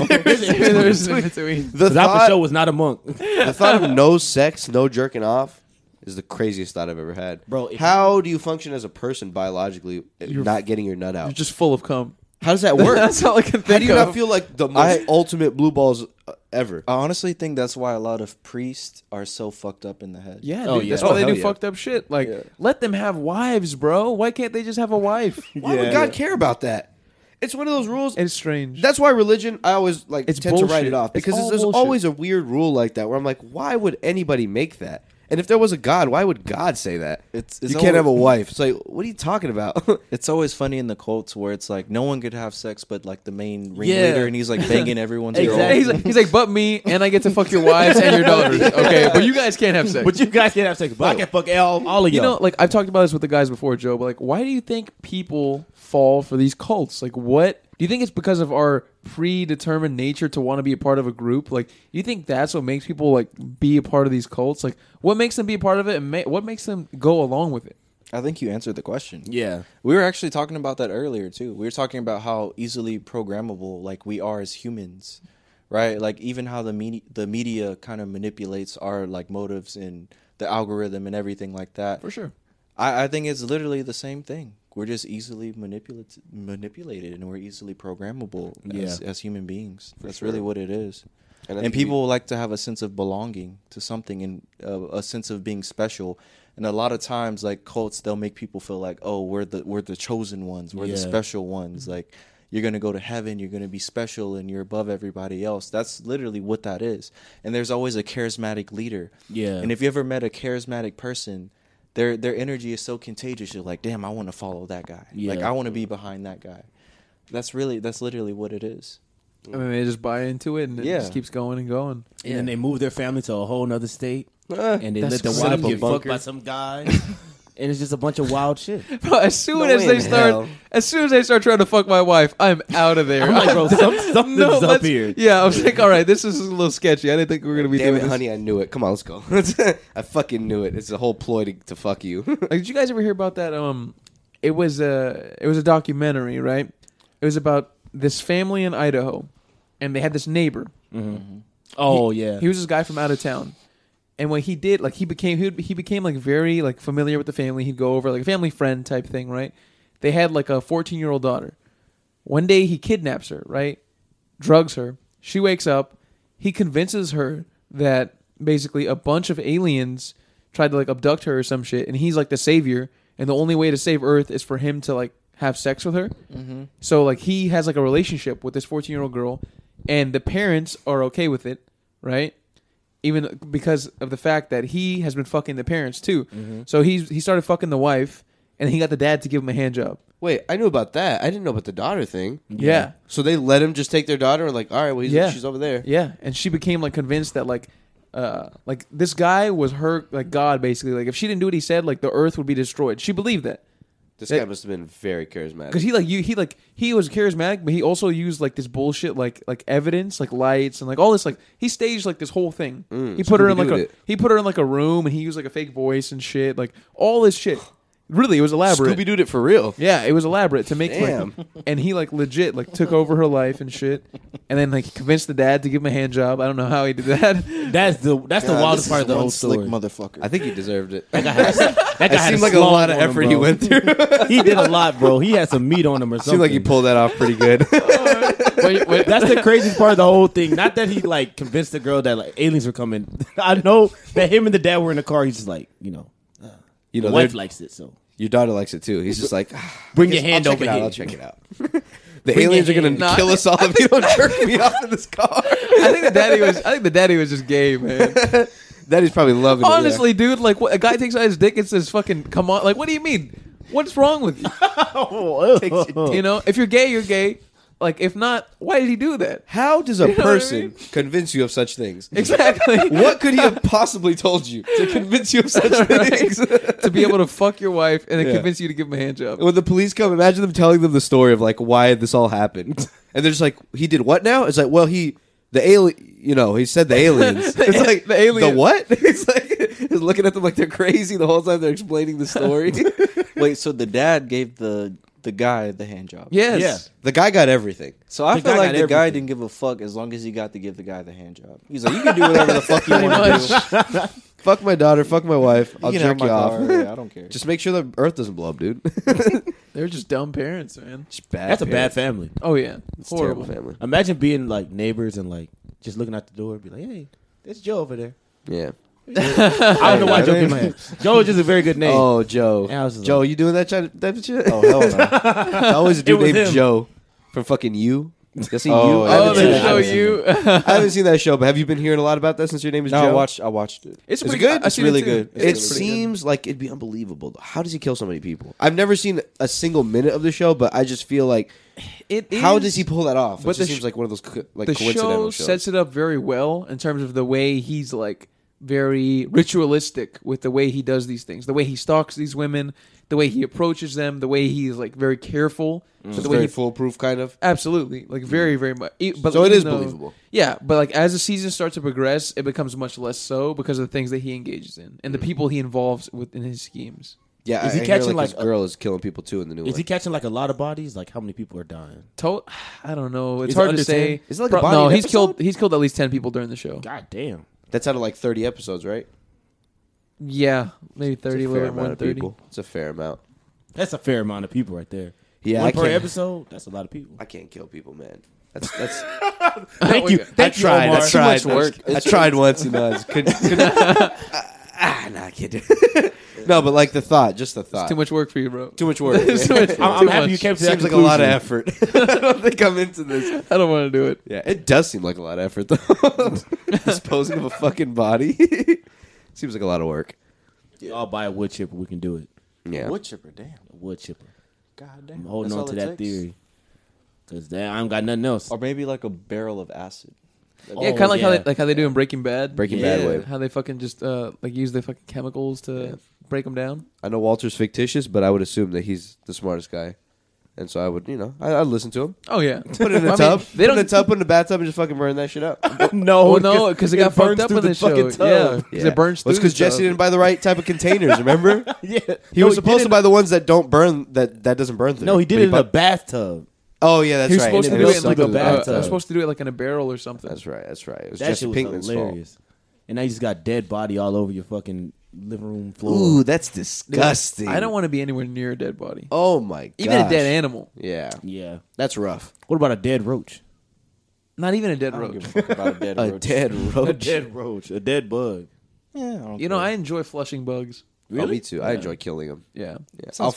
There is an in-between. The because I for thought, sure was not a monk. the thought of no sex, no jerking off is the craziest thought I've ever had. Bro, if- how do you function as a person biologically if not getting your nut You're out? just full of cum. How does that work? That's all I can think how do you of. not feel like the most ultimate blue balls uh, ever? I honestly think that's why a lot of priests are so fucked up in the head. Yeah, Oh, dude, yeah. that's Oh, why they hell do yeah. fucked up shit. Like, Yeah. let them have wives, bro. Why can't they just have a wife? Why would God care about that? It's one of those rules. It's strange. That's why religion, I always like It's tend to write bullshit. it off It's because all there's bullshit. always a weird rule like that where I'm like, why would anybody make that? And if there was a God, why would God say that? It's- it's you can't always- have a wife. It's like, what are you talking about? It's always funny in the cults where it's like no one could have sex but like the main Yeah. ringleader and he's like banging everyone's Exactly. He's girl. like, he's like, but me, and I get to fuck your wives and your daughters. Okay, but you guys can't have sex. But you guys can't have sex. But I can fuck all, all of you y'all. know, like I've talked about this with the guys before, Joe. But like, why do you think people fall for these cults? Like, what do you think it's because of our predetermined nature to want to be a part of a group? Like, you think that's what makes people like be a part of these cults? Like, what makes them be a part of it, and ma- what makes them go along with it? I think you answered the question. Yeah. We were actually talking about that earlier too. We were talking about how easily programmable like we are as humans, right? Like even how the media the media kind of manipulates our like motives and the algorithm and everything like that. for sure. I, I think it's literally the same thing. We're just easily manipulated, manipulated, and we're easily programmable as, as human beings. That's really what it is. And And, I think people like to have a sense of belonging to something and uh, a sense of being special. And a lot of times, like cults, they'll make people feel like, "Oh, we're the we're the chosen ones. We're the Yeah. Mm-hmm. special ones. Like you're gonna go to heaven. You're gonna be special, and you're above everybody else." That's literally what that is. And there's always a charismatic leader. Yeah. And if you ever met a charismatic person, their their energy is so contagious. You're like, damn, I want to follow that guy. Like Yeah. I want to be behind that guy. That's really that's literally what it is. I mean, they just buy into it and it Yeah. just keeps going and going. And then they moved their family to a whole nother state, Ah, and they that's let the set wife up a get fucked bunker. by some guy, and it's just a bunch of wild shit. Bro, as soon No as way they in start, hell. as soon as they start trying to fuck my wife, I'm out of there. I'm like, bro, some, something's no, up let's- here. Yeah, I was like, all right, this is a little sketchy. I didn't think we were gonna be Damn doing it, this. honey, I knew it. Come on, let's go. I fucking knew it. It's a whole ploy to, to fuck you. Like, did you guys ever hear about that? Um, it was a it was a documentary, right? It was about this family in Idaho, and they had this neighbor. Oh yeah, He was this guy from out of town, and what he did, like he became he, would- he became like very like familiar with the family. He'd go over like a family friend type thing, right? They had like a fourteen year old daughter. One day he kidnaps her, right? Drugs her. She wakes up. He convinces her that basically a bunch of aliens tried to like abduct her or some shit, and he's like the savior, and the only way to save Earth is for him to like have sex with her. So like he has like a relationship with this 14 year old girl, and the parents are okay with it, right? Even because of the fact that he has been fucking the parents too. So he's he started fucking the wife, and he got the dad to give him a hand job. Wait, I knew about that. I didn't know about the daughter thing. Yeah. So they let him just take their daughter and like, all right, well, he's, Yeah. she's over there. Yeah, and she became like convinced that like, uh, like this guy was her like god basically. Like if she didn't do what he said, like the earth would be destroyed. She believed that This That- guy must have been very charismatic. because he like you he like he was charismatic, but he also used like this bullshit like like evidence like lights and like all this like he staged like this whole thing. Mm, he put her in like a Scooby-Dooed it. he put her in like a room and he used like a fake voice and shit like all this shit. Really, it was elaborate. Scooby Dooed it for real. Yeah, it was elaborate to make Damn. like, and he like legit like took over her life and shit, and then like convinced the dad to give him a hand job. I don't know how he did that. that's the that's the wildest part of the whole slick story. motherfucker. I think he deserved it. That guy It had seemed like a slog lot of on him, effort bro. he went through. He did a lot, bro. He had some meat on him or something. seemed like he pulled that off pretty good. Wait, wait, That's the craziest part of the whole thing. Not that he like convinced the girl that like aliens were coming. I know that him and the dad were in the car. He's just like, you know, you know, the wife they're- likes it, so your daughter likes it too. He's just like, "Ah, bring I'll your hand check over it out, here. I'll check it out. The your aliens are gonna hand. Nah, kill us all if you don't jerk me off in this car. I think the daddy was. I think the daddy was just gay, man. Daddy's probably loving it. yeah. Honestly, dude, like what, a guy takes out his dick and says, "Fucking come on!" Like, what do you mean? What's wrong with you? Oh. You know, if you're gay, you're gay. Like, if not, why did he do that? How does a know what I person mean? convince you of such things? Exactly. What could he have possibly told you to convince you of such things? to be able to fuck your wife and then Yeah. convince you to give him a hand job. when the police come, imagine them telling them the story of like why this all happened, and they're just like, "He did what now?" It's like, "Well, he the alien, you know, he said the aliens." It's like The alien. the what? It's like it's looking at them like they're crazy the whole time they're explaining the story. Wait, so the dad gave the the guy the hand job. Yes. Yeah. the guy got everything. So I The feel guy like got the guy everything. didn't give a fuck as long as he got to give the guy the hand job. He's like, you can do whatever the fuck you Pretty want to do. much. Fuck my daughter. Fuck my wife. I'll you can have jerk my you off. car, yeah, I don't care. Just make sure the Earth doesn't blow up, dude. They're just dumb parents, man. Just bad That's a bad parents. family. Oh yeah, It's a horrible. terrible family. Imagine being like neighbors and like just looking out the door and be like, hey, there's Joe over there. Yeah. I don't know why Yeah, Joe I came my head. Joe is just a very good name. Oh, Joe. And I was just Joe, like- you doing that kind of- that shit? oh hell no. It's always a dude was named him. Joe from fucking you. I seen Oh, you. yeah. I haven't Oh, That's seen they it. show that- you. I haven't seen that show, but have you been hearing a lot about that since your name is No, Joe? I watched. I watched it. It's Is it pretty good? I've It's seen really too. good. It's really it pretty good. seems like it'd be unbelievable. though. How does he kill so many people? I've never seen a single minute of the show, but I just feel like It is, how does he pull that off? It but just the seems sh- like one of those co- like the show coincidental shows. sets it up very well in terms of the way he's like very ritualistic with the way he does these things, the way he stalks these women, the way he approaches them, the way he's like very careful, so Mm. it's the way very he foolproof, kind of. absolutely like very very much. e- But So like, it even is though- believable. Yeah, but like as the season starts to progress, Mm. it becomes much less so because of the things that he engages in and the people he involves within his schemes. Yeah, Is I, he I hear, catching, like, this like, a- girl is killing people too in the new Is one. he catching like a lot of bodies? Like how many people are dying? To- I don't know. It's Is it hard under to say. 10? Is it like a body no, an he's killed. episode? He's killed at least ten people during the show. God damn. That's out of like thirty episodes, right? Yeah, maybe It's thirty, a a fair little bit more amount than of thirty. people. It's a fair amount. That's a fair amount of people right there. Yeah, One I per can't- episode. That's a lot of people. I can't kill people, man. That's that's. Thank you. Thank I tried. you, Omar. I much tried. work. I tried once and I was- couldn't. couldn't ah, nah, I can't do it. no, but like the thought, just the thought. Too much work for you, bro. Too much work. It's too man. much- I'm, I'm Too happy much. you came to that Seems like a lot of conclusion. effort. I don't think I'm into this. I don't want to do it. Yeah, it does seem like a lot of effort though. Disposing of a fucking body seems like a lot of work. I'll buy a wood chipper. We can do it. Yeah. Wood chipper, damn. A wood chipper. God damn. I'm holding That's on all to it that takes? theory because I don't got nothing else. Or maybe like a barrel of acid. That'd yeah, Oh, be- kind of like how yeah. they like how they do in Breaking Bad. Breaking Bad Yeah. way. How they fucking just uh like use the fucking chemicals to break 'em break them down. I know Walter's fictitious, but I would assume that he's the smartest guy, and so I would, you know, I, I'd listen to him. Oh yeah, Put it in I a mean, tub. they put it don't. in a tub. Put it in a bathtub and just fucking burn that shit up. no, Well, Oh, no, because it, got fucked up in the show. Yeah, because it burns Well, it's through. because Jesse didn't buy the right type of containers. Remember, yeah. he was supposed to buy the ones that don't burn that that doesn't burn through. No, he did But it in a bought- bathtub. Oh yeah, that's He was right. supposed to And it do was it in like a something ba- about uh, that. supposed to do it like in a barrel or something. That's right. That's right. It was That Jesse shit was Pinkman's fault. hilarious. And now you just got dead body all over your fucking living room floor. Ooh, that's Dude, disgusting. I don't want to be anywhere near a dead body, Oh my god. even a dead animal. Yeah, Yeah. that's rough. What about a dead roach? Not even a dead I don't give roach. a fuck about a dead A roach. dead roach. roach. A dead bug. Yeah, I don't You know, care. I enjoy flushing bugs. Oh, me too. I enjoy killing them. Yeah, Sounds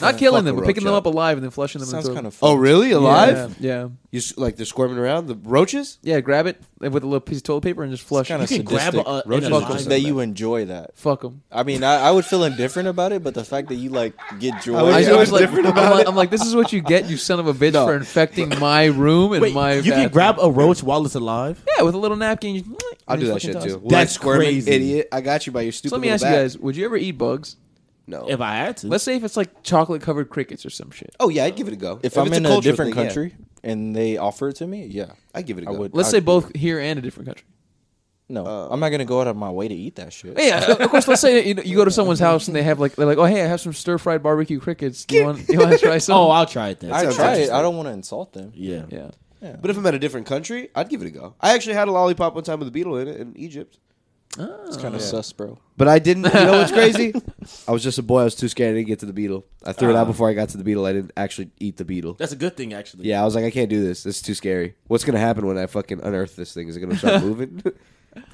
not fun. killing Fuck them, a but picking roach them up up. alive and then flushing them. sounds kind of Oh really? Alive? Yeah, yeah. You s- like they're squirming around the roaches? Yeah, grab it with a little piece of toilet paper and just flush. kind it. of You can grab sadistic. a- a- Roach an fuck alive- that you enjoy that. Fuck them. I mean, I, I would feel indifferent about it, but the fact that you like get joy. would I Yeah, I was what's like, I'm, different like, I'm like, this is what you get, you son of a bitch, for infecting my room and Wait, my. you can bathroom. grab a roach while it's alive? Yeah, with a little napkin. You, I'll and do you that fucking shit toss too. it. Will I That's squirm it, crazy. idiot. I got you by your stupid. So let me little ask back. you guys: Would you ever eat bugs? No. If I had to. Let's say if it's like chocolate covered crickets or some shit. oh yeah, I'd give it a go. if, I'm it's in a, cultural different thing, yeah. country and they offer it to me, yeah, I'd give it a I go. uh, would. Let's I'd say do both it. here and a different country. No, I'm not gonna go out of my way to eat that shit. Yeah, uh, of course. Let's say that, you, know, you go to someone's house and they have like they're like, oh hey, I have some stir fried barbecue crickets. Do you want you want to try some? oh, I'll try it then. I sounds try it. interesting. I don't want to insult them. yeah. yeah. But if I'm at a different country, I'd give it a go. I actually had a lollipop one time with a beetle in it in Egypt. It's Oh, kind of sus, bro. But I didn't. You know what's crazy? I was just a boy. I was too scared. I didn't get to the beetle. I threw it out before I got to the beetle. I didn't actually eat the beetle. That's a good thing, actually. Yeah, I was like, I can't do this. This is too scary. What's gonna happen when I fucking unearth this thing? Is it gonna start moving?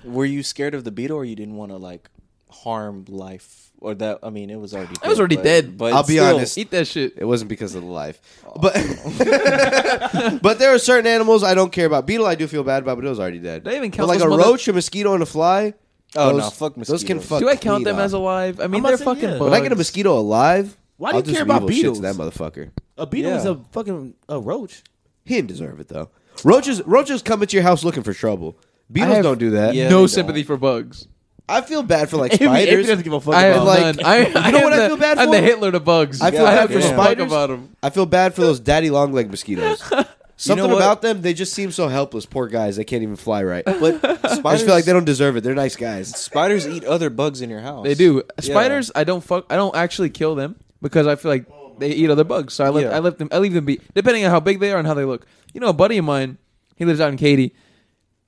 Were you scared of the beetle, or you didn't want to like harm life, or that? I mean, it was already. It was already but- dead. But I'll be still, honest. Eat that shit. it wasn't because of the life, but but there are certain animals I don't care about. Beetle, I do feel bad about, but it was already dead. They even But count like those a mother- roach, a mosquito, and a fly. Oh, those- no, fuck Those can mosquitoes. fuck. Do I count clean them off. as alive? I mean, I'm about they're to say, fucking yeah. bugs. When I get a mosquito alive, Why do you I'll just care about evil shit to beetles? that motherfucker. A beetle is Yeah. a fucking a roach. He didn't deserve it though. Roaches, roaches come into your house looking for trouble. Beetles have- don't do that. Yeah, they no don't. sympathy for bugs. I feel bad for like Amy- Amy spiders. doesn't give a fuck I have about like- none. I, You know am what I the, feel bad I'm the for? Hitler to bugs. I feel I bad don't for give a fuck spiders. about them. I feel bad for those daddy long leg mosquitoes. Something what? about them, they just seem so helpless. Poor guys, they can't even fly right. But I spiders just feel like they don't deserve it. They're nice guys. Spiders eat other bugs in your house. They do. Yeah. Spiders, I don't fuck. I don't actually kill them because I feel like they eat other bugs. So I let Yeah. I let them. I leave them be, depending on how big they are and how they look. You know, a buddy of mine, he lives out in Katy.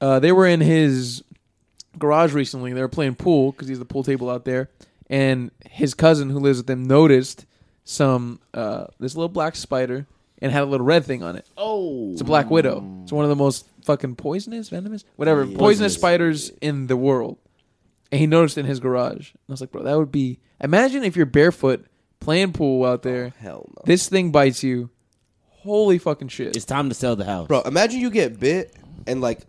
Uh, they were in his garage recently. They were playing pool because he's the pool table out there, and his cousin who lives with them noticed some uh, this little black spider and had a little red thing on it. Oh. It's a black widow. It's one of the most fucking poisonous, venomous, whatever, poisonous, spiders in the world. And he noticed it in his garage. And I was like, bro, that would be. Imagine if you're barefoot playing pool out there. Oh, Hell no, This thing bites you. Holy fucking shit. It's time to sell the house. bro. Imagine you get bit and like,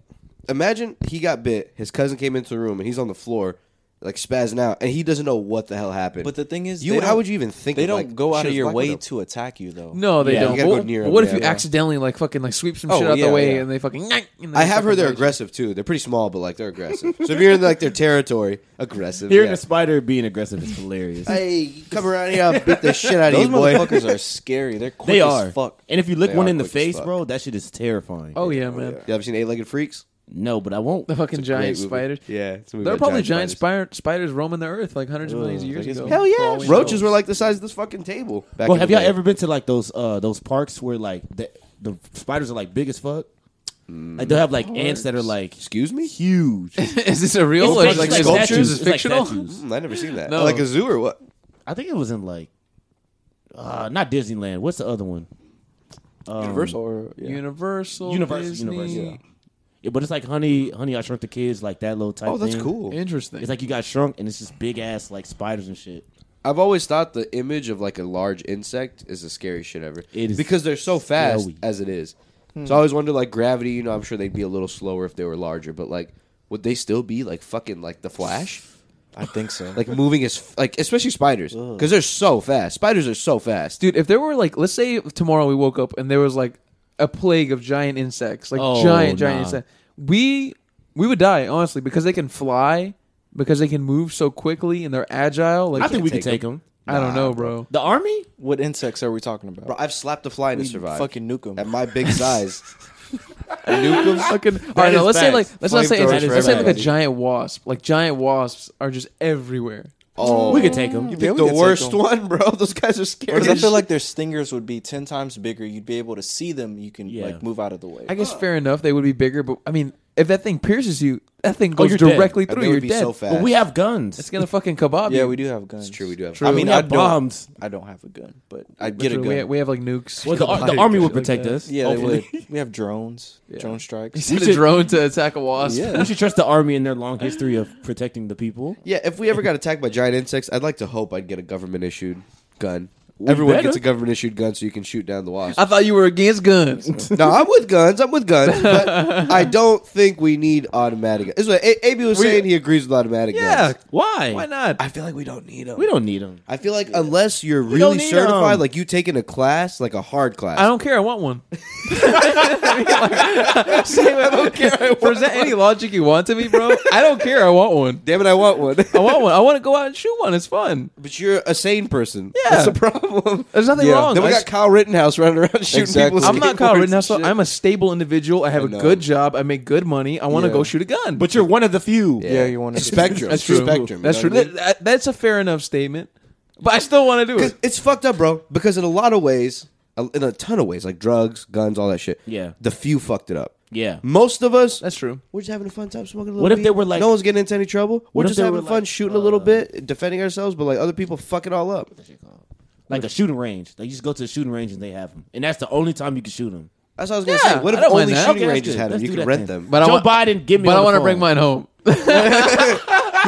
imagine he got bit. His cousin came into the room and he's on the floor, like spazzing out, and he doesn't know what the hell happened. But the thing is, you they how don't- would you even think? They of, don't like, go out shit, of it's your Black way Widow? to attack you, though. no, they Yeah, don't. you gotta What, go near 'em, what if yeah, you yeah. accidentally like fucking like sweep some Oh, shit out yeah, the way yeah. and they fucking? and they I have fucking heard they're bite you? aggressive too. They're pretty small, but like they're aggressive. so if you're in like their territory, aggressive. Hearing yeah. a spider being aggressive is hilarious. Hey, come around here! I'll beat the shit out of Those you, boy. motherfuckers are scary. They're quick they are. as fuck. And if you lick They one are in the quick as face, fuck. bro, that shit is terrifying. Oh yeah, man. You ever seen Eight Legged Freaks? No, but I won't. The fucking giant spiders. Yeah, it's a movie There are about probably giant, spider, spiders roaming the earth like hundreds of millions of Ugh, years like it's- ago. Hell For all yeah, we know. roaches were like the size of this fucking table. Back Well, in have the y'all day. ever been to like those uh those parks where like the the spiders are like big as fuck? Mm. Like they'll have like ants that are like Excuse me. huge. Is this a real It's or like- is like, it's like sculptures statues. is It's like fictional? statues. Mm, I never seen that. No. Like a zoo or what? I think it was in like uh not Disneyland. What's the other one? Universal. Or yeah. Universal, Universal, Disney. Universal, Yeah, but it's like honey, honey, I shrunk the kids, like that little type. Oh, that's thing. cool. Interesting. It's like you got shrunk, and it's just big ass like spiders and shit. I've always thought the image of like a large insect is the scariest shit ever. It is because they're so fast scary. as it is. So I always wonder, like gravity. You know, I'm sure they'd be a little slower if they were larger, but like, would they still be like fucking like the Flash, I think so. like moving as f- like especially spiders because they're so fast. Spiders are so fast. dude, if there were like, let's say tomorrow we woke up and there was like a plague of giant insects, like Oh, giant, giant nah. insects, we we would die honestly because they can fly, because they can move so quickly and they're agile. Like I think we take could take them. I don't know, bro. The army? what insects are we talking about? Bro, I've slapped a fly and we it survived. fucking nuke 'em. at my big size. nuke 'em. Fucking, all right, now is let's say facts. like let's not say Flamethrowers let's for say like a everybody. giant wasp. Like giant wasps are just everywhere. Oh, We could take them. You Yeah, picked we the could take worst 'em. one, bro. Those guys are scary. Because I as feel like their stingers would be ten times bigger. You'd be able to see them. You can Yeah. like move out of the way. I guess fair enough. They would be bigger, but I mean, if that thing pierces you, that thing goes Oh, you're dead. directly And through. they You're would be dead. so fast. But we have guns. It's gonna fucking kebab yeah, you. we do have guns. It's true, we do have. I mean, we I have don't. bombs. I don't have a gun, but I get a True, gun. Oh, we, have, we have like nukes. Well, the, ar- the Kebab army you, will shit like protect that. us. yeah, they hopefully. would. we have drones. Drone strikes. Send a should- drone to attack a wasp. Yeah. We should trust the army in their long history of protecting the people. Yeah, if we ever got attacked by giant insects, I'd like to hope I'd get a government issued gun. Everyone better. gets a government issued gun so you can shoot down the wasp. I thought you were against guns. no, I'm with guns. I'm with guns, but I don't think we need automatic. This is what a- AB was saying. He agrees with automatic yeah, guns. Why? why not? I feel like we don't need them. We don't need them. I feel like unless you're don't really need certified, 'em. like you taking a class, like a hard class. I don't care. I want one. Say what- Present any logic you want to me, bro. I don't care. I want one. Damn it, I want one. I want one. I want to go out and shoot one. It's fun. but you're a sane person. Yeah. that's the problem. There's nothing Yeah. wrong. Then we I got Kyle Rittenhouse running around shooting Exactly. people. with am not Kyle skateboards and Rittenhouse. shit. I'm a stable individual. I have a know. good job. I make good money. I want to Yeah. go shoot a gun. But you're one of the few. Yeah, you want to spectrum. that's true. Spectrum. you that's know true. what I mean? That- that- that's a fair enough statement. But I still want to do Because it. it's fucked up, bro. Because in a lot of ways, a- in a ton of ways, like drugs, guns, all that shit. Yeah. The few fucked it up. Yeah. Most of us, That's true. we're just having a fun time smoking a little. What if weed. they were like- no one's getting into any trouble? We're What if just they having were fun, like, shooting a little uh, bit, defending ourselves, but like other people fuck it all up. Like a shooting range. They just go to the shooting range and they have them. And that's the only time you can shoot them. That's what I was gonna Yeah, say. What I if don't mind only that. shooting Okay, ranges that's had good. them? Let's You do could that rent then. them. But I Joe want- Biden, give me But on I the want to phone. bring mine home.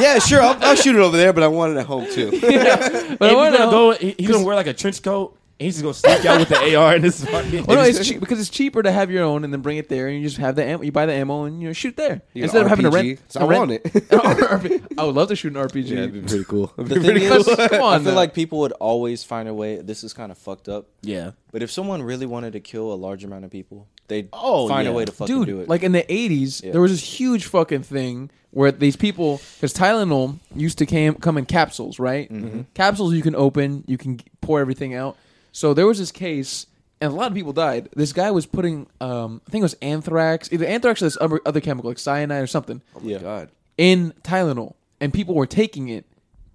yeah, sure. I'll, I'll shoot it over there, but I want it at home too. But I If want he's to gonna go. he- He's gonna wear like a trench coat. And he's just gonna sneak out with the AR in his fucking. Well, Oh, no, it's cheap because it's cheaper to have your own and then bring it there, and you just have the ammo. You buy the ammo and you know, shoot there You instead got of having to RPG. rent. So to I rent- want it. Or RPG. I would love to shoot an RPG. pretty cool. The thing is, cool. Come on I feel now. like people would always find a way. This is kind of fucked up. Yeah. But if someone really wanted to kill a large amount of people, they'd Oh, find a yeah. way to fucking Dude, do it. like in the '80s, there was this huge fucking thing where these people, because Tylenol used to came, come in capsules, right? Mm-hmm. Capsules you can open, you can pour everything out. So there was this case, and a lot of people died. This guy was putting, um, I think it was anthrax, either anthrax or this other other chemical, like cyanide or something. yeah. God. in Tylenol, and people were taking it,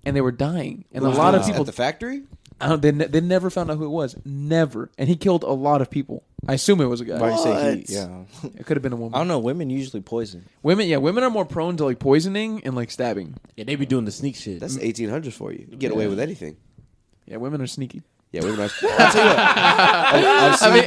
and they were dying, and a lot of people. at the factory. I don't, they, ne- they never found out who it was, never, and he killed a lot of people. I assume it was a guy. Why you say What? he? Yeah. It could have been a I woman. don't know. Women usually poison. Women, yeah, women are more prone to like poisoning and like stabbing. Yeah, they be doing the sneak shit. That's the 1800s for you. You get away with anything. Yeah, women are sneaky. Yeah, we were nice. I'll tell you what. I- I've I seen- mean,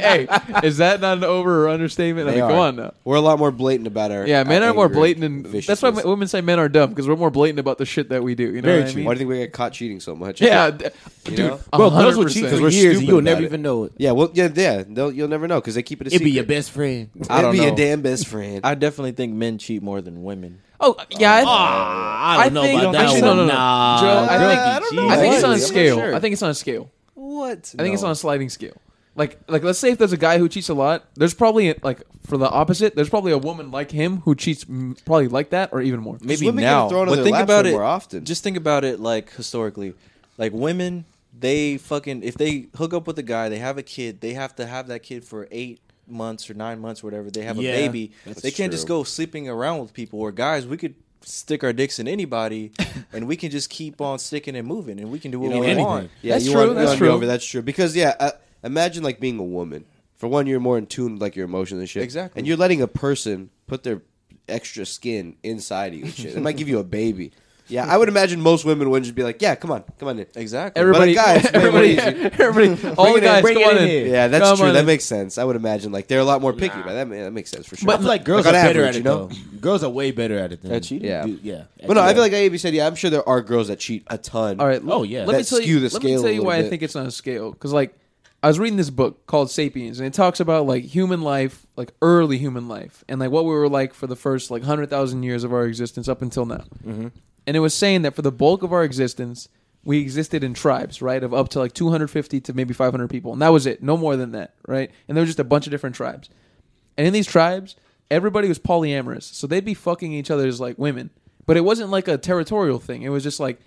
hey, is that not an over or understatement? I They mean, are. come on now. We're a lot more blatant about our. Yeah, men our are more anger blatant, and and that's why viciousness. women say men are dumb because we're more blatant about the shit that we do. You know Very what I true. mean? Why do you think we got caught cheating so much? yeah, d- You dude, know? Bro, girls will 100%. cheat 'Cause for we're years and stupid you'll about never it. even know it. yeah. Well, yeah, yeah. They'll, you'll never know because they keep it a It'd secret. be your best friend. I It'd don't be your know. damn best friend. I definitely think men cheat more than women. Oh yeah, I, Ah, I don't know think- about that actually, one. no, no, no. Nah, Joe, I bro. think- I don't know. I think it's on a I'm not scale. sure. I think it's on a scale. what? I think it's on a sliding scale. Like like let's say if there's a guy who cheats a lot, there's probably like for the opposite, there's probably a woman like him who cheats mm, probably like that or even more. Maybe women get now, thrown on but their think laps about it. more often. Just think about it, like historically, like women, they fucking if they hook up with a guy, they have a kid, they have to have that kid for eight, months or nine months, or whatever, they have Yeah, a baby. that's They can't just true. go sleeping around with people. Or guys, we could stick our dicks in anybody, and we can just keep on sticking and moving, and we can do what know, we anything. want. Yeah, That's you true, Want, you that's want to be true. Over that's true. Because yeah, uh, imagine like being a woman. For one, you're more in tune with like your emotions and shit. Exactly. And you're letting a person put their extra skin inside of you. And shit. it might give you a baby. Yeah, I would imagine most women would just be like, "Yeah, come on, come on in." Exactly. Everybody, But a guy, it's way more everybody, easy. everybody, all Bring the it in, guys, bring come it on in in. here. Yeah, that's Come true. on That in. makes sense. I would imagine like they're a lot more picky, but that, ma- that makes sense for sure. I feel like girls on are better average, at it you know? though. Girls are way better at it than At cheating? Yeah. do- yeah. But no, I Yeah. feel like Abe said, yeah, I'm sure there are girls that cheat a ton. All right. Oh, yeah. Let me That tell skew you. the Let scale me a tell you little why I bit. think it's not a scale. Because like, I was reading this book called *Sapiens*, and it talks about like human life, like early human life, and like what we were like for the first like hundred thousand years of our existence up until now. Mm-hmm. And it was saying that for the bulk of our existence, we existed in tribes, right, of up to like 250 to maybe 500 people, and that was it, no more than that, right? And there were just a bunch of different tribes. And in these tribes, everybody was polyamorous. So they'd be fucking each other's like women. But it wasn't like a territorial thing. It was just like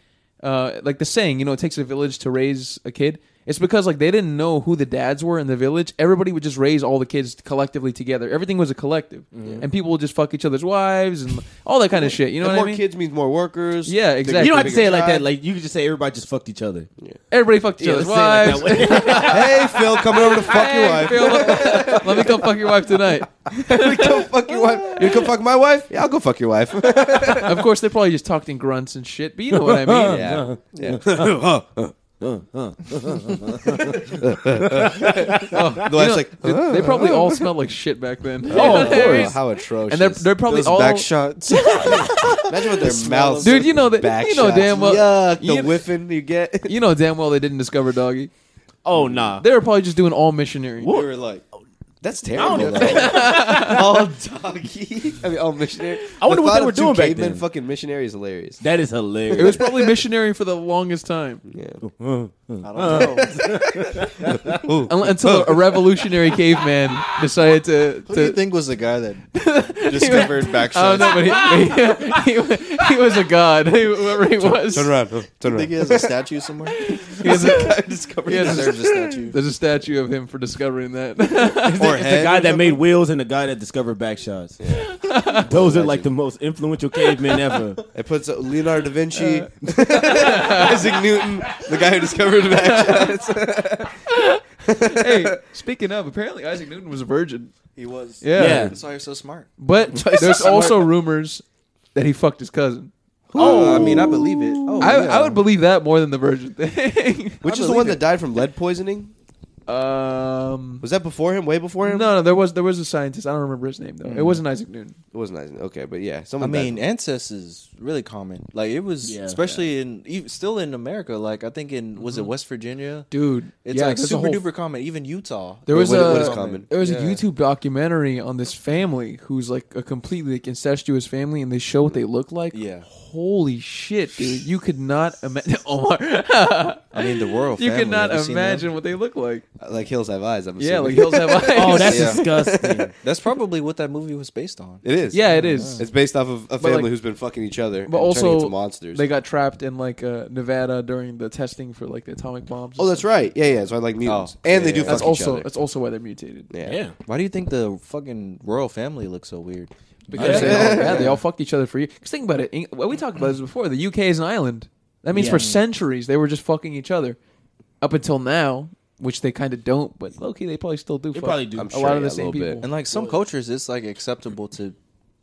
uh, like the saying, you know, it takes a village to raise a kid. It's because like they didn't know who the dads were in the village. Everybody would just raise all the kids collectively together. Everything was a collective, and people would just fuck each other's wives and all that kind of shit. You know And what more I mean? kids means more workers. Yeah, Bigger- exactly. you don't have to bigger say it like that. tribe. Like you could just say everybody just fucked each other. Everybody fucked each other's let's say wives. it like that way. hey, Phil, coming over to fuck your Hey, wife. Phil, let- let me come fuck your wife tonight. we go fuck your wife. You go fuck my wife? Yeah, I'll go fuck your wife. Of course, they probably just talked in grunts and shit, but you know what I mean. yeah. yeah. the You wife's know, like, dude, they probably all smelled like shit back then. oh, You know what I mean? how atrocious. And they're they're probably Those all back shots. Imagine what their smell mouths of- dude. You know back that you know shots. damn well Yuck, the you, whiffing you get. you know damn well they didn't discover doggy. oh nah. They were probably just doing all missionary. we were like, "Oh, That's know. terrible. though. all doggy. I mean, all missionary. I wonder The what thought they of were two doing back cavemen then. fucking missionary is hilarious. That is It hilarious. was probably missionary for the longest time Yeah. I don't know. Un- until a revolutionary caveman decided to. Who to do you think was the guy that discovered back I shots? don't know, but he, he, he was a god. Whoever he was, around. Turn I think he has a statue somewhere. He was a- discovered he has a- Deserves a statue. there's a statue of him for discovering that. Or It's the head guy or that made wheels and the guy that discovered back shots. Those are like the most influential cavemen ever. It puts uh, Leonardo da Vinci, Isaac Newton, the guy who discovered back shots. hey, speaking of, apparently Isaac Newton was a virgin. He was. Yeah. Yeah. That's why you're so smart. But there's also rumors that he fucked his cousin. Oh, I mean, I believe it. Oh, I, yeah. I would believe that more than the virgin thing. Which I is the believe one it. that died from lead poisoning? um, Was that before him? Way before no, him? no, there was there was a scientist. I don't remember his name though. Mm. It wasn't Isaac Newton. It wasn't Isaac. Okay, but yeah, I someone. died mean, incest is really common. Like it was, Yeah. especially in even, still in America. Like I think in was it West Virginia? Dude, It's yeah, like there's a super whole- duper common. Even Utah. There Wait, was what- a what is common? there was Yeah. a YouTube documentary on this family who's like a completely like, incestuous family, and they show what they look like. Yeah. holy shit, dude! You could not imagine Omar. I mean, the royal. you family, could not have you seen them? imagine what they look like. from. like hills have eyes. I'm Yeah, like assuming. hills have eyes. Oh, that's Yeah. disgusting. That's probably what that movie was based on. it is. yeah, it is. It's based off of a family like- who's been fucking each other, but and turning also into monsters. They got trapped in like uh, Nevada during the testing for like the atomic bombs. oh, that's right. Yeah, yeah. So I like mutants, Oh, and yeah, they do yeah. fuck that's also each other. that's also why they're mutated. Yeah. Yeah. Why do you think the fucking royal family looks so weird? Because Yeah. they, all, yeah, they all fucked each other for years. Because think about it. Eng- Well, we talked about this before. The UK is an island. That means Yeah. for centuries they were just fucking each other, up until now, which they kind of don't. But Loki, they probably still do. They fuck. probably do. I'm a sure, lot of yeah, the a same little bit. people. And like some cultures, it's like acceptable to,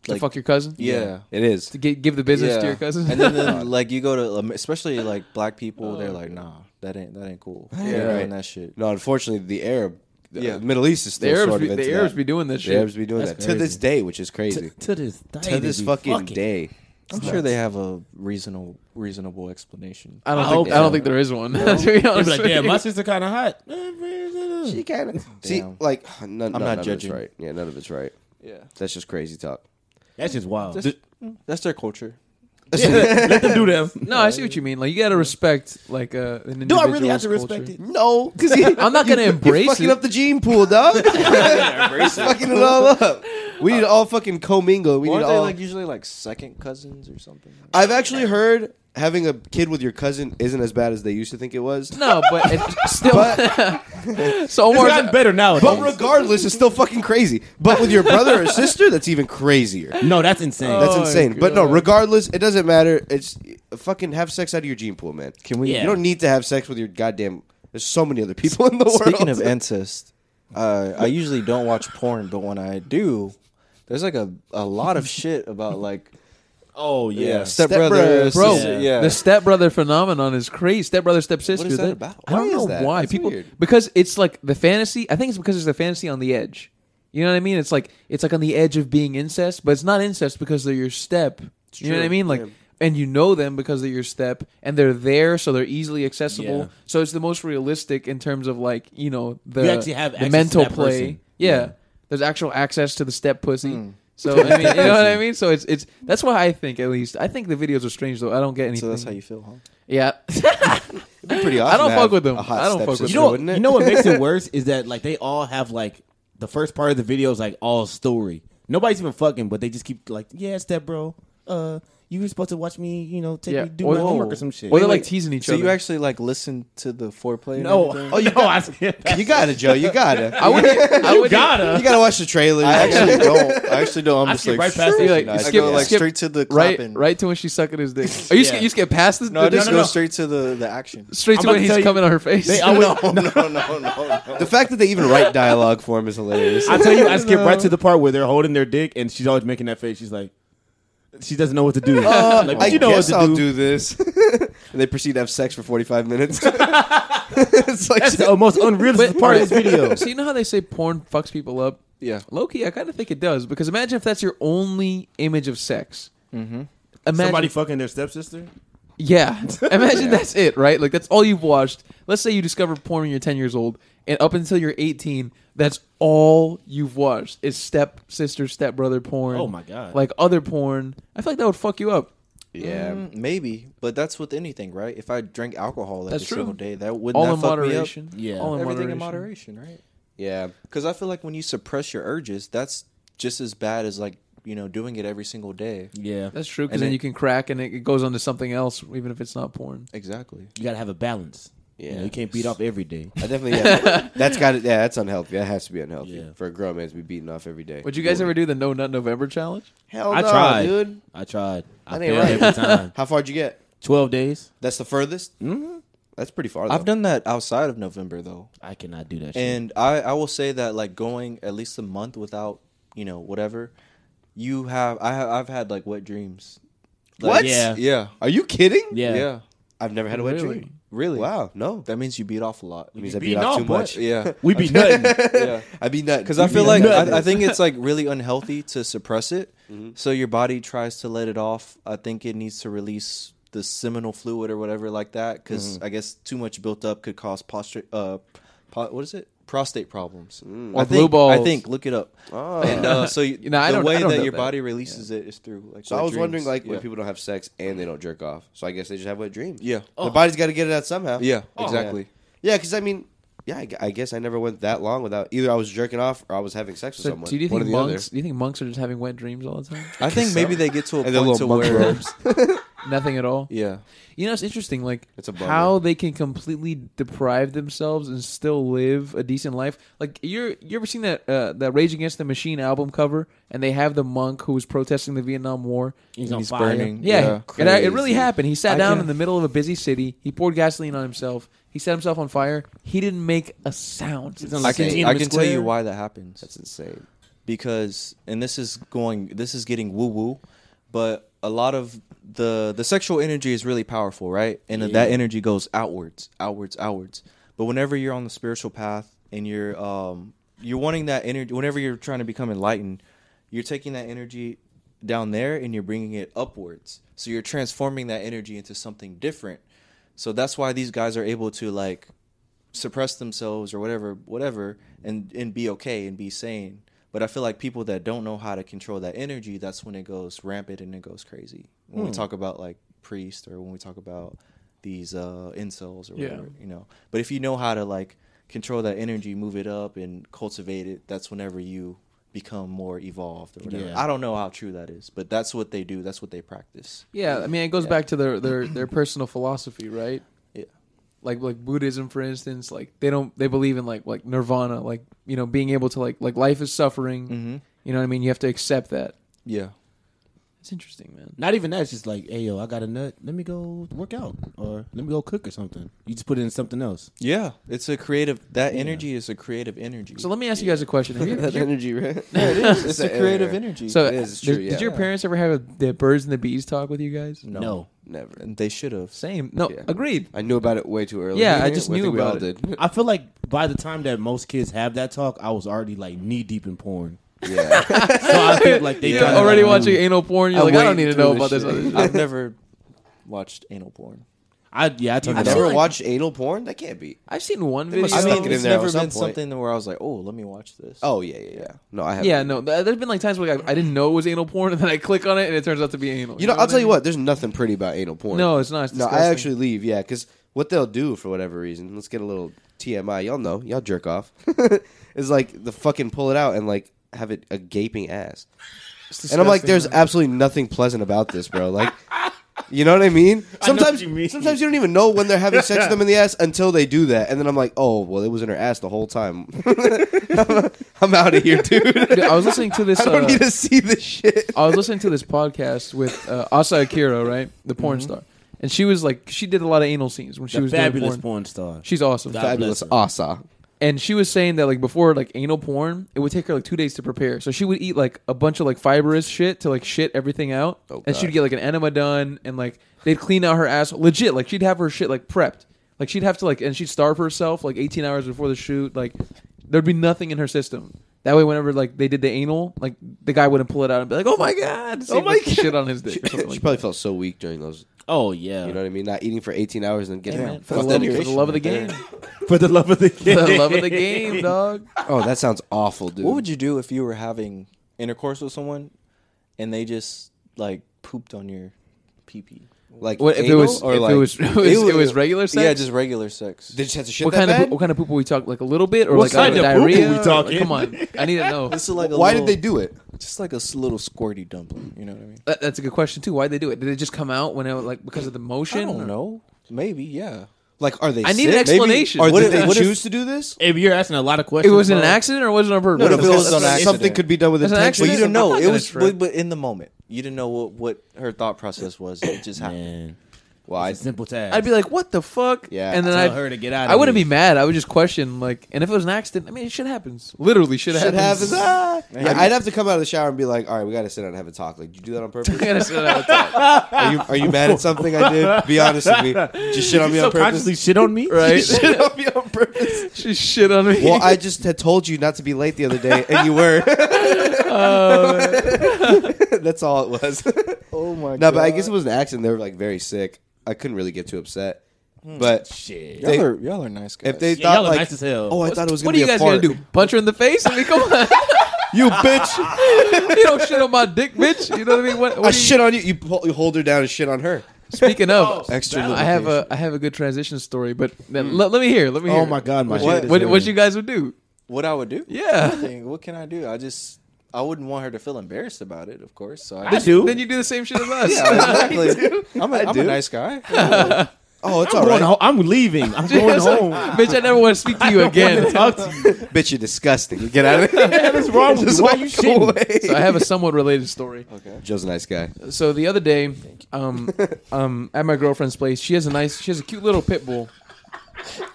To like, fuck your cousin. yeah. It is. To gi- give the business to Yeah. your cousin. and then, then, like you go to um, especially like black people, they're like, nah, that ain't that ain't cool. Yeah, Yeah. doing that shit. No, unfortunately, the Arab, the Yeah. Middle East is the still Arabs, sort be, of into the Arabs that. be doing this The shit. Arabs be doing That's that to this crazy. day, which is To, crazy. to this day. To this they be fucking fucking- day. I'm sure they have a reasonable reasonable explanation. I don't I think. hope I don't so. think there is one. to be They be honest like, with damn, you. my sister kind of hot. She kind of see Damn. like none, I'm none, not none judging. Of it's right. Yeah, none of it's right. Yeah, That's just crazy talk. That's just wild. that's, that's their culture. Let them do them. No, I see what you mean. Like you gotta respect like uh, an Do I really have to individual's respect culture. it? No, because I'm not gonna embrace fucking it. up the gene pool, dog. He's fucking it all up. We need to all fucking commingle. We need Aren't to they all. like usually like second cousins or something? I've actually heard having a kid with your cousin isn't as bad as they used to think it was. No, but it's still. so It's Omar's, gotten better now. But regardless, it's still fucking crazy. But with your brother or sister, that's even crazier. no, that's insane. That's Oh my insane. But no, God. regardless, it doesn't matter. It's fucking have sex out of your gene pool, man. Can we? Yeah. You don't need to have sex with your goddamn. There's so many other people in the world. Speaking of incest, uh, I usually don't watch porn, but when I do, there's like a, a lot of shit about like oh yeah. stepbrothers. bro, sister- yeah. the stepbrother phenomenon is crazy. Stepbrother, stepsister. What is that about? I don't Why is know that? why That's people weird. because it's like the fantasy. I think it's because it's the fantasy on the edge. You know what I mean? It's like it's like on the edge of being incest, but it's not incest because they're your step. you know what I mean? Like, and you know them because they're your step, and they're there, so they're easily accessible. Yeah. So it's the most realistic in terms of like you know the You actually have the access to mental that play. person. Yeah. there's actual access to the step pussy. Hmm. So I mean, you know what I mean. So it's it's that's why I think at least I think the videos are strange though. I don't get anything. So that's how you feel, huh? Yeah, It'd be pretty awesome I don't to fuck have with them. a hot I don't fuck with You them. stepsister, know, wouldn't it? you know what makes it worse is that like they all have like the first part of the video is like all story. Nobody's even fucking, but they just keep like, yeah, step bro. Uh, you were supposed to watch me, you know, take Yeah. me do Or- my homework or some shit. Or they're like teasing each so other. you actually like listen to the foreplay? and no, everything? oh, you no, I skipped that. You gotta, Joe. You gotta. I would. I You would. you gotta. gotta watch the trailer. I actually don't. I actually don't. I'm I just skip like, right past that. You're like, shit. you I skip, I go like skip straight to the right, clapping. right to when she's sucking his dick. Are you Yeah. skip, you skip past the, No, I the just no, no. go straight to the, the action. straight I'm to about to when he's tell you- coming on her face. They always, No, no, no, no, no. The fact that they even write dialogue for him is hilarious. I tell you, I skip right to the part where they're holding their dick and she's always making that face. She's like, she doesn't know what to do. like, Uh, I but you know what guess to I'll do. do, this. and they proceed to have sex for 45 minutes. it's like That's the most unrealistic part of this video. so you know how they say porn fucks people up? Yeah. Low key, I kind of think it does because imagine if that's your only image of sex. Mm-hmm. Imagine, Somebody fucking their stepsister. yeah. Imagine that's it, right? Like that's all you've watched. Let's say you discover porn when you're 10 years old, and up until you're 18, that's all you've watched is step sister, step brother porn. Oh my God. Like other porn. I feel like that would fuck you up. yeah. Mm, maybe, but that's with anything, right? If I drink alcohol every That's true. single day, that wouldn't all that in fuck moderation. Yeah. all Me in up? Everything moderation. in moderation, right? Yeah. Because I feel like when you suppress your urges, that's just as bad as like you know doing it every single day. Yeah, That's true because And then it- you can crack and it it goes on to something else, even if it's not porn. Exactly. you gotta have a balance. Yeah, you, know, Yeah. you can't beat off every day. I definitely yeah. That's got it. Yeah, that's unhealthy. That has to be unhealthy Yeah. for a grown man to be beaten off every day. Would you guys ever do the No Nut November challenge? Hell I Oh, no, tried, dude. I tried. I That ain't failed right. every time. How far'd you get? Twelve days. That's the furthest. Mm-hmm. That's pretty far. Though. I've done that outside of November though, I cannot do that. shit. and I I will say that like going at least a month without you know whatever, you have I have I've had like wet dreams. What? Yeah. Yeah. Are you kidding? Yeah. Yeah. I've never had a wet Really? dream. Really? Wow. No. That That means you beat off a lot. means be I beat beaten off off, too boy. much. Yeah. we be nothing. yeah. I mean that Because I feel like I, I think it's like really unhealthy to suppress it. So your body tries to let it off. I think it needs to release the seminal fluid or whatever like that. Because I guess too much built up could cause posture. Uh, po- what is it? Prostate problems. Or I think, blue I balls. think look it up. Oh. And uh, so you, know, I the don't- I way don't that know your that. body releases it is through like. So I wet was dreams. wondering, like, yeah. when people don't have sex and they don't jerk off, so I guess they just have wet dreams. Yeah. the body's got to get it out somehow. Yeah, Oh. exactly. Yeah, because I mean, yeah, I, gu- I guess I never went that long without either I was jerking off or I was having sex with So someone. do you one or think the other. monks? Do you think monks are just having wet dreams all the time? I think maybe they get to a And their point to little monk where. robes. Nothing at all. Yeah. You know, it's interesting. Like It's a bummer. how they can completely deprive themselves and still live a decent life. Like you're, you ever seen that uh, that Rage Against the Machine album cover, and they have the monk who was protesting the Vietnam War. He's on He's fire. burning. Yeah, Yeah. it, it Crazy. really happened. He sat I down can't- in the middle of a busy city. He poured gasoline on himself. He set himself on fire. He didn't make a sound. on I the can same I can tell you square. why that happens. That's insane. because and this is going this is getting woo woo but a lot of the the sexual energy is really powerful right and that energy goes outwards outwards outwards but whenever you're on the spiritual path and you're um you're wanting that energy whenever you're trying to become enlightened you're taking that energy down there and you're bringing it upwards so you're transforming that energy into something different so that's why these guys are able to like suppress themselves or whatever, whatever, and and be okay and be sane. But I feel like people that don't know how to control that energy, that's when it goes rampant and it goes crazy. When we talk about like priests or when we talk about these uh incels or Yeah. whatever, you know. But if you know how to like control that energy, move it up and cultivate it, that's whenever you become more evolved or whatever. Yeah. I don't know how true that is, but that's what they do. That's what they practice. Yeah, I mean, it goes back to their, their, their personal philosophy, right? Yeah. Like like Buddhism, for instance, like they don't they believe in like like nirvana, like you know being able to like like life is suffering. Mm-hmm. You know what I mean? You have to accept that. Yeah. It's interesting, man. Not even that. It's just like, hey, yo, I got a nut. Let me go work out or let me go cook or something. You just put it in something else. Yeah. It's a creative that energy is a creative energy. So let me ask you guys a question. Have you- that energy, right? uh, it's, a that creative energy. energy. so It is, it's true, did, yeah. did your parents ever have a, the birds and the bees talk with you guys? no. No. Never. And they should have. Same. No, Yeah. agreed. I knew about it way too early. Yeah, I just think knew we all about it. Did. I feel like by the time that most kids have that talk, I was already like knee deep in porn. Yeah, So I think like they You're kinda, already like, watching knew. anal porn. You're I'm like, I don't wading need to through know about this. other shit. shit. I've never watched anal porn. I yeah, I turned I've it never off. watched anal porn. That can't be. I've seen one It video. must I have mean, always it's never never been been something where I was like, oh, let me watch this. Oh yeah, yeah, yeah. No, I haven't. yeah, no. th- There's been like times where like, I, I didn't know it was anal porn, and then I click on it, and it turns out to be anal. You know, I'll I tell you mean? what. There's nothing pretty about anal porn. No, it's not. It's no, I disgusting. actually leave. Yeah, because what they'll do for whatever reason, let's get a little TMI. Y'all know, y'all jerk off. is like the fucking pull it out and like have it a gaping ass. It's And I'm like, disgusting, there's man. absolutely nothing pleasant about this, bro. Like, you know what I mean? Sometimes, what you mean. sometimes you don't even know when they're having sex with them in the ass until they do that, and then I'm like, oh, well, it was in her ass the whole time. I'm out of here, dude. Dude, I was listening to this. I don't uh, need to see this shit. I was listening to this podcast with uh, Asa Akira, right, the porn star, and she was like, she did a lot of anal scenes when she The was fabulous doing porn. porn star. She's awesome, God Fabulous, bless her. Asa. and she was saying that like before like anal porn, it would take her like two days to prepare. So she would eat like a bunch of like fibrous shit to like shit everything out, Oh, and God. she'd get like an enema done, and like they'd clean out her ass legit. Like she'd have her shit like prepped, like she'd have to like and she'd starve herself like 18 hours before the shoot. Like there'd be nothing in her system. That way, whenever like they did the anal, like the guy wouldn't pull it out and be like, "Oh my god, See, Oh, my like, God. shit on his dick." Or She something like probably felt so weak during those. Oh yeah, You know what I mean? Not eating for 18 hours and then getting out. Uh, For the, love, for the love of the game. for the love of the For game. the love of the game, dog. Oh, that sounds awful, dude. What would you do if you were having intercourse with someone and they just like pooped on your pee pee? like? What if it anal was? or if like, it was? It was, it was regular sex. Yeah, just regular sex. They just had to shit What that kind of bad? poop, what kind of poop are we talking? Like a little bit or What like kind a of poop are we diarrhea? Like, talking? come on, I need to know. This is like a Why little- did they do it? Just like a s- little squirty dumpling. You know what I mean? That- that's a good question too. Why would they do it? Did it just come out when it like because of the motion? I or- don't know. Maybe yeah. Like, are they? I need an sick? Maybe- explanation. Or What did if- they what if- choose to do this? If you're asking a lot of It questions, was it an bro. accident or was it on purpose? No, What no, if it because was- on accident. something could be done with That's an intention. accident. Well, I'm you didn't know. not It gonna was, trip. but, but in the moment, you didn't know what, what her thought process was. It just happened. Man, Well, I, it's a simple task. I'd be like, what the fuck? Yeah. and then Tell I'd, her to get out of I wouldn't here. be mad. I would just question like, and if it was an accident, I mean, shit happens. Literally, shit, should have. happens. Ah. Yeah, I'd have to come out of the shower and be like, "All right, we got to sit down and have a talk." Like, did you do that on purpose? I gotta sit down and talk, Are you are you mad at something I did? Be honest with me. Just shit on me you on purpose. subconsciously shit on me, right? Shit on me on purpose. she shit on me. Well, I just had told you not to be late the other day, and you were. Oh. That's all it was. Oh my no, but I guess it was an accident. They were like very sick. I couldn't really get too upset. Hmm. But Shit. y'all they- are y'all are nice guys. if they Yeah, thought y'all are like, nice as hell. oh, I thought it was gonna what are be you a guys fart. gonna do? Punch her in the face? I mean, come on, You bitch! you don't shit on my dick, bitch. You know what I mean? What, what I do you- shit on you. You, pull, you hold her down and shit on her. Speaking of Extra I have a I have a good transition story, but then, let, let me hear. Let me hear. Hmm. Oh my god, my What- shit is What, hurting. what you guys would do? what I would do? Yeah. Nothing. What can I do? I just I wouldn't want her to feel embarrassed about it, of course. So I I just, do. Then you do the same shit as us. exactly. I'm, a, I'm do. a nice guy. Oh, it's I'm going all right. home. I'm leaving. I'm It's going like, home. Bitch, I never want to speak to you again. Talk to you. Bitch, you're disgusting. You get out of here. What is wrong with Just you? Why walk you shitting? away. So I have a somewhat related story. Okay. Joe's a nice guy. So the other day, um, um, at my girlfriend's place, she has a nice, she has a cute little pit bull.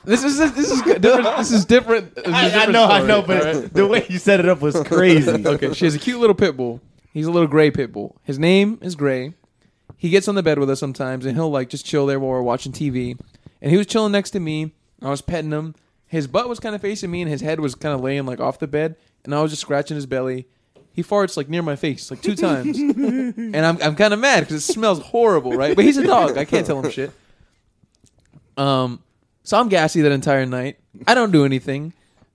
This is this is good. different. This is different. this is a I, I different know, I story, know, but alright? the way you set it up was crazy. okay, she has a cute little pit bull. He's a little gray pit bull. His name is Gray. He gets on the bed with us sometimes, and he'll like just chill there while we're watching TV. And he was chilling next to me. I was petting him. His butt was kind of facing me, and his head was kind of laying like off the bed. And I was just scratching his belly. He farts like near my face, like two times, and I'm I'm kind of mad because it smells horrible, right? But he's a dog. I can't tell him shit. Um, so I'm gassy that entire night. I don't do anything,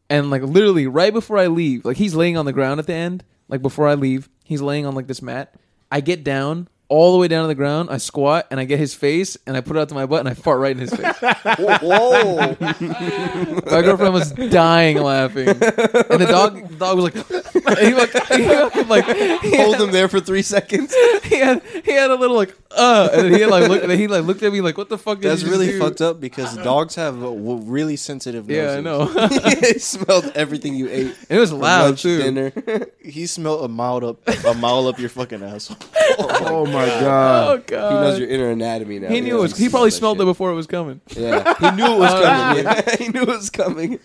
and like literally right before I leave, like he's laying on the ground at the end. Like before I leave, he's laying on like this mat. I get down all the way down to the ground. I squat and I get his face and I put it out to my butt and I fart right in his face. Whoa. my girlfriend was dying laughing, and the dog the dog was like, And he like, he fucking, like he Hold had, him there for three seconds. he had he had a little like uh, and then he had, like looked he like looked at me like what the fuck? Did That's you really just do? fucked up because dogs have uh, w- really sensitive noses. Yeah, I know. he smelled everything you ate. it was for loud lunch, too. Dinner. He smelled a mile up, a mile up your fucking asshole. Oh my god. Oh He knows god. your inner anatomy now. He knew it was. He probably smelled it before Uh, it was coming. it. Yeah, he knew it was coming. yeah. He knew it was coming.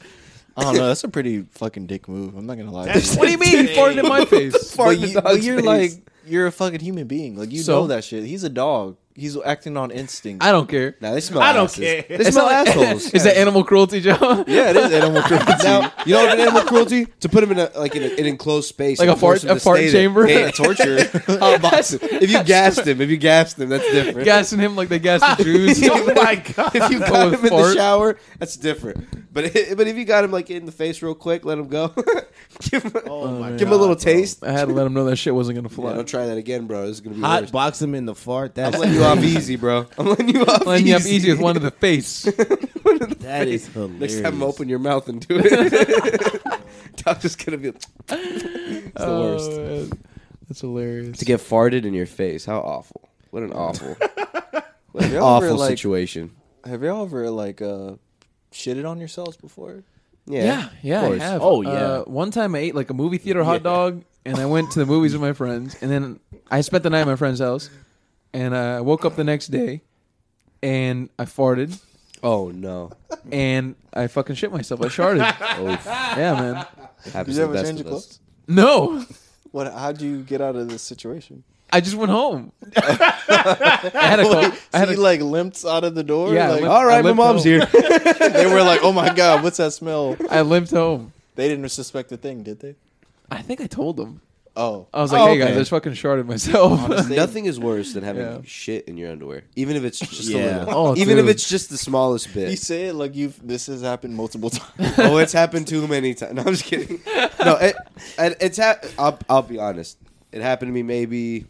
I don't know. That's a pretty fucking dick move. I'm not gonna lie. That's- What do you mean? He farted in my face. Fart but in the you, dog's but you're face. like you're a fucking human being. Like you So? know that shit. He's a dog. He's acting on instinct. I don't care. Now they smell. I don't asses. care. They smell assholes. Is that animal cruelty, Joe? yeah, it is animal cruelty. Now you know what an animal cruelty to put him in a like in a, an enclosed space, Like and a fart- force him a to fart stay there. chamber? Yeah, torture. Oh. Hot box him. If you gassed him, if you gassed him, that's different. Gassing him like they gassed the Jews. oh my god! if you Go got with him in fart. the shower, that's different. But i but if you got him like in the face real quick, let him go. give him, Oh my give him a little taste. I had to let him know that shit wasn't gonna Yeah, fly. don't try that again, bro. This is gonna be Hot worse. box him in the fart. I'm That's letting you off easy, bro. I'm letting you off Lining easy. you up easy with one in the face. that is hilarious. Next time, open your mouth and do it. Dog's just gonna be. It's the worst. Oh, that's hilarious. to get farted in your face. How awful! What an awful, what an Y'all awful were, like- situation. Have y'all ever like uh, shitted on yourselves before? yeah, yeah, of I course. have. Oh, Uh, yeah. one time I ate like a movie theater hot dog, and I went to the movies with my friends, and then I spent the night at my friend's house, and uh, I woke up the next day, and I farted, Oh no! and I fucking shit myself. I sharted. Oh, yeah, man. happens to the best of us. No, What? How'd you get out of this situation? I just went home. I had a call. I So had he a, like limps out of the door. Yeah, I like, limped- All right, I my limped mom's home. here. they were like, "Oh my god, what's that smell?" I limped home. They didn't suspect a thing, did they? I think I told them. Oh, I was like, Oh, "Hey okay. guys, I just fucking sharded myself." Nothing is worse than having Yeah. shit in your underwear, even if it's just Yeah. a little, Oh, even dude. if it's just the smallest you bit. say it like you've. This has happened multiple times. oh, it's happened too many times. No, I'm just kidding. No, it, it, it's. Ha- I'll, I'll be honest. It happened to me maybe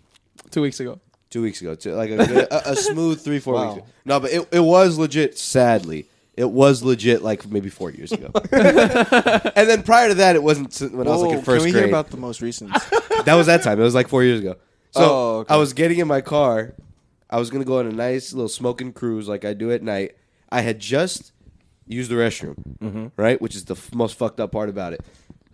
Two weeks ago. two weeks ago, two, like a, good, a, a smooth three, four Wow. weeks. Ago. No, but it, it was legit. Sadly, it was legit. Like maybe four years ago. and then prior to that, it wasn't s- when I was like in first can we grade. hear about the most recent? that was that time. It was like four years ago. So Oh, okay. I was getting in my car. I was gonna go on a nice little smoking cruise, like I do at night. I had just used the restroom, Mm-hmm. right, which is the f- most fucked up part about it.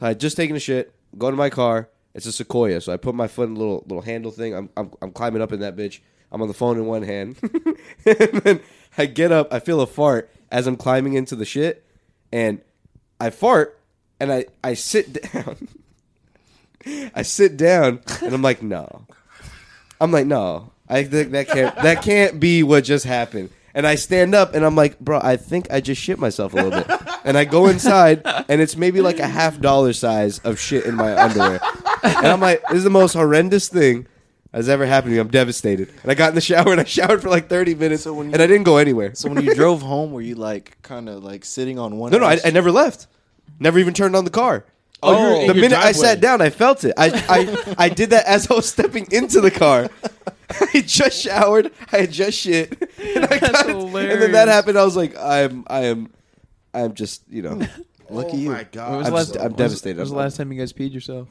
I had just taken a shit, go to my car. It's a Sequoia, so I put my foot in the little little handle thing. I'm I'm, I'm climbing up in that bitch. I'm on the phone in one hand, and then I get up. I feel a fart as I'm climbing into the shit, and I fart, and I I sit down. I sit down and I'm like, no. I'm like, no. I think that can't that can't be what just happened. And I stand up and I'm like, bro, I think I just shit myself a little bit. And I go inside and it's maybe like a half dollar size of shit in my underwear. And I'm like, this is the most horrendous thing that's ever happened to me. I'm devastated. And I got in the shower and I showered for like 30 minutes So when you- and I didn't go anywhere. so when you drove home, were you like kind of like sitting on one? No, no, I, ass- I never left. Never even turned on the car. Oh, you were in your the minute driveway. I sat down, I felt it. I, I, I did that as I was stepping into the car. I just showered. I had just shit. And, I That's got it. and then that hilarious. happened. I was like, I'm, I am, I'm just, you know, Look oh at you. my When god! was Uh, I'm the last- just- I'm when was- devastated. When was the last time you guys peed yourself?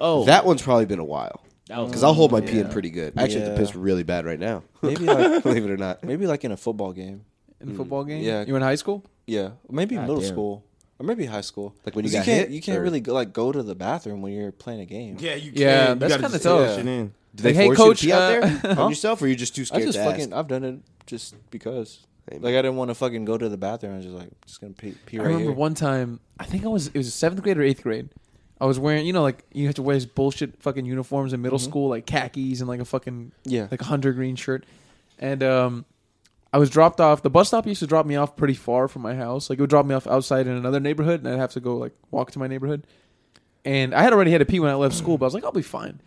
Oh, that one's probably been a while. that was Because I'll hold my pee in pretty good. I actually have to Yeah. piss really bad right now. Maybe like Believe it or not. maybe like in a football game. In Mm, a football game? yeah. You were in high school? Yeah, maybe God middle damn. school or maybe high school. Like when you 'Cause got can't, hit, you can't or- really go, like go to the bathroom when you're playing a game. Yeah, you. Yeah, can. that's you gotta kinda just throw that tough. shit in. Did they Like, hey, force you to coach, pee out uh, there on yourself, or you just too I scared just to ask? fucking I've done it just because. Hey, man. Like I didn't want to fucking go to the bathroom. I was just like just gonna pee, pee I right remember here. one time, I think I was, it was seventh grade or eighth grade. I was wearing, you know, like, you have to wear these bullshit fucking uniforms in middle school, like khakis and like a fucking, Yeah. like a hunter green shirt. And, um, I was dropped off. The bus stop used to drop me off pretty far from my house. Like, it would drop me off outside in another neighborhood, and I'd have to go, like, walk to my neighborhood. And I had already had to pee when I left school, but I was like, I'll be fine.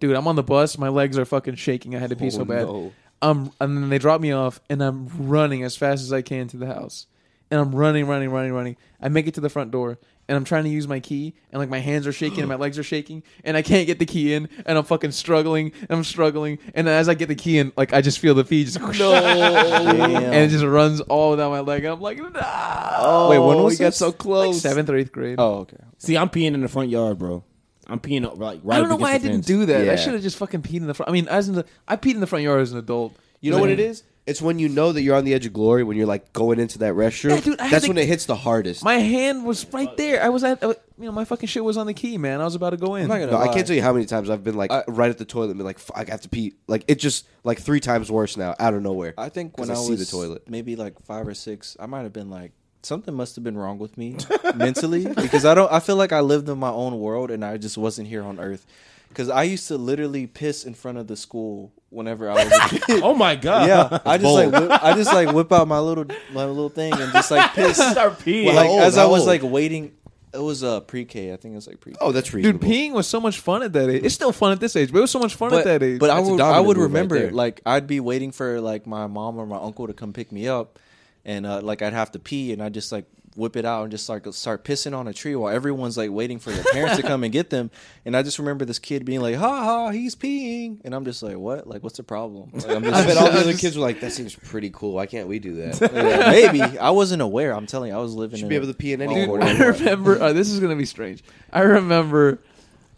Dude, I'm on the bus. My legs are fucking shaking. I had to pee Oh, so bad. no. Um, and then they drop me off, and I'm running as fast as I can to the house. and I'm running, running, running, running. I make it to the front door and I'm trying to use my key and like my hands are shaking and my legs are shaking and I can't get the key in and I'm fucking struggling. And I'm struggling and as I get the key in, like I just feel the feet just and it just runs all down my leg. I'm like, no. Wait, when was Oh, we got this? so close? seventh or eighth grade. Oh, okay. See, I'm peeing in the front yard, bro. I'm peeing uh, like right. I don't know up against why I the didn't fence. do that. Yeah. I should have just fucking peed in the front. I mean, as an, I peed in the front yard as an adult. You know what it is? It's when you know that you're on the edge of glory when you're like going into that restroom. Yeah, dude, I had That's to- when it hits the hardest. My hand was right there. I was at, you know, my fucking shit was on the key, man. I was about to go in. not gonna- no, I can't tell you how many times I've been like I- right at the toilet and been like, "Fuck, I have to pee." Like it just like three times worse now, out of nowhere. I think 'Cause when I, was see the toilet, maybe like five or six, I might have been like something must have been wrong with me mentally because I don't. I feel like I lived in my own world and I just wasn't here on Earth. Because I used to literally piss in front of the school whenever I was a kid. Oh my god. Yeah, I just like whip, I just like whip out my little my little thing and just like piss. Start peeing. like How old? as I How was old? like waiting, it was uh pre-K. I think it was like pre. oh, that's Dude, reasonable. peeing was so much fun at that age. It's still fun at this age, but it was so much fun but, at that age. but I That's a would I would dominant move right remember there. like I'd be waiting for like my mom or my uncle to come pick me up, and uh, like I'd have to pee, and I would just like whip it out and just like start pissing on a tree while everyone's like waiting for their parents to come and get them. And I just remember this kid being like, "Ha ha, he's peeing," and I'm just like, "What? Like, what's the problem?" Like, I'm I bet just all the other kids were like, "That seems pretty cool. Why can't we do that?" Yeah, maybe I wasn't aware. I'm telling you, I was living. Should in be a- able to pee in any my Dude, own corner. world. I remember. Uh, this is gonna be strange. I remember,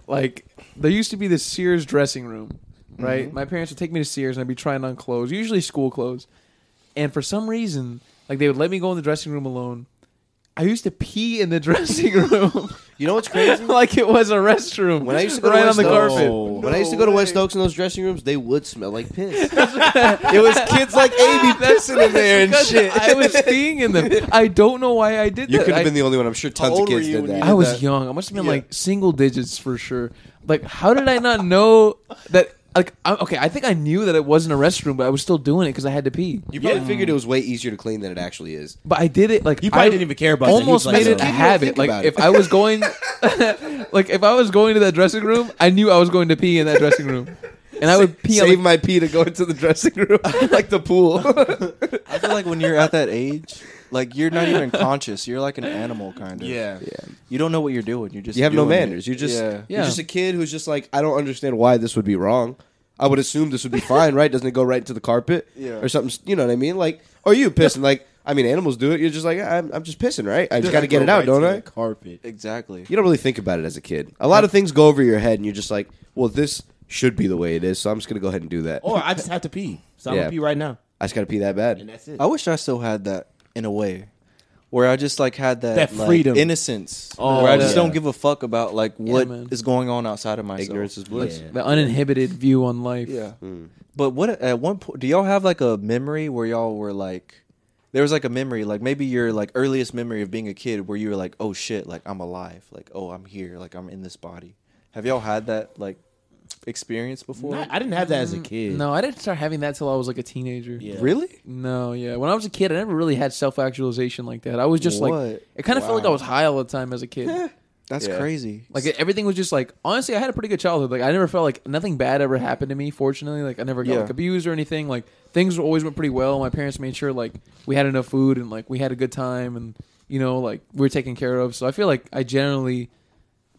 like, there used to be this Sears dressing room, right? Mm-hmm. My parents would take me to Sears, and I'd be trying on clothes, usually school clothes. And for some reason, like, they would let me go in the dressing room alone. I used to pee in the dressing room You know what's crazy? like it was a restroom. When I used to go right to on West the Oaks, carpet. No. when I used to go to West way. Oaks in those dressing rooms, they would smell like piss. it was kids like Amy pissing in there and Because shit. I was peeing in them. I don't know why I did you that. could I- have been the only one. I'm sure tons of old were kids you did when you that. I was that. young. I must have been Yeah. like single digits for sure. Like, how did I not know that? Like, I, okay, I think I knew that it wasn't a restroom, but I was still doing it because I had to pee. You probably Yeah. figured it was way easier to clean than it actually is. But I did it like He probably I didn't even care about that. He almost was like, made it a "No." habit. Think Like about if it. I was going, like if I was going to that dressing room, I knew I was going to pee in that dressing room, and I would pee. on Save the- my pee to go into the dressing room, like the pool. I feel like when you're at that age, like you're not even conscious. You're like an animal, kind of. You don't know what you're doing. You're just You have no doing it. manners. You're just Yeah. Yeah. you're just a kid who's just like I don't understand why this would be wrong. I would assume this would be fine, right? Doesn't it go right into the carpet Yeah. or something? You know what I mean? Like, or you pissing? Like, I mean, animals do it. You're just like I'm, I'm just pissing, right? I just got to get it out, don't I? Carpet. exactly. You don't really think about it as a kid. A lot of things go over your head, and you're just like, well, this should be the way it is, so I'm just gonna go ahead and do that. Or I just have to pee, so I'm Yeah. gonna pee right now, I just gotta pee that Oh. and bad. that's it. I wish I still had that in a way, where I just like had that, That like, freedom. innocence, Oh, where I just yeah. don't give a fuck about like what is man. going on outside of myself. Ignorance is Hmm. bliss. Yeah. the uninhibited view on life. Yeah. But what at one point do y'all have like a memory where y'all were like there was like a memory like maybe your like earliest memory of being a kid where you were like oh shit like I'm alive like oh I'm here like I'm in this body. Have y'all had that like experience before? Not- I didn't have that as a kid. No, I didn't start having that till I was like a teenager. Yeah. Really? No, yeah. When I was a kid, I never really had self actualization like that. I was just What? like, it kind of felt like I was high all the time as a kid. That's Yeah. crazy. like everything was just like, honestly, I had a pretty good childhood. Like I never felt like nothing bad ever happened to me. Fortunately, like I never got Yeah. like abused or anything. Like things always went pretty well. My parents made sure like we had enough food and like we had a good time and you know like we were taken care of. So I feel like I generally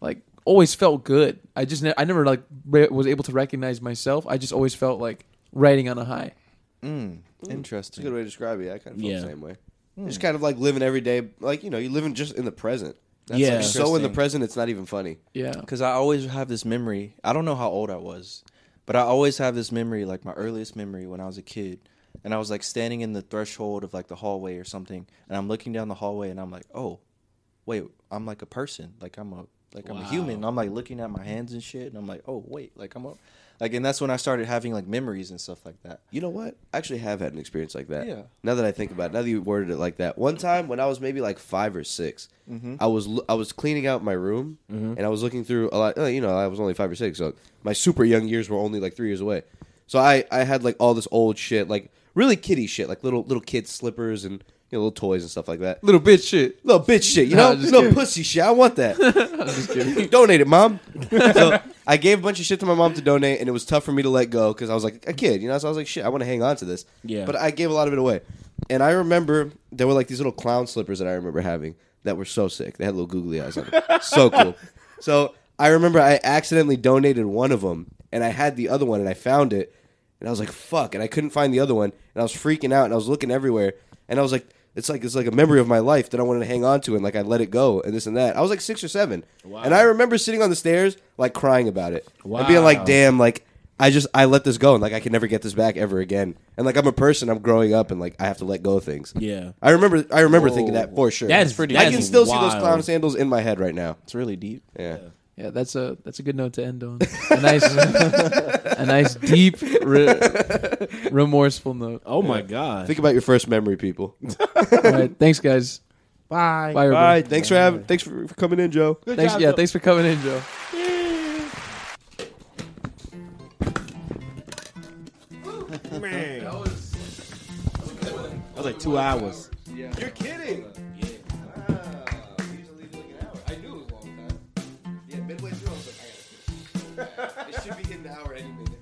like always felt good. I just ne- I never like re- was able to recognize myself. I just always felt like riding on a high. mm, It's a good interesting. way to describe it. I kind of feel Yeah. the same way. Hmm. Just kind of like living every day, like you know, you living just in the present. That's Yeah. You're so in the interesting. present, it's not even funny. Yeah. Because I always have this memory. I don't know how old I was, but I always have this memory, like my earliest memory when I was a kid. And I was like standing in the threshold of like the hallway or something. And I'm looking down the hallway and I'm like, oh, wait, I'm like a person. Like I'm a. Like I'm a human. I'm like looking at my hands and shit, and I'm like, oh wait, like I'm a, like, and that's when I started having like memories and stuff like that. You know what? I actually have had an experience like that. Yeah. Now that I think about it, now that you worded it like that, one time when I was maybe like five or 6 Mm-hmm. I was l- I was cleaning out my room Mm-hmm. and I was looking through a lot. uh, You know, I was only five or six, so my super young years were only like three years away. So I I had like all this old shit, like really kiddie shit, like little little kid slippers and you know, little toys and stuff like that. Little bitch shit. Little bitch shit, you Nah, know, just little kidding. pussy shit. I want that. donate it, mom. so I gave a bunch of shit to my mom to donate, and it was tough for me to let go because I was like a kid, you know. So I was like, shit, I want to hang on to this. Yeah. But I gave a lot of it away. And I remember there were like these little clown slippers that I remember having that were so sick. They had little googly eyes on them. so cool. So I remember I accidentally donated one of them and I had the other one and I found it and I was like, fuck. And I couldn't find the other one and I was freaking out and I was looking everywhere and I was like, it's like it's like a memory of my life that I wanted to hang on to and like I let it go and this and that. I was like six or seven. And I remember sitting on the stairs like crying about it. And being like, Wow. damn, like I just I let this go and like I can never get this back ever again. And like I'm a person, I'm growing up and like I have to let go of things. Yeah. I remember I remember thinking that for sure. That's pretty- I that can is still see those wild. clown sandals in my head right now. It's really deep. Yeah. Yeah, that's a that's a good note to end on. A nice, a nice deep, re- remorseful note. Oh my god. Think about your first memory, people. All right, thanks guys. Bye. Bye, everybody. Bye. Thanks for having thanks for, for coming in, Joe. Thanks, yeah, thanks for coming in, Joe. That was like two hours. You're kidding. Midway through, I was like, I gotta It should be in an hour any minute.